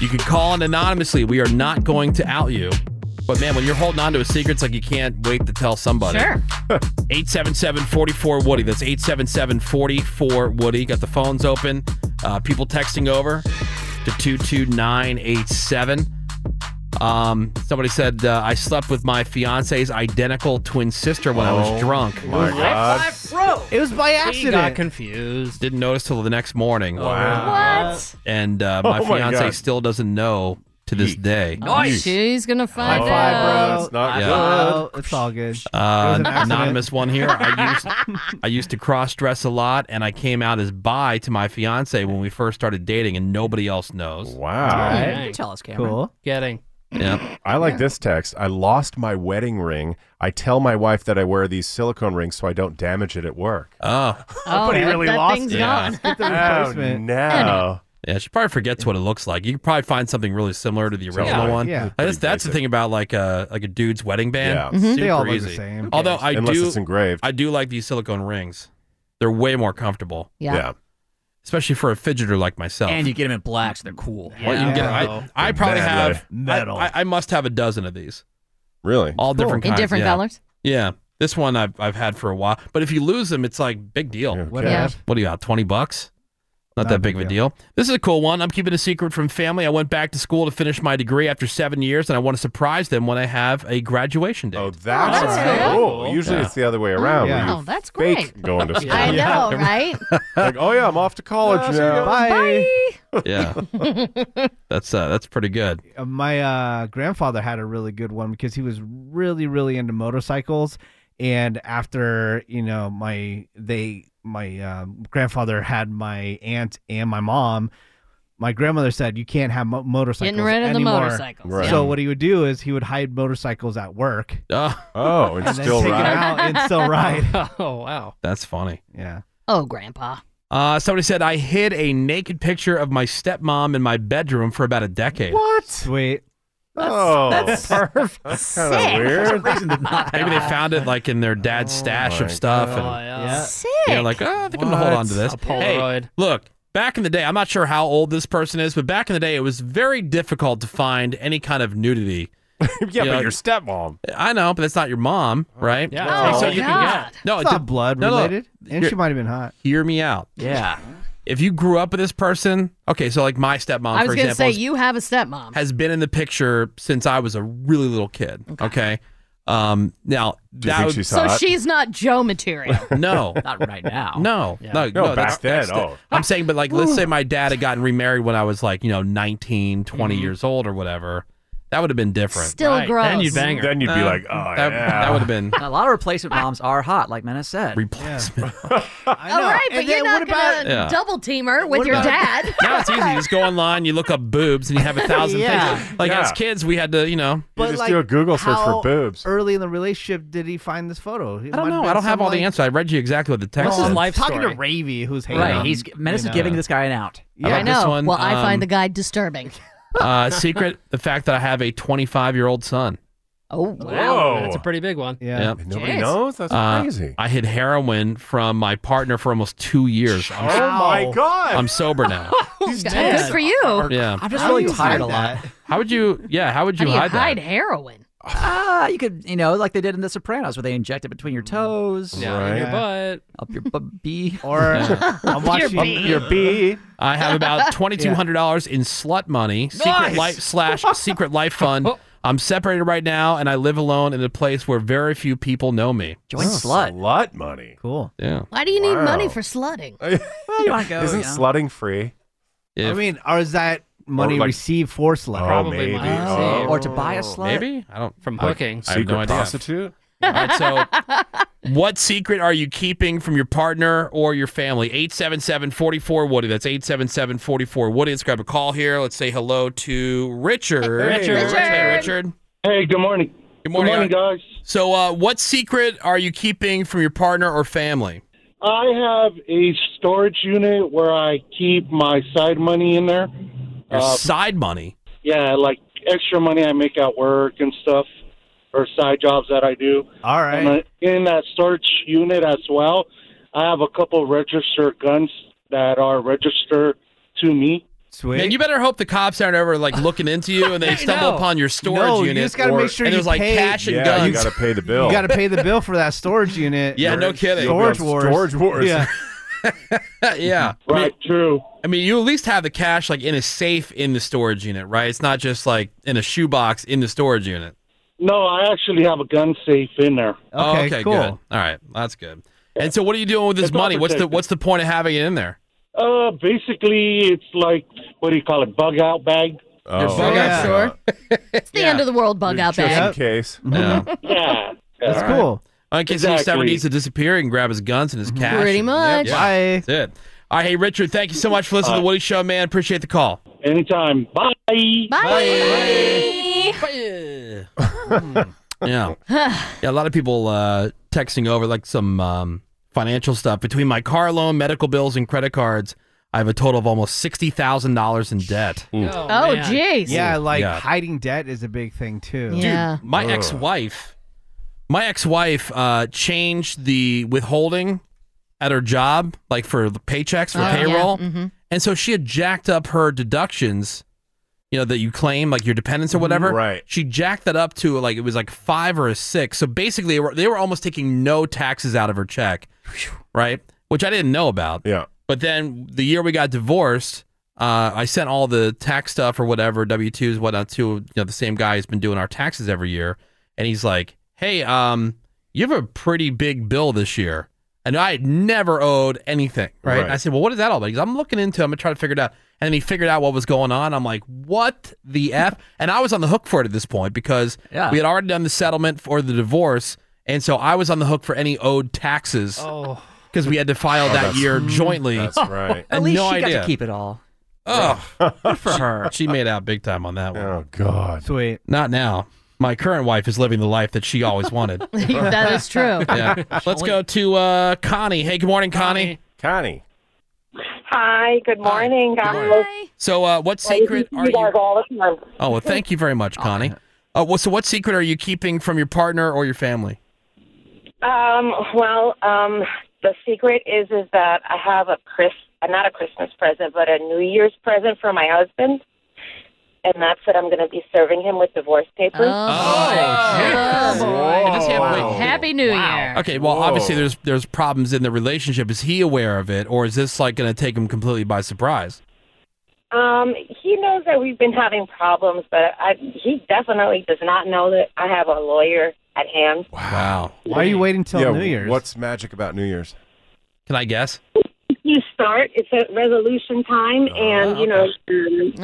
Speaker 2: You can call in anonymously. We are not going to out you. But man, when you're holding on to a secret, it's like you can't wait to tell somebody.
Speaker 4: Sure.
Speaker 2: 877 44 Woody. That's 877 44 Woody. Got the phones open. Uh, people texting over to 22987. Um, somebody said, uh, I slept with my fiance's identical twin sister when I was drunk.
Speaker 5: Oh my God.
Speaker 6: Bro, it was by
Speaker 9: He got
Speaker 6: accident.
Speaker 9: confused.
Speaker 2: Didn't notice till the next morning.
Speaker 9: Wow.
Speaker 4: What?
Speaker 2: And uh, my
Speaker 9: Oh my
Speaker 2: fiance
Speaker 9: God.
Speaker 2: still doesn't know to this day.
Speaker 4: She's gonna find out.
Speaker 6: High five, bro.
Speaker 5: It's not
Speaker 2: Yeah.
Speaker 6: Well, Oh, it's all good. It was
Speaker 2: Uh,
Speaker 6: an accident.
Speaker 2: anonymous one here. I used I used to cross dress a lot, and I came out as bi to my fiance when we first started dating, and nobody else knows.
Speaker 5: Wow.
Speaker 7: You tell us, Cameron.
Speaker 9: Getting.
Speaker 2: Yeah.
Speaker 5: I like this text. I lost my wedding ring. I tell my wife that I wear these silicone rings so I don't damage it at work.
Speaker 2: Oh.
Speaker 6: Oh, but he really
Speaker 4: that
Speaker 6: lost
Speaker 4: thing's
Speaker 6: it.
Speaker 4: gone.
Speaker 6: Get the
Speaker 5: Oh,
Speaker 6: replacement.
Speaker 5: no.
Speaker 2: Yeah, she probably forgets what it looks like. You could probably find something really similar to the original
Speaker 5: Yeah,
Speaker 2: one.
Speaker 5: yeah.
Speaker 2: I guess that's the thing about like a like a dude's wedding band.
Speaker 5: Yeah. Mhm.
Speaker 2: Super
Speaker 5: They all look the
Speaker 2: easy.
Speaker 5: same. Who
Speaker 2: Although
Speaker 5: cares?
Speaker 2: I
Speaker 5: Unless
Speaker 2: do
Speaker 5: it's engraved.
Speaker 2: I do like these silicone rings. They're way more comfortable.
Speaker 4: Yeah. Yeah.
Speaker 2: Especially for a fidgeter like myself.
Speaker 7: And you get them in black, so they're cool.
Speaker 2: Well, you can get-
Speaker 7: Yeah.
Speaker 2: I, I probably
Speaker 7: Bad
Speaker 2: have
Speaker 7: life.
Speaker 2: metal. I, I must have a dozen of these.
Speaker 5: Really?
Speaker 2: All different
Speaker 4: In
Speaker 2: kinds.
Speaker 4: different
Speaker 2: yeah.
Speaker 4: colors?
Speaker 2: Yeah. This one I've I've had for a while. But if you lose them, it's like big deal. What,
Speaker 4: Yeah.
Speaker 2: what do you got? Twenty bucks? Not that big of a deal. This is a cool one. I'm keeping a secret from family. I went back to school to finish my degree after seven years, and I want to surprise them when I have a graduation date. Oh,
Speaker 5: that's
Speaker 4: that's
Speaker 5: cool. Usually it's the other way around.
Speaker 2: yeah.
Speaker 5: where you
Speaker 4: Oh, that's
Speaker 5: fake
Speaker 4: great.
Speaker 5: Going to school.
Speaker 4: I know, right?
Speaker 5: like, oh yeah, I'm off to college
Speaker 6: Oh, see you
Speaker 5: now.
Speaker 6: guys. Bye.
Speaker 2: Yeah, that's uh, that's pretty good.
Speaker 6: Uh, my uh, grandfather had a really good one because he was really really into motorcycles and after you know my they my um, grandfather had my aunt and my mom my grandmother said you can't have mo- motorcycles
Speaker 4: Getting rid of the
Speaker 6: anymore.
Speaker 4: motorcycles, Right.
Speaker 6: so
Speaker 4: yeah.
Speaker 6: what he would do is he would hide motorcycles at work
Speaker 5: oh,
Speaker 6: and then take it out and still ride
Speaker 9: Oh wow.
Speaker 2: That's funny.
Speaker 6: Yeah.
Speaker 4: Oh, Grandpa.
Speaker 2: Uh, somebody said I hid a naked picture of my stepmom in my bedroom for about a decade.
Speaker 6: what sweet
Speaker 5: Oh,
Speaker 6: that's perfect
Speaker 5: that's kind of weird.
Speaker 2: Maybe they found it like in their dad's stash of
Speaker 5: my
Speaker 2: stuff,
Speaker 5: God.
Speaker 2: and
Speaker 9: Yeah.
Speaker 4: Sick.
Speaker 2: they're like, oh, I think I'm gonna hold on to this.
Speaker 9: A Polaroid.
Speaker 2: Hey, look, back in the day, I'm not sure how old this person is, but back in the day, it was very difficult to find any kind of nudity.
Speaker 5: yeah,
Speaker 2: You know,
Speaker 5: but your stepmom.
Speaker 2: I know, but that's not your mom, right?
Speaker 9: Yeah.
Speaker 2: And
Speaker 9: Oh,
Speaker 2: so you
Speaker 9: God.
Speaker 2: can get no,
Speaker 6: it's
Speaker 2: it
Speaker 6: not
Speaker 2: did-
Speaker 6: blood
Speaker 2: no, no,
Speaker 6: related and she
Speaker 2: you're-
Speaker 6: might have been hot
Speaker 2: Hear me out. Yeah. If you grew up with this person, okay, so like my stepmom,
Speaker 4: I was
Speaker 2: for
Speaker 4: gonna
Speaker 2: example,
Speaker 4: say
Speaker 2: is-
Speaker 4: you have a stepmom.
Speaker 2: has been in the picture since I was a really little kid. Okay. Um. Now
Speaker 5: you
Speaker 2: that
Speaker 5: think
Speaker 2: would-
Speaker 5: she's
Speaker 4: So she's not Joe material.
Speaker 2: No,
Speaker 7: Not right now.
Speaker 2: No, no,
Speaker 5: No,
Speaker 2: no,
Speaker 5: back then,
Speaker 2: the-
Speaker 5: oh.
Speaker 2: I'm saying, but like, let's say my dad had gotten remarried when I was like, you know, 19, 20 years old or whatever. That would have been different.
Speaker 4: Mm-hmm. Still Right. gross. Then you'd bang her.
Speaker 5: Then you'd be
Speaker 2: Uh,
Speaker 5: like, oh,
Speaker 2: that,
Speaker 5: yeah.
Speaker 2: That would have been
Speaker 7: A lot of replacement moms are hot, like Menace said.
Speaker 2: Replacement.
Speaker 4: All right, but
Speaker 6: And
Speaker 4: you're
Speaker 6: then
Speaker 4: not
Speaker 6: what
Speaker 4: gonna
Speaker 2: about- Yeah.
Speaker 4: double team her with
Speaker 6: What
Speaker 4: your
Speaker 2: about-
Speaker 4: dad.
Speaker 2: now it's easy. You just go online, you look up boobs, and you have a thousand
Speaker 6: Yeah.
Speaker 2: things. Like
Speaker 5: Yeah.
Speaker 2: as kids, we had to, you know,
Speaker 6: how Early in the relationship, did he find this photo?
Speaker 2: I don't know. I don't have all the answers. I read you exactly what the text.
Speaker 6: Well,
Speaker 2: said.
Speaker 6: life talking to Ravy, who's hating
Speaker 2: Right,
Speaker 6: on
Speaker 2: he's-
Speaker 6: him,
Speaker 2: Menace
Speaker 6: you
Speaker 2: is giving this
Speaker 7: guy an out.
Speaker 2: I
Speaker 4: I,
Speaker 2: like
Speaker 4: know.
Speaker 2: this one.
Speaker 4: Well, I
Speaker 2: Um,
Speaker 4: find the guy disturbing.
Speaker 2: uh, secret: the fact that I have a 25 year old son.
Speaker 4: Oh
Speaker 2: wow. Whoa.
Speaker 9: that's a pretty big one.
Speaker 2: Yeah.
Speaker 5: Nobody Jeez. knows? That's
Speaker 2: Uh,
Speaker 5: crazy.
Speaker 2: I hid heroin from my partner for almost two years. I'm,
Speaker 5: Oh my god!
Speaker 2: I'm sober now.
Speaker 4: These Oh, Good for you.
Speaker 2: Yeah.
Speaker 7: I'm just really tired a lot.
Speaker 2: How would you? Yeah. How would
Speaker 4: How
Speaker 2: you
Speaker 4: do you
Speaker 2: hide that?
Speaker 4: hide heroin?
Speaker 7: Ah, you could, you know, like they did in The Sopranos, where they inject it between your toes,
Speaker 2: Mm. Yeah, in your
Speaker 7: butt, up your bu- bee,
Speaker 6: or
Speaker 2: I'm
Speaker 7: watching
Speaker 2: Your bee. your
Speaker 7: bee.
Speaker 2: I have about twenty two hundred dollars in slut money, secret
Speaker 7: Nice.
Speaker 2: life slash secret life fund. I'm separated right now, and I live alone in a place where very few people know me.
Speaker 7: Join slut.
Speaker 5: Slut money.
Speaker 6: Cool.
Speaker 2: Yeah.
Speaker 4: Why do you need
Speaker 2: Wow.
Speaker 4: money for slutting?
Speaker 7: well, you want to go?
Speaker 5: Isn't
Speaker 7: you know.
Speaker 5: slutting free?
Speaker 6: I mean, or is that money
Speaker 5: like-
Speaker 6: received for slut?
Speaker 5: Oh, Probably maybe. money Oh.
Speaker 7: or to buy a slut?
Speaker 2: Maybe I don't
Speaker 9: From
Speaker 2: like,
Speaker 9: hooking.
Speaker 2: I have
Speaker 5: Secret
Speaker 2: no idea.
Speaker 5: prostitute?
Speaker 2: All right, so what secret are you keeping from your partner or your family? 877-44 Woody. That's 877-44 Woody. Let's grab a call here. Let's say hello to Richard.
Speaker 14: Richard. Richard.
Speaker 2: Hey, Richard.
Speaker 23: Hey, good morning.
Speaker 2: Good morning,
Speaker 23: Good morning,
Speaker 2: All
Speaker 23: guys.
Speaker 2: So uh, what secret are you keeping from your partner or family?
Speaker 23: I have a storage unit where I keep my side money in there.
Speaker 2: Your
Speaker 23: Uh,
Speaker 2: side money.
Speaker 23: yeah, like extra money I make at work and stuff, or side jobs that I do.
Speaker 6: All
Speaker 23: And uh, in that storage unit as well, I have a couple registered guns that are registered to me.
Speaker 6: Sweet.
Speaker 2: Man, you better hope the cops aren't ever like looking into you and they stumble
Speaker 23: No.
Speaker 2: upon your storage
Speaker 6: No, you
Speaker 2: unit.
Speaker 6: just gotta
Speaker 2: or-
Speaker 6: make sure
Speaker 2: and
Speaker 6: you
Speaker 2: there's like
Speaker 6: pay-
Speaker 2: cash and
Speaker 6: Yeah,
Speaker 2: guns.
Speaker 6: you gotta
Speaker 5: pay the
Speaker 6: You got to pay the bill for that storage unit.
Speaker 2: Yeah, no kidding.
Speaker 6: Storage wars.
Speaker 5: Storage wars.
Speaker 6: Yeah.
Speaker 2: yeah.
Speaker 23: Right, true.
Speaker 2: I mean, you at least have the cash like in a safe in the storage unit, right? It's not just like in a shoebox in the storage unit.
Speaker 23: No, I actually have a gun safe in there.
Speaker 2: Oh, good. All right, that's good. And so, what are you doing with this
Speaker 23: It's not
Speaker 2: money? What's the
Speaker 23: protected.
Speaker 2: What's the point of having it in there?
Speaker 23: Uh, basically, it's like what do you call it? Bug out bag.
Speaker 2: Your
Speaker 5: Oh.
Speaker 2: bug out drawer?
Speaker 4: It's the end of the world bug out bag.
Speaker 5: case.
Speaker 2: Yeah.
Speaker 23: Yeah.
Speaker 2: That's
Speaker 6: cool.
Speaker 2: In case he just ever
Speaker 23: Exactly.
Speaker 2: needs to disappear, he can grab his guns and his cash.
Speaker 4: Pretty
Speaker 2: and-
Speaker 4: much.
Speaker 2: Yeah, That's it. All right, hey Richard, thank you so much for listening to the Woody Show, man. Appreciate the call.
Speaker 23: Anytime. Bye.
Speaker 4: Bye.
Speaker 2: Yeah. yeah, a lot of people uh, texting over like some um, financial stuff. Between my car loan, medical bills, and credit cards, I have a total of almost $60,000 in debt.
Speaker 4: Oh, man. jeez.
Speaker 6: Yeah, like
Speaker 2: Yeah.
Speaker 6: hiding debt is a big thing too.
Speaker 2: Dude, my ex-wife, my ex-wife uh, changed the withholding at her job, like for the paychecks for
Speaker 1: Oh, yeah.
Speaker 2: payroll,
Speaker 1: Mhm.
Speaker 2: Mm-hmm. and so she had jacked up her deductions. You know that you claim like your dependents or whatever. Right. She jacked that up to like it was like five or a six. So basically, they were, they were almost taking no taxes out of her check, right? Which I didn't know about.
Speaker 5: Yeah.
Speaker 2: But then the year we got divorced, uh, I sent all the tax stuff or whatever W twos whatnot to you know the same guy who's been doing our taxes every year, and he's like, "Hey, um, you have a pretty big bill this year," and I had never owed anything, right?
Speaker 5: Right.
Speaker 2: And I said, "Well, what is that all about?" Because I'm looking into, it. I'm gonna try to figure it out, and then he figured out what was going on. I'm like, "What the f?" And I was on the hook for it at this point because
Speaker 7: Yeah.
Speaker 2: we had already done the settlement for the divorce, and so I was on the hook for any owed taxes.
Speaker 9: Oh.
Speaker 2: Because we had to file that
Speaker 7: Oh, that's-
Speaker 2: year jointly.
Speaker 7: That's right. At
Speaker 2: And
Speaker 7: least
Speaker 2: no
Speaker 7: she got to
Speaker 2: idea.
Speaker 7: keep it all.
Speaker 2: Oh, good for her. She made out big time on that one. Oh
Speaker 5: God.
Speaker 6: Sweet.
Speaker 2: Not now. My current wife is living the life that she always wanted.
Speaker 4: that is true.
Speaker 2: yeah. Let's go to uh, Connie. Hey, good morning, Connie.
Speaker 5: Connie.
Speaker 16: Hi, good morning, guys.
Speaker 2: So, uh, what
Speaker 16: I
Speaker 2: secret
Speaker 16: listen to
Speaker 2: are
Speaker 16: you guys
Speaker 2: you?
Speaker 16: all the time.
Speaker 2: Oh, well, thank you very much, Connie. Uh, well, so what secret are you keeping from your partner or your family?
Speaker 16: Um, well, um, the secret is is that I have a Chris, uh, not a Christmas present, but a New Year's present for my husband, and that's that I'm going to be serving him with divorce papers.
Speaker 4: Oh,
Speaker 2: Oh, I just can't wait.
Speaker 4: Happy New Year.
Speaker 2: Okay, well,
Speaker 16: Whoa.
Speaker 2: obviously there's there's problems in the relationship. Is he aware of it, or is this like going to take him completely by surprise?
Speaker 16: Um, he knows that we've been having problems, but I, he definitely does not know that I have a lawyer at hand.
Speaker 2: Wow.
Speaker 6: Why are you waiting till
Speaker 5: Yeah,
Speaker 6: New Year's?
Speaker 5: What's magic about New Year's?
Speaker 2: Can I guess?
Speaker 16: you start, it's at resolution time, and you know,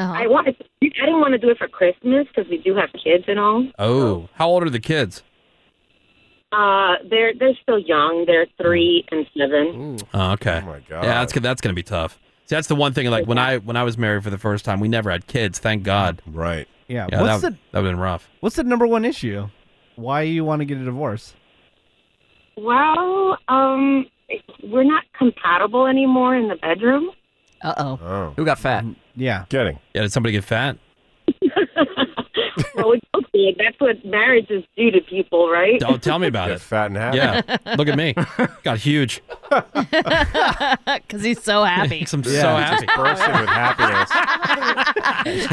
Speaker 16: um, I wanted to, I didn't want to do it for Christmas because we do have kids and all.
Speaker 2: Oh, how old are the kids?
Speaker 16: Uh, they're they're still young. They're three and seven.
Speaker 2: Oh, okay. Oh my god. Yeah, that's go- that's gonna be tough. See, that's the one thing. Like when I when I was married for the first time, we never had kids. Thank God.
Speaker 5: Right.
Speaker 6: Yeah,
Speaker 2: Yeah.
Speaker 6: what's
Speaker 2: that
Speaker 6: the-
Speaker 2: that would have been rough.
Speaker 6: What's the number one issue? Why you want to get a divorce?
Speaker 16: Well, um, we're not compatible anymore in the bedroom.
Speaker 4: Uh oh.
Speaker 5: Oh.
Speaker 2: Who got fat?
Speaker 6: Yeah.
Speaker 5: Getting.
Speaker 2: Yeah. Did somebody get fat?
Speaker 16: well, we both did. That's what marriage is due to people, right?
Speaker 2: Oh, tell me about it.
Speaker 5: Fat and happy.
Speaker 2: Yeah. Look at me. Got huge.
Speaker 4: Because he's so happy.
Speaker 2: I'm so happy.
Speaker 5: with happiness.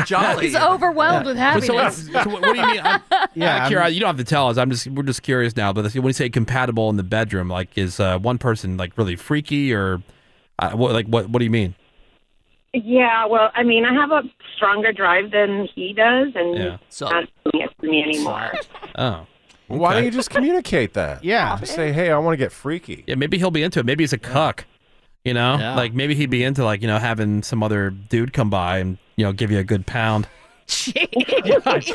Speaker 2: jolly.
Speaker 4: He's overwhelmed with
Speaker 2: But so
Speaker 4: happiness.
Speaker 2: what- so what- what do you mean? I'm-
Speaker 4: Yeah,
Speaker 2: Yeah, you don't have to tell us. I'm just we're just curious now. But when you say compatible in the bedroom, like is uh, one person like really freaky or uh, what, like what? What do you mean?
Speaker 16: Yeah, well, I mean, I have a stronger drive than he does, and
Speaker 2: Yeah.
Speaker 16: he's not doing it for me anymore.
Speaker 2: Oh.
Speaker 5: Why don't you just communicate that?
Speaker 6: Yeah.
Speaker 5: Just say, hey, I want to get freaky.
Speaker 2: Yeah, maybe he'll be into it. Maybe he's a cuck. You know,
Speaker 5: Yeah.
Speaker 2: like maybe he'd be into like you know having some other dude come by and you know give you a good pound.
Speaker 4: Try
Speaker 2: And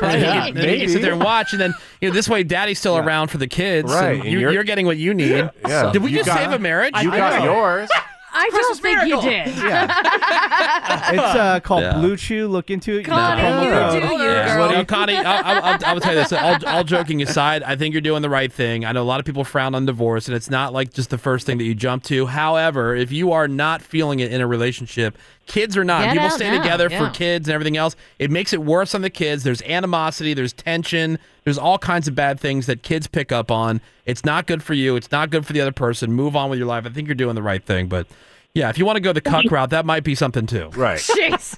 Speaker 2: then you can- then you can sit there and watch, and then you know this way, Daddy's still around for the kids.
Speaker 5: Right,
Speaker 2: and
Speaker 5: and
Speaker 2: you, you're,
Speaker 5: you're-
Speaker 2: getting what you need.
Speaker 5: Yeah, yeah.
Speaker 2: Did we
Speaker 5: You
Speaker 2: just
Speaker 5: got-
Speaker 2: save a marriage?
Speaker 5: you I got know. yours.
Speaker 4: I don't think you did.
Speaker 6: It's uh, called
Speaker 2: Yeah.
Speaker 6: Blue Chew. Look into it. Use the
Speaker 4: Connie,
Speaker 6: promo
Speaker 4: you
Speaker 6: code.
Speaker 4: do you,
Speaker 2: Yeah.
Speaker 4: girl.
Speaker 2: Well, no, Connie, I, I, I'll, I'll tell you this. All, all joking aside, I think you're doing the right thing. I know a lot of people frown on divorce, and it's not like just the first thing that you jump to. However, if you are not feeling it in a relationship, kids or not,
Speaker 1: Get
Speaker 2: people
Speaker 1: out
Speaker 2: stay
Speaker 1: now,
Speaker 2: together
Speaker 1: yeah.
Speaker 2: for kids and everything else. It makes it worse on the kids. There's animosity, there's tension, there's all kinds of bad things that kids pick up on. It's not good for you. It's not good for the other person. Move on with your life. I think you're doing the right thing, but. Yeah, if you want to go the cuck route, that might be something too.
Speaker 5: Right.
Speaker 4: Jeez.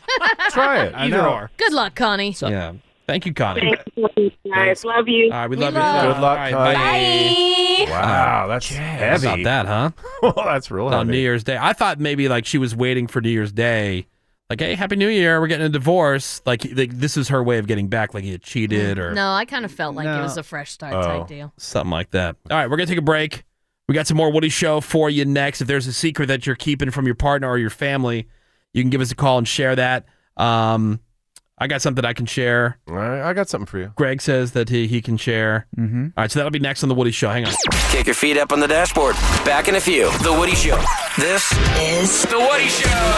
Speaker 5: Try it.
Speaker 2: Either or.
Speaker 4: Good luck, Connie.
Speaker 2: Yeah. Thank you, Connie.
Speaker 16: Thanks, guys. Love you.
Speaker 2: All right, we,
Speaker 4: We
Speaker 2: love,
Speaker 4: love
Speaker 2: you.
Speaker 4: you. Good luck,
Speaker 2: All right,
Speaker 4: Connie. Bye.
Speaker 2: bye.
Speaker 5: Wow, that's heavy.
Speaker 2: How about that, huh?
Speaker 5: well, that's real
Speaker 2: On New Year's Day, I thought maybe like she was waiting for New Year's Day, like, hey, Happy New Year, we're getting a divorce. Like, like this is her way of getting back, like he had cheated or
Speaker 4: Mm-hmm. No, I kind of felt like it was a fresh start type
Speaker 2: Oh.
Speaker 4: deal.
Speaker 2: something like that. All right, we're gonna take a break. We got some more Woody Show for you next. If there's a secret that you're keeping from your partner or your family, you can give us a call and share that. Um, I got something I can share.
Speaker 5: All right, I got something for you.
Speaker 2: Greg says that he, he can share. Mm-hmm. All right, so that'll be next on the Woody Show. Hang on.
Speaker 13: Kick your feet up on the dashboard. Back in a few. The Woody Show. This is The Woody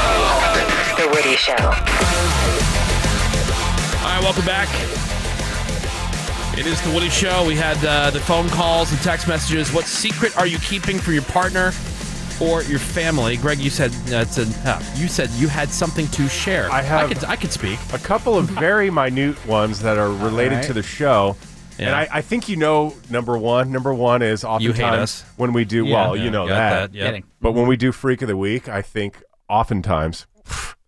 Speaker 13: Show. The Woody Show.
Speaker 2: All right, welcome back. It is the Woody Show. We had uh, the phone calls and text messages. What secret are you keeping from your partner or your family? Greg, you said uh, it's an, uh, you said you had something to share.
Speaker 5: I have.
Speaker 2: I could, I could speak.
Speaker 5: A couple of very minute ones that are related
Speaker 2: right.
Speaker 5: to the show. And
Speaker 2: Yeah.
Speaker 5: I, I think you know number one. Number one is oftentimes
Speaker 2: You hate us.
Speaker 5: when we do
Speaker 2: Yeah.
Speaker 5: well,
Speaker 2: Yeah,
Speaker 5: you know
Speaker 2: got
Speaker 5: that.
Speaker 2: that, yeah. Kidding.
Speaker 5: But when we do Freak of the Week, I think oftentimes,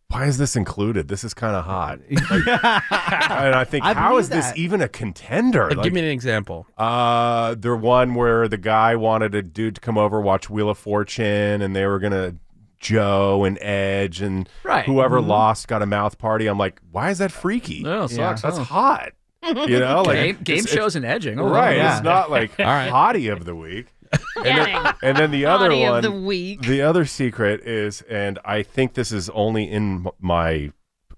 Speaker 5: why is this included? This is kind of hot. Like, and I think,
Speaker 2: I
Speaker 5: how
Speaker 2: believe
Speaker 5: is this
Speaker 2: that.
Speaker 5: even a contender?
Speaker 2: Like, give me an example.
Speaker 5: Uh, the one where the guy wanted a dude to come over, watch Wheel of Fortune, and they were gonna Joe and Edge and
Speaker 7: Right.
Speaker 5: whoever
Speaker 2: Mm-hmm.
Speaker 7: Mhm.
Speaker 5: lost got a mouth party. I'm like, why is that freaky?
Speaker 7: No, it sucks.
Speaker 5: That's
Speaker 7: Oh.
Speaker 5: hot. You know, like
Speaker 7: Game- game
Speaker 5: it's- it's-
Speaker 7: shows and edging. Oh,
Speaker 5: Right.
Speaker 7: yeah.
Speaker 5: It's not like
Speaker 7: All right.
Speaker 5: hottie of the week. And then, and then the other
Speaker 4: Hottie
Speaker 5: one,
Speaker 4: of the week.
Speaker 5: the other secret is, and I think this is only in m- my,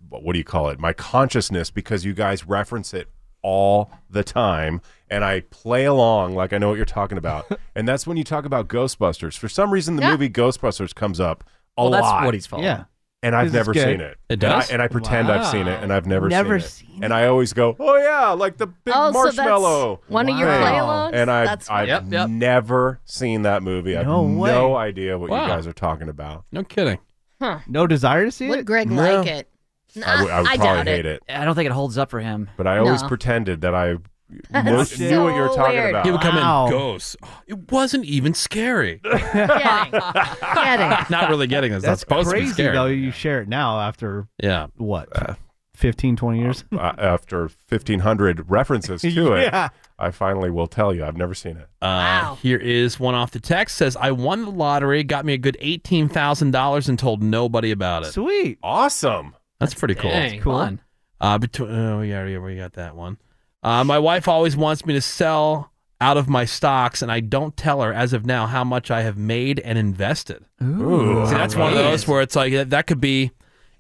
Speaker 5: what do you call it? My consciousness because you guys reference it all the time, and I play along like I know what you're talking about. and that's when you talk about Ghostbusters. For some reason, the movie Ghostbusters comes up a
Speaker 7: Well,
Speaker 5: lot.
Speaker 7: that's Woody's fault. Yeah.
Speaker 5: And I've
Speaker 7: Because it's
Speaker 5: never
Speaker 7: good.
Speaker 5: seen it. And
Speaker 7: It
Speaker 5: I-
Speaker 7: does?
Speaker 5: and I, pretend I've seen it, and I've never,
Speaker 7: Never
Speaker 5: seen, it. And I always go, oh yeah, like the big
Speaker 4: Oh, so that's
Speaker 5: marshmallow.
Speaker 4: one of your
Speaker 5: thing.
Speaker 4: play-alongs?
Speaker 5: And I,
Speaker 4: That's
Speaker 5: I've
Speaker 4: funny. Yep, yep.
Speaker 5: never seen that movie. I have
Speaker 6: No way.
Speaker 5: no idea what
Speaker 6: Wow.
Speaker 5: you guys are talking about.
Speaker 2: No kidding.
Speaker 4: Huh.
Speaker 6: No desire to see
Speaker 4: Would
Speaker 6: it.
Speaker 4: Greg like it?
Speaker 5: I would- I would probably hate it.
Speaker 7: I don't think it holds up for him.
Speaker 5: But I always
Speaker 7: No.
Speaker 5: pretended that I
Speaker 7: That's
Speaker 5: knew,
Speaker 7: so
Speaker 5: knew what you were talking
Speaker 7: weird.
Speaker 5: about.
Speaker 2: He would come
Speaker 7: Wow.
Speaker 2: in ghosts. It wasn't even scary.
Speaker 4: Get it.
Speaker 2: Not really getting Uh, this. That's
Speaker 6: That's
Speaker 2: supposed
Speaker 6: crazy
Speaker 2: to be scary.
Speaker 6: though. You share it now after
Speaker 2: Yeah.
Speaker 6: what? 15, 20 years.
Speaker 5: Uh, after 1,500 references to
Speaker 6: Yeah.
Speaker 5: it, I finally will tell you. I've never seen it.
Speaker 2: Uh, Here is one off the text. Says, I won the lottery, got me a good $18,000 and told nobody about it.
Speaker 6: Sweet.
Speaker 5: Awesome.
Speaker 2: That's, pretty cool.
Speaker 7: dang, That's cool. fun.
Speaker 2: Uh, between, oh, yeah, yeah, we got that one. Uh, my wife always wants me to sell out of my stocks, and I don't tell her as of now how much I have made and invested.
Speaker 7: Ooh.
Speaker 2: See, that's one of
Speaker 7: Alright.
Speaker 2: those where it's like that, that could be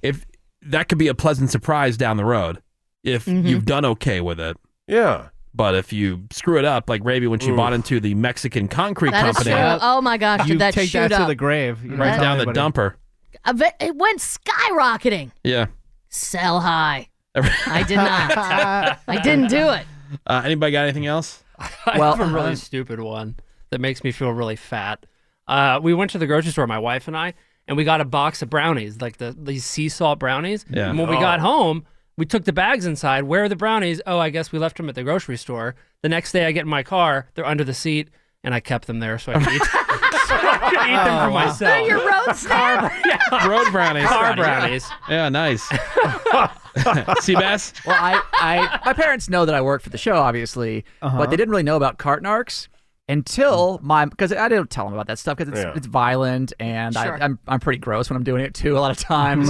Speaker 2: if that could be a pleasant surprise down the road. if
Speaker 4: Mm-hmm.
Speaker 2: you've done okay with it.
Speaker 5: Yeah.
Speaker 2: But if you screw it up, like Raby when she bought into the Mexican concrete
Speaker 4: That is
Speaker 2: company,
Speaker 4: true. Oh my gosh, did
Speaker 2: You
Speaker 4: that
Speaker 2: take
Speaker 4: shoot
Speaker 2: that to
Speaker 4: up?
Speaker 2: the
Speaker 6: grave. You
Speaker 2: right down the dumper.
Speaker 4: dump. It went skyrocketing.
Speaker 2: Yeah.
Speaker 4: Sell high. I did not. I didn't do it.
Speaker 2: Uh, anybody got anything else?
Speaker 9: I
Speaker 2: Well,
Speaker 9: have a
Speaker 7: um,
Speaker 9: really
Speaker 2: uh,
Speaker 9: stupid one that makes me feel really fat. Uh, we went to the grocery store, my wife and I, and we got a box of brownies, like the these sea salt brownies.
Speaker 2: Yeah.
Speaker 9: And when we
Speaker 2: Oh.
Speaker 9: got home, we took the bags inside. Where are the brownies? Oh, I guess we left them at the grocery store. The next day, I get in my car, they're under the seat, and I kept them there so I could eat, so I could eat them
Speaker 2: Oh.
Speaker 9: for myself.
Speaker 4: They're your road snack.
Speaker 2: Road brownies.
Speaker 9: Car brownies.
Speaker 2: Yeah, nice. Seabass?
Speaker 7: Well, I, I, my parents know that I work for the show, obviously,
Speaker 17: Uh-huh.
Speaker 7: but they didn't really know about carton arcs until my because I didn't tell them about that stuff because it's,
Speaker 17: Yeah.
Speaker 7: it's violent and
Speaker 17: Sure.
Speaker 7: I, I'm I'm pretty gross when I'm doing it too a lot of times,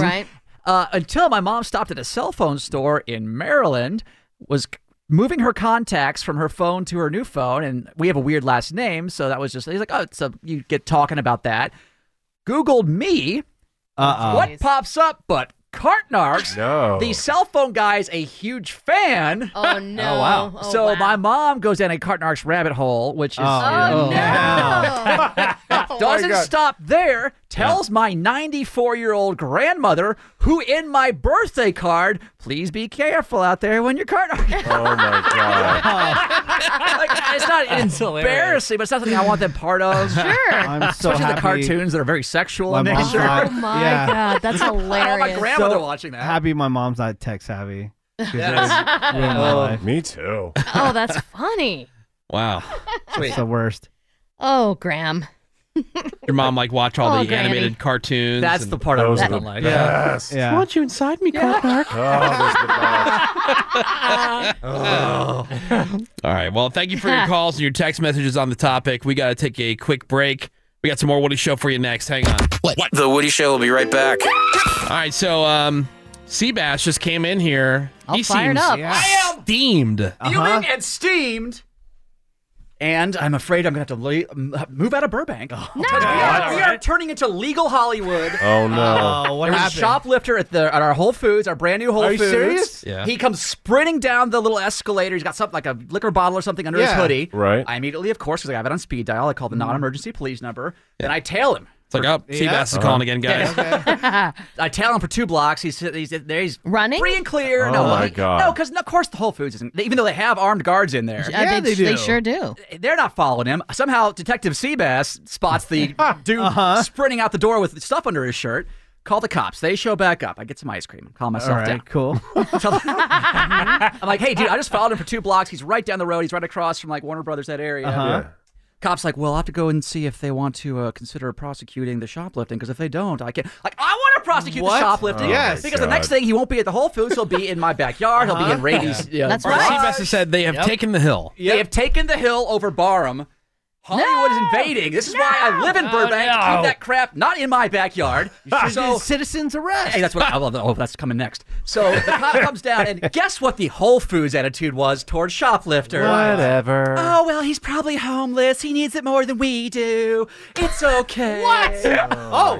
Speaker 17: Right.
Speaker 7: Uh, until my mom stopped at a cell phone store in Maryland, was c- moving her contacts from her phone to her new phone, and we have a weird last name, so that was just he's like, oh, so you get talking about that. Googled me.
Speaker 6: Uh-oh.
Speaker 7: What pops up but Cartnarks?
Speaker 5: No.
Speaker 7: The cell phone guy's a huge fan.
Speaker 4: Oh no.
Speaker 7: Oh wow. so my mom goes down a Cartnarks rabbit hole, which is
Speaker 4: Oh,
Speaker 7: doesn't
Speaker 4: God.
Speaker 7: stop there. Tells my 94 year old grandmother, who in my birthday card, please be careful out there when you're Cartnarks.
Speaker 5: Oh my god.
Speaker 7: like, it's not
Speaker 9: That's hilarious.
Speaker 7: embarrassing, but it's not something I want them part of.
Speaker 4: Sure.
Speaker 6: I'm so
Speaker 7: Especially the
Speaker 6: happy.
Speaker 7: cartoons that are very sexual in
Speaker 6: My mom
Speaker 7: nature.
Speaker 6: thought- Oh my Yeah. God,
Speaker 4: that's
Speaker 7: Oh, my
Speaker 4: hilarious.
Speaker 7: grandmother
Speaker 6: So
Speaker 7: watching that.
Speaker 6: Happy my mom's not tech savvy. 'Cause
Speaker 7: Yes.
Speaker 6: that would ruin my
Speaker 7: Oh.
Speaker 6: life.
Speaker 5: Me too.
Speaker 4: Oh, that's funny.
Speaker 2: Wow.
Speaker 6: It's the worst.
Speaker 4: Oh, Graham.
Speaker 2: Your mom like watch all
Speaker 4: Oh,
Speaker 2: the
Speaker 4: Granny.
Speaker 2: animated cartoons.
Speaker 7: That's the part I Those wasn't are the like. best.
Speaker 2: Yeah.
Speaker 4: want you inside me, Clark
Speaker 6: Oh,
Speaker 2: All right. Well, thank you for your calls and your text messages on the topic. We got to take a quick break. We got some more Woody Show for you next. Hang on. What?
Speaker 13: The Woody Show will be right back.
Speaker 2: All right. So, um, Seabass just came in here.
Speaker 7: All
Speaker 2: he
Speaker 7: fired
Speaker 2: seems
Speaker 7: up. Yeah. I am-
Speaker 2: steamed.
Speaker 7: Fuming and steamed. And Uh-huh. I'm afraid I'm going to have to le- m- move out of Burbank. Because we, are, we are turning into legal Hollywood.
Speaker 5: Oh, no. Oh, what
Speaker 7: there was
Speaker 5: happened?
Speaker 7: a shoplifter at, the, at our Whole Foods, our brand new Whole
Speaker 5: Are you
Speaker 7: Foods.
Speaker 5: serious? Yeah.
Speaker 7: He comes sprinting down the little escalator. He's got something like a liquor bottle or something under his
Speaker 5: Yeah.
Speaker 7: hoodie.
Speaker 5: Right.
Speaker 7: I immediately, of course, because I have it on speed dial, I call the non-emergency police number. Then I tail him.
Speaker 2: It's like, oh, Seabass is calling again, guys.
Speaker 7: I tail him for two blocks. He's he's there. He's running free and clear.
Speaker 2: Oh
Speaker 7: no,
Speaker 2: my
Speaker 7: he-
Speaker 2: God.
Speaker 7: No, because of course the Whole Foods isn't. Even though they have armed guards in there,
Speaker 4: Yeah, Yeah, Uh, they- they do. they sure do.
Speaker 7: They're not following him. Somehow Detective Seabass spots the
Speaker 6: Uh-huh.
Speaker 7: dude sprinting out the door with stuff under his shirt. Call the cops. They show back up. I get some ice cream. Calm myself
Speaker 6: All right,
Speaker 7: down.
Speaker 6: cool.
Speaker 7: I'm like, hey, dude, I just followed him for two blocks. He's right down the road. He's right across from like Warner Brothers that area.
Speaker 6: Uh-huh. Yeah.
Speaker 7: Cops like, well, I'll have to go and see if they want to uh, consider prosecuting the shoplifting because if they don't, I can like I want to prosecute
Speaker 6: What?
Speaker 7: the shoplifting.
Speaker 6: Oh, Yes.
Speaker 7: because the
Speaker 6: God.
Speaker 7: next thing he won't be at the Whole Foods, he'll be in my backyard. He'll be
Speaker 6: Uh-huh.
Speaker 7: in Rady's.
Speaker 2: Yeah.
Speaker 7: uh,
Speaker 2: That's
Speaker 7: garage.
Speaker 2: right. Seabass has said they have
Speaker 7: Yep.
Speaker 2: taken the hill.
Speaker 7: They have taken the hill over Barham. Hollywood is invading. This is why I live in
Speaker 6: No,
Speaker 7: Burbank.
Speaker 6: no.
Speaker 7: Keep that crap not in my backyard. so,
Speaker 6: citizens arrest.
Speaker 7: Hey, that's what I love. Oh, that's coming next. So the cop comes down, and guess what the Whole Foods attitude was toward shoplifter?
Speaker 5: Whatever.
Speaker 7: Oh, well, he's probably homeless. He needs it more than we do. It's okay.
Speaker 6: What? Oh,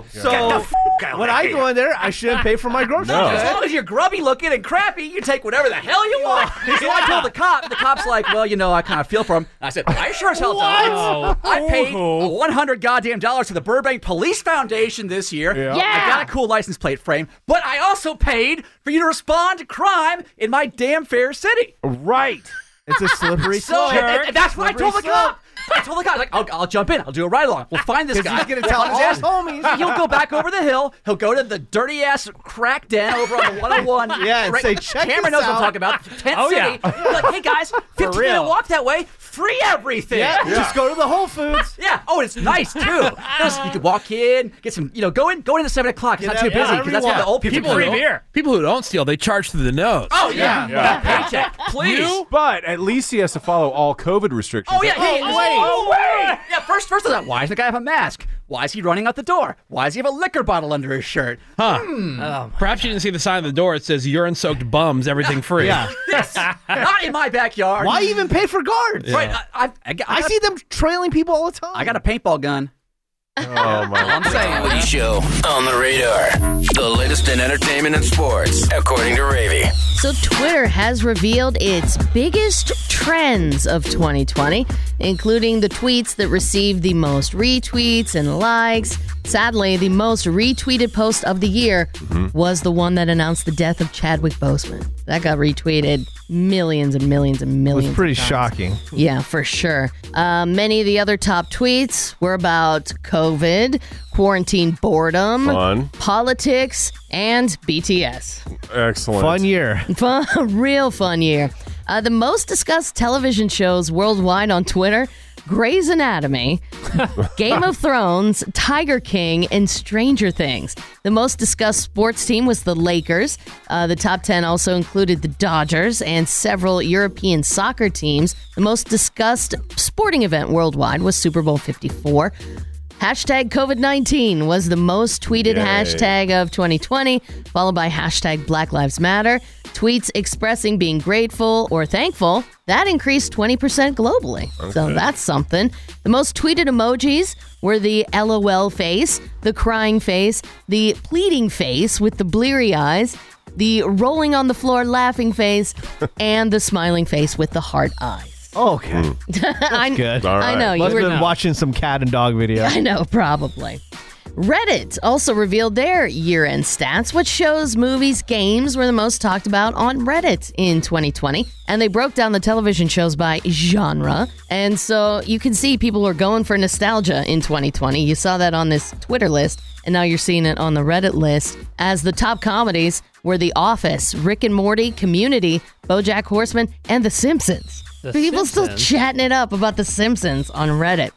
Speaker 7: Get the
Speaker 6: so
Speaker 7: f- out
Speaker 6: when
Speaker 7: of
Speaker 6: I
Speaker 7: here.
Speaker 6: go in there, I shouldn't pay for my groceries.
Speaker 7: As long as you're grubby looking and crappy, you take whatever the hell you want. So I told the cop, and the cop's like, well, you know, I kind of feel for him. And I said, I sure as hell
Speaker 14: What?
Speaker 7: don't. I paid 100 goddamn dollars to the Burbank Police Foundation this year.
Speaker 14: Yeah.
Speaker 7: I got a cool license plate frame, but I also paid for you to respond to crime in my damn fair city.
Speaker 5: Right.
Speaker 6: It's a slippery
Speaker 7: So
Speaker 6: slope.
Speaker 7: and- and that's what I
Speaker 6: Slippery
Speaker 7: told the
Speaker 6: slope.
Speaker 7: cop. I told the cop, like, I'll, I'll jump in. I'll do a ride along. We'll find this
Speaker 6: 'Cause
Speaker 7: guy.
Speaker 6: he's gonna tell
Speaker 7: We'll
Speaker 6: all his
Speaker 7: find this-
Speaker 6: homies.
Speaker 7: He'll go back over the hill. He'll go to the dirty ass crack den over on the 101.
Speaker 6: Yeah, and say, "Check this
Speaker 7: Cameron knows what
Speaker 6: out."
Speaker 7: I'm talking about. Tent
Speaker 6: Oh,
Speaker 7: City.
Speaker 6: yeah.
Speaker 7: Be Like, hey guys, 15 minute
Speaker 6: real.
Speaker 7: walk that way. Free everything.
Speaker 6: Yeah, just go to the Whole Foods.
Speaker 7: Yeah. Oh, it's nice too. Listen, you can walk in, get some, you know, go in, go in at seven o'clock. It's
Speaker 6: Get
Speaker 7: not too
Speaker 6: out- yeah,
Speaker 7: busy because that's what the old people,
Speaker 2: who
Speaker 7: do.
Speaker 2: don't- People who don't steal, they charge through the nose.
Speaker 7: Oh yeah,
Speaker 5: Yeah. Yeah.
Speaker 7: That paycheck, please.
Speaker 5: But at least he has to follow all COVID restrictions.
Speaker 7: Oh yeah.
Speaker 5: Like,
Speaker 7: hey, Oh wait. Yeah. First, first of that, why does the guy have a mask? Why is he running out the door? Why does he have a liquor bottle under his shirt?
Speaker 2: Huh.
Speaker 7: Hmm.
Speaker 2: Oh Perhaps you didn't see the sign on the door. It says urine soaked bums, everything free.
Speaker 7: Yeah. This, not in my backyard.
Speaker 6: Why even pay for guards?
Speaker 7: Right. I, I, I,
Speaker 6: I
Speaker 7: got-
Speaker 6: see them trailing people all the time.
Speaker 7: I got a paintball gun.
Speaker 5: Oh my!
Speaker 13: I'm saying Woody Show on the radar. The latest in entertainment and sports, according to Ravy.
Speaker 4: So, Twitter has revealed its biggest trends of 2020, including the tweets that received the most retweets and likes. Sadly, the most retweeted post of the year
Speaker 1: Mhm.
Speaker 4: was the one that announced the death of Chadwick Boseman. That got retweeted millions and millions and
Speaker 6: It
Speaker 4: millions.
Speaker 6: was pretty
Speaker 4: of times.
Speaker 6: shocking.
Speaker 4: Yeah, for sure. Uh, many of the other top tweets were about COVID, quarantine boredom,
Speaker 5: Fun.
Speaker 4: politics, and BTS.
Speaker 5: Excellent.
Speaker 6: Fun year.
Speaker 4: Fun, real fun year. Uh, the most discussed television shows worldwide on Twitter Grey's Anatomy, Game of Thrones, Tiger King, and Stranger Things. The most discussed sports team was the Lakers. Uh, the top 10 also included the Dodgers and several European soccer teams. The most discussed sporting event worldwide was Super Bowl 54. Hashtag COVID 19 was the most tweeted
Speaker 1: Yay.
Speaker 4: hashtag hashtag of 2020, followed by hashtag Black Lives Matter. Tweets expressing being grateful or thankful, that increased 20% globally. So
Speaker 1: Okay.
Speaker 4: that's something. The most tweeted emojis were the LOL face, the crying face, the pleading face with the bleary eyes, the rolling on the floor laughing face, and the smiling face with the heart eyes.
Speaker 6: Okay.
Speaker 5: Hmm.
Speaker 4: I,
Speaker 6: Good.
Speaker 4: I know.
Speaker 6: Must
Speaker 4: you
Speaker 6: have
Speaker 4: were
Speaker 6: been watching some cat and dog video.
Speaker 4: I know, probably. Reddit also revealed their year end stats, which shows movies, games were the most talked about on Reddit in 2020. And they broke down the television shows by genre. And so you can see people are going for nostalgia in 2020. You saw that on this Twitter list, and now you're seeing it on the Reddit list as the top comedies were The Office, Rick and Morty, Community, Bojack Horseman, and The Simpsons.
Speaker 1: The
Speaker 4: People still
Speaker 1: Simpsons?
Speaker 4: chatting it up about The Simpsons on Reddit.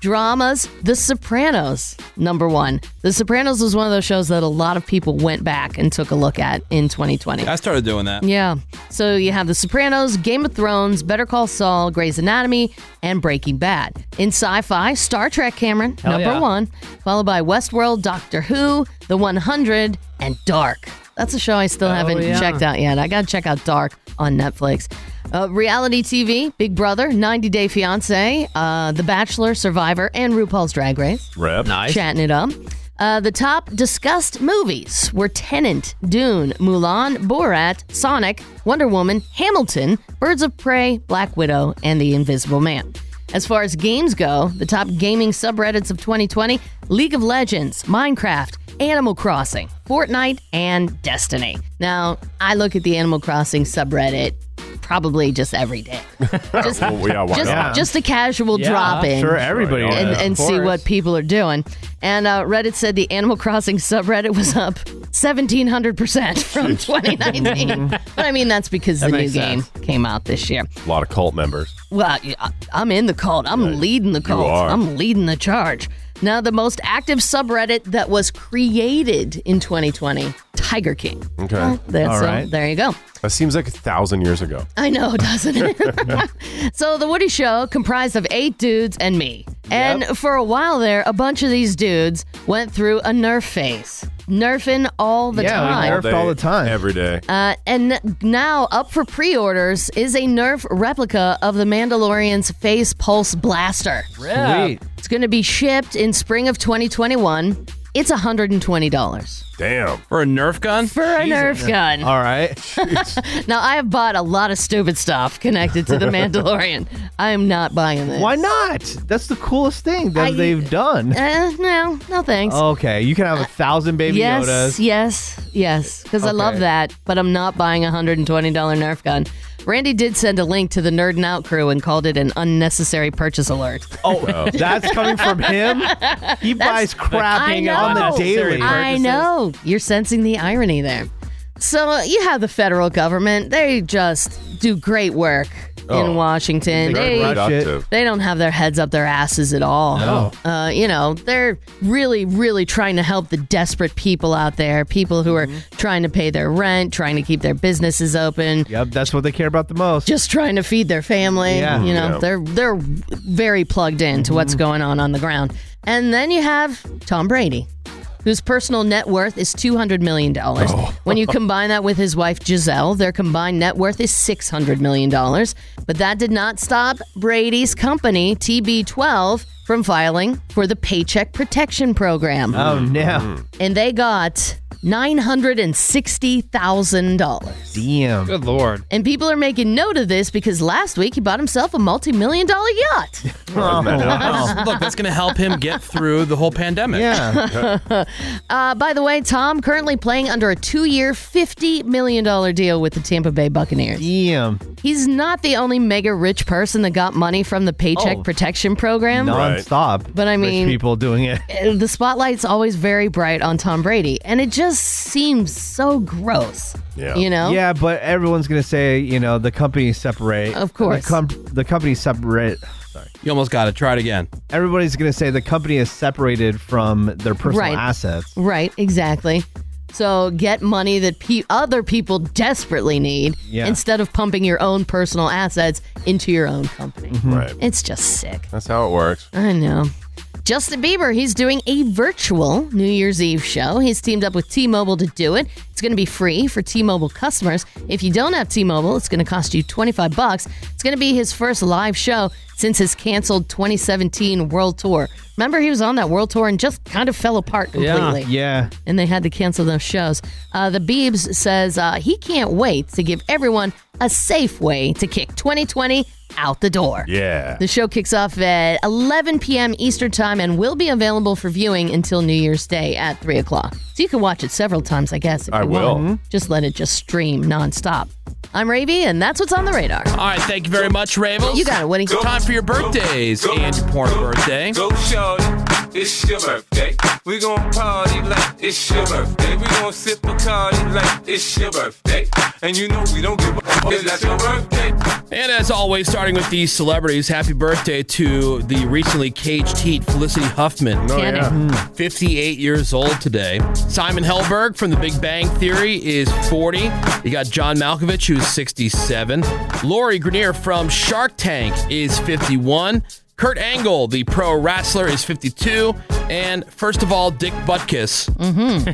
Speaker 4: Dramas, The Sopranos, number one. The Sopranos was one of those shows that a lot of people went back and took a look at in 2020.
Speaker 15: I started doing that.
Speaker 4: Yeah. So you have The Sopranos, Game of Thrones, Better Call Saul, Grey's Anatomy, and Breaking Bad. In sci fi, Star Trek, Cameron,
Speaker 1: Hell
Speaker 4: number
Speaker 1: yeah.
Speaker 4: one, followed by Westworld, Doctor Who, The 100, and Dark. That's a show I still haven't
Speaker 1: yeah.
Speaker 4: checked out yet. I got to check out Dark on Netflix. Uh, reality TV, Big Brother, 90 Day Fiancé, uh, The Bachelor, Survivor, and RuPaul's Drag Race
Speaker 5: Rep.
Speaker 4: chatting it up. Uh, the top discussed movies were Tenant, Dune, Mulan, Borat, Sonic, Wonder Woman, Hamilton, Birds of Prey, Black Widow, and The Invisible Man. As far as games go, the top gaming subreddits of 2020 League of Legends, Minecraft, Animal Crossing, Fortnite, and Destiny. Now, I look at the Animal Crossing subreddit probably just every day. Just,
Speaker 5: Well, yeah, why
Speaker 4: just,
Speaker 5: not?
Speaker 4: just a casual
Speaker 5: Yeah,
Speaker 4: drop in.
Speaker 5: sure, everybody
Speaker 4: And,
Speaker 5: does.
Speaker 4: and
Speaker 5: Of
Speaker 4: see
Speaker 5: course.
Speaker 4: what people are doing. And uh, Reddit said the Animal Crossing subreddit was up 1,700% from 2019. but I mean, that's because the new game. came out this year.
Speaker 5: A lot of cult members.
Speaker 4: Well, I- I'm in the cult. I'm leading the cult.
Speaker 5: are.
Speaker 4: I'm leading the charge. Now, the most active subreddit that was created in 2020, Tiger King.
Speaker 5: Okay.
Speaker 4: That's, so there you go.
Speaker 5: That seems like a thousand years ago.
Speaker 4: I know, doesn't it? so the Woody Show comprised of eight dudes and me. And for a while there, a bunch of these dudes went through a Nerf phase, nerfing all the time.
Speaker 5: All day, Every day.
Speaker 4: Uh, and n- now up for pre-orders is a Nerf replica of the Mandalorian's Face Pulse Blaster.
Speaker 5: Rip. Sweet.
Speaker 4: It's going to be shipped in spring of 2021. It's $120.
Speaker 5: Damn.
Speaker 2: For a Nerf gun?
Speaker 4: For a Nerf gun.
Speaker 6: All right.
Speaker 4: now, I have bought a lot of stupid stuff connected to The Mandalorian. I am not buying this.
Speaker 6: Why not? That's the coolest thing that
Speaker 4: I-
Speaker 6: they've done.
Speaker 4: Uh, no, no thanks.
Speaker 6: Okay, you can have a thousand baby
Speaker 4: yes,
Speaker 6: Yodas.
Speaker 4: Yes, yes, because I love
Speaker 6: Okay.
Speaker 4: that, but I'm not buying a $120 Nerf gun. Randy did send a link to the Nerd and Out crew and called it an unnecessary purchase alert.
Speaker 6: Oh, that's coming from him. He buys
Speaker 4: I
Speaker 6: crapping
Speaker 4: know.
Speaker 6: on the daily.
Speaker 4: I know. You're sensing the irony there. So uh, you have the federal government. They just do great work
Speaker 1: Oh,
Speaker 4: in Washington.
Speaker 1: very
Speaker 4: They,
Speaker 1: productive.
Speaker 4: they don't have their heads up their asses at all.
Speaker 1: No.
Speaker 4: Uh, you know, they're really, really trying to help the desperate people out there, people who are
Speaker 6: Mm-hmm.
Speaker 4: trying to pay their rent, trying to keep their businesses open.
Speaker 6: Yep, that's what they care about the most.
Speaker 4: Just trying to feed their family.
Speaker 6: Yeah.
Speaker 4: You know,
Speaker 6: Yeah.
Speaker 4: they're they're very plugged in
Speaker 6: Mm-hmm.
Speaker 4: to what's going on on the ground. And then you have Tom Brady, whose personal net worth is two hundred million dollars.
Speaker 6: Oh.
Speaker 4: When you combine that with his wife Giselle, their combined net worth is six hundred million dollars. But that did not stop Brady's company TB12 from filing for the Paycheck Protection Program.
Speaker 6: Oh, no.
Speaker 4: And they got $960,000.
Speaker 6: Damn.
Speaker 9: Good lord.
Speaker 4: And people are making note of this because last week he bought himself a multi million dollar yacht.
Speaker 2: Look, that's going to help him get through the whole pandemic.
Speaker 4: uh, by the way, Tom currently playing under a two year, $50 million deal with the Tampa Bay Buccaneers.
Speaker 6: Damn.
Speaker 4: He's not the only mega rich person that got money from the Paycheck
Speaker 6: Oh.
Speaker 4: Protection Program.
Speaker 6: Non-stop.
Speaker 4: But I
Speaker 6: Rich
Speaker 4: mean-
Speaker 6: people doing it.
Speaker 4: Uh, The spotlight's always very bright on Tom Brady, and it just seems so gross. You know?
Speaker 6: Yeah, but everyone's gonna say you know the companies separate.
Speaker 4: Of course.
Speaker 6: the, com- the companies separate. Sorry,
Speaker 2: you almost got it. Try it again.
Speaker 6: Everybody's gonna say the company is separated from their personal
Speaker 4: Right.
Speaker 6: assets.
Speaker 4: Right, exactly. So get money that pe- other people desperately need
Speaker 6: Yeah.
Speaker 4: instead of pumping your own personal assets into your own company.
Speaker 6: Mm-hmm.
Speaker 5: Right.
Speaker 4: It's just sick.
Speaker 5: That's how it works.
Speaker 4: I know. Justin Bieber, he's doing a virtual New Year's Eve show. He's teamed up with T Mobile to do it. It's going to be free for T Mobile customers. If you don't have T Mobile, it's going to cost you 25 bucks. It's going to be his first live show since his canceled 2017 World Tour. Remember, he was on that World Tour and just kind of fell apart completely
Speaker 6: Yeah.
Speaker 4: and they had to cancel those shows. Uh, the Beebs says uh, he can't wait to give everyone a safe way to kick 2020 out the door.
Speaker 5: Yeah.
Speaker 4: The show kicks off at 11 p.m. Eastern Time and will be available for viewing until New Year's Day at 3 o'clock. So you can watch it several times, I guess. If
Speaker 2: I
Speaker 4: you
Speaker 2: will.
Speaker 4: want. Just let it just stream nonstop. I'm Ravy, and that's what's on the radar.
Speaker 2: All right, thank you very much, Ravels.
Speaker 4: You got it, Woody.
Speaker 2: It's time for your birthdays and your porn birthday.
Speaker 1: Go shorty, it's your birthday. We gon' party like it's your birthday. We gon' sip a card like it's your birthday. And you know we don't give a fuck. It's not your birthday.
Speaker 2: And as always, starting with these celebrities, happy birthday to the recently caged heat Felicity Huffman.
Speaker 4: Oh, yeah. Candy.
Speaker 2: 58 years old today. Simon Helberg from The Big Bang Theory is 40. You got John Malkovich, who's 67. Lori Grenier from Shark Tank is 51. Kurt Angle, the pro wrestler, is 52. And first of all, Dick Butkus,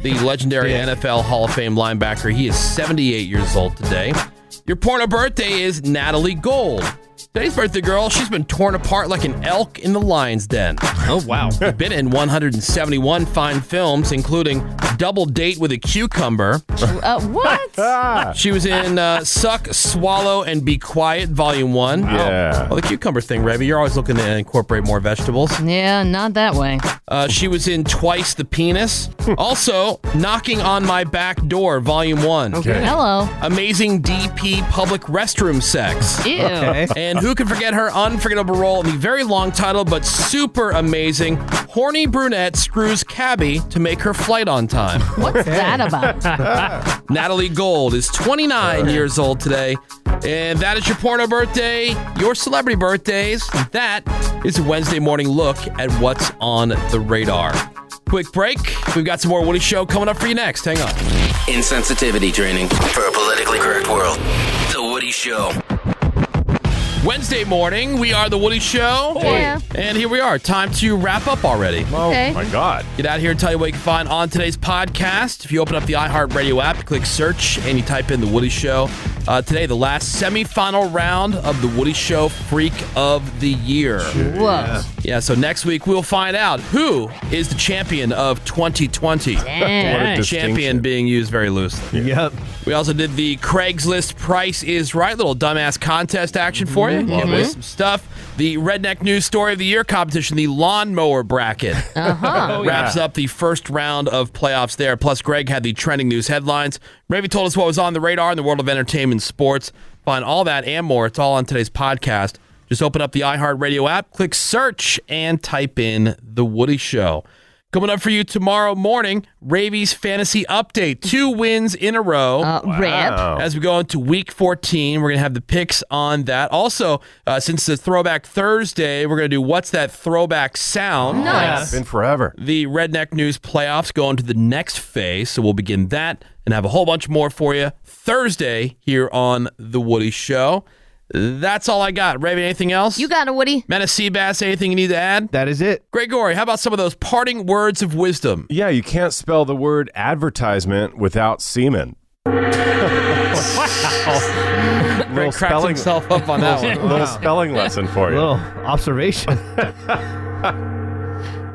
Speaker 2: the legendary NFL Hall of Fame linebacker, he is 78 years old today. Your porno birthday is Natalie Gold. Today's birthday girl, she's been torn apart like an elk in the lion's den. Oh, wow. been in 171 fine films, including Double Date with a Cucumber.
Speaker 4: Uh, what?
Speaker 2: She was in uh, Suck, Swallow, and Be Quiet, Volume 1.
Speaker 5: Yeah.
Speaker 2: Well, the cucumber thing, Remy, you're always looking to incorporate more vegetables.
Speaker 4: yeah, not that way.
Speaker 2: Uh, she was in Twice the Penis.
Speaker 4: Hmm.
Speaker 2: also, Knocking on My Back Door, Volume 1.
Speaker 4: Okay. Hello.
Speaker 2: Amazing DP Public Restroom Sex.
Speaker 4: Ew. Okay.
Speaker 2: And who can forget her unforgettable role in the very long title but super amazing Horny Brunette Screws Cabby to Make Her Flight on Time.
Speaker 4: What's that about?
Speaker 2: Natalie Gold is 29 years old today. And that is your porno birthday, your celebrity birthdays. That is a Wednesday morning look at what's on the radar. Quick break. We've got some more Woody Show coming up for you next. Hang on.
Speaker 13: Insensitivity training for a politically correct world. The Woody Show.
Speaker 2: Wednesday morning, we are the Woody Show.
Speaker 13: Yeah.
Speaker 2: And here we are. Time to wrap up already. Oh
Speaker 4: Okay.
Speaker 5: my God.
Speaker 2: Get out of here and tell you what you can find on today's podcast. If you open up the iHeartRadio app, click search, and you type in the Woody Show. Uh, today, the last semifinal round of the Woody Show Freak of the Year.
Speaker 4: Whoa.
Speaker 2: Yeah, so next week we'll find out who is the champion of 2020.
Speaker 4: Damn. What a
Speaker 2: champion being used very loosely.
Speaker 6: Yep.
Speaker 2: We also did the Craigslist Price is Right little dumbass contest action for you.
Speaker 4: Mhm.
Speaker 2: Came with
Speaker 4: Mhm.
Speaker 2: some stuff. The Redneck News Story of the Year competition, the lawnmower bracket.
Speaker 4: Uh-huh.
Speaker 2: Wraps up the first round of playoffs there. Plus, Greg had the trending news headlines. Ravy told us what was on the radar in the world of entertainment and sports. Find all that and more. It's all on today's podcast. Just open up the iHeartRadio app, click search, and type in The Woody Show. Coming up for you tomorrow morning, Ravy's fantasy update. Two wins in a row.
Speaker 4: rip. Wow.
Speaker 2: As we go into week 14, we're going to have the picks on that. Also, uh, since it's Throwback Thursday, we're going to do What's That Throwback Sound?
Speaker 5: Nice. It's been
Speaker 2: forever. The Redneck News playoffs go into the next phase. So we'll begin that and have a whole bunch more for you Thursday here on The Woody Show. That's all I got. Raven, anything else? You
Speaker 4: got it, Woody.
Speaker 2: Menace Bass, anything you need to add?
Speaker 6: That is it.
Speaker 2: Gregory, how about some of those parting words of wisdom?
Speaker 5: Yeah, you can't spell the word advertisement without semen.
Speaker 2: Greg cracked himself up on that one.
Speaker 5: Little spelling lesson for you.
Speaker 6: Little observation.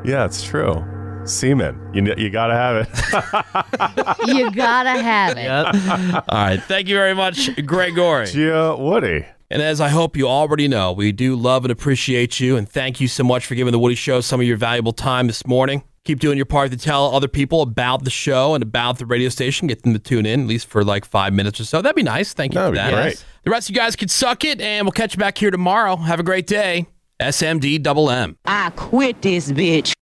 Speaker 5: Yeah, it's true. Semen. You, kn- you got to have it.
Speaker 4: you gotta have it.
Speaker 2: All right. Thank you very much, Gregory.
Speaker 5: Gia Woody.
Speaker 2: And as I hope you already know, we do love and appreciate you. And thank you so much for giving The Woody Show some of your valuable time this morning. Keep doing your part to tell other people about the show and about the radio station. Get them to tune in at least for like five minutes or so. That'd be nice. Thank you
Speaker 5: That'd
Speaker 2: for
Speaker 5: be
Speaker 2: that.
Speaker 5: great.
Speaker 2: The rest of you guys can suck it, and we'll catch you back here tomorrow. Have a great day. SMD double M.
Speaker 15: I quit this bitch.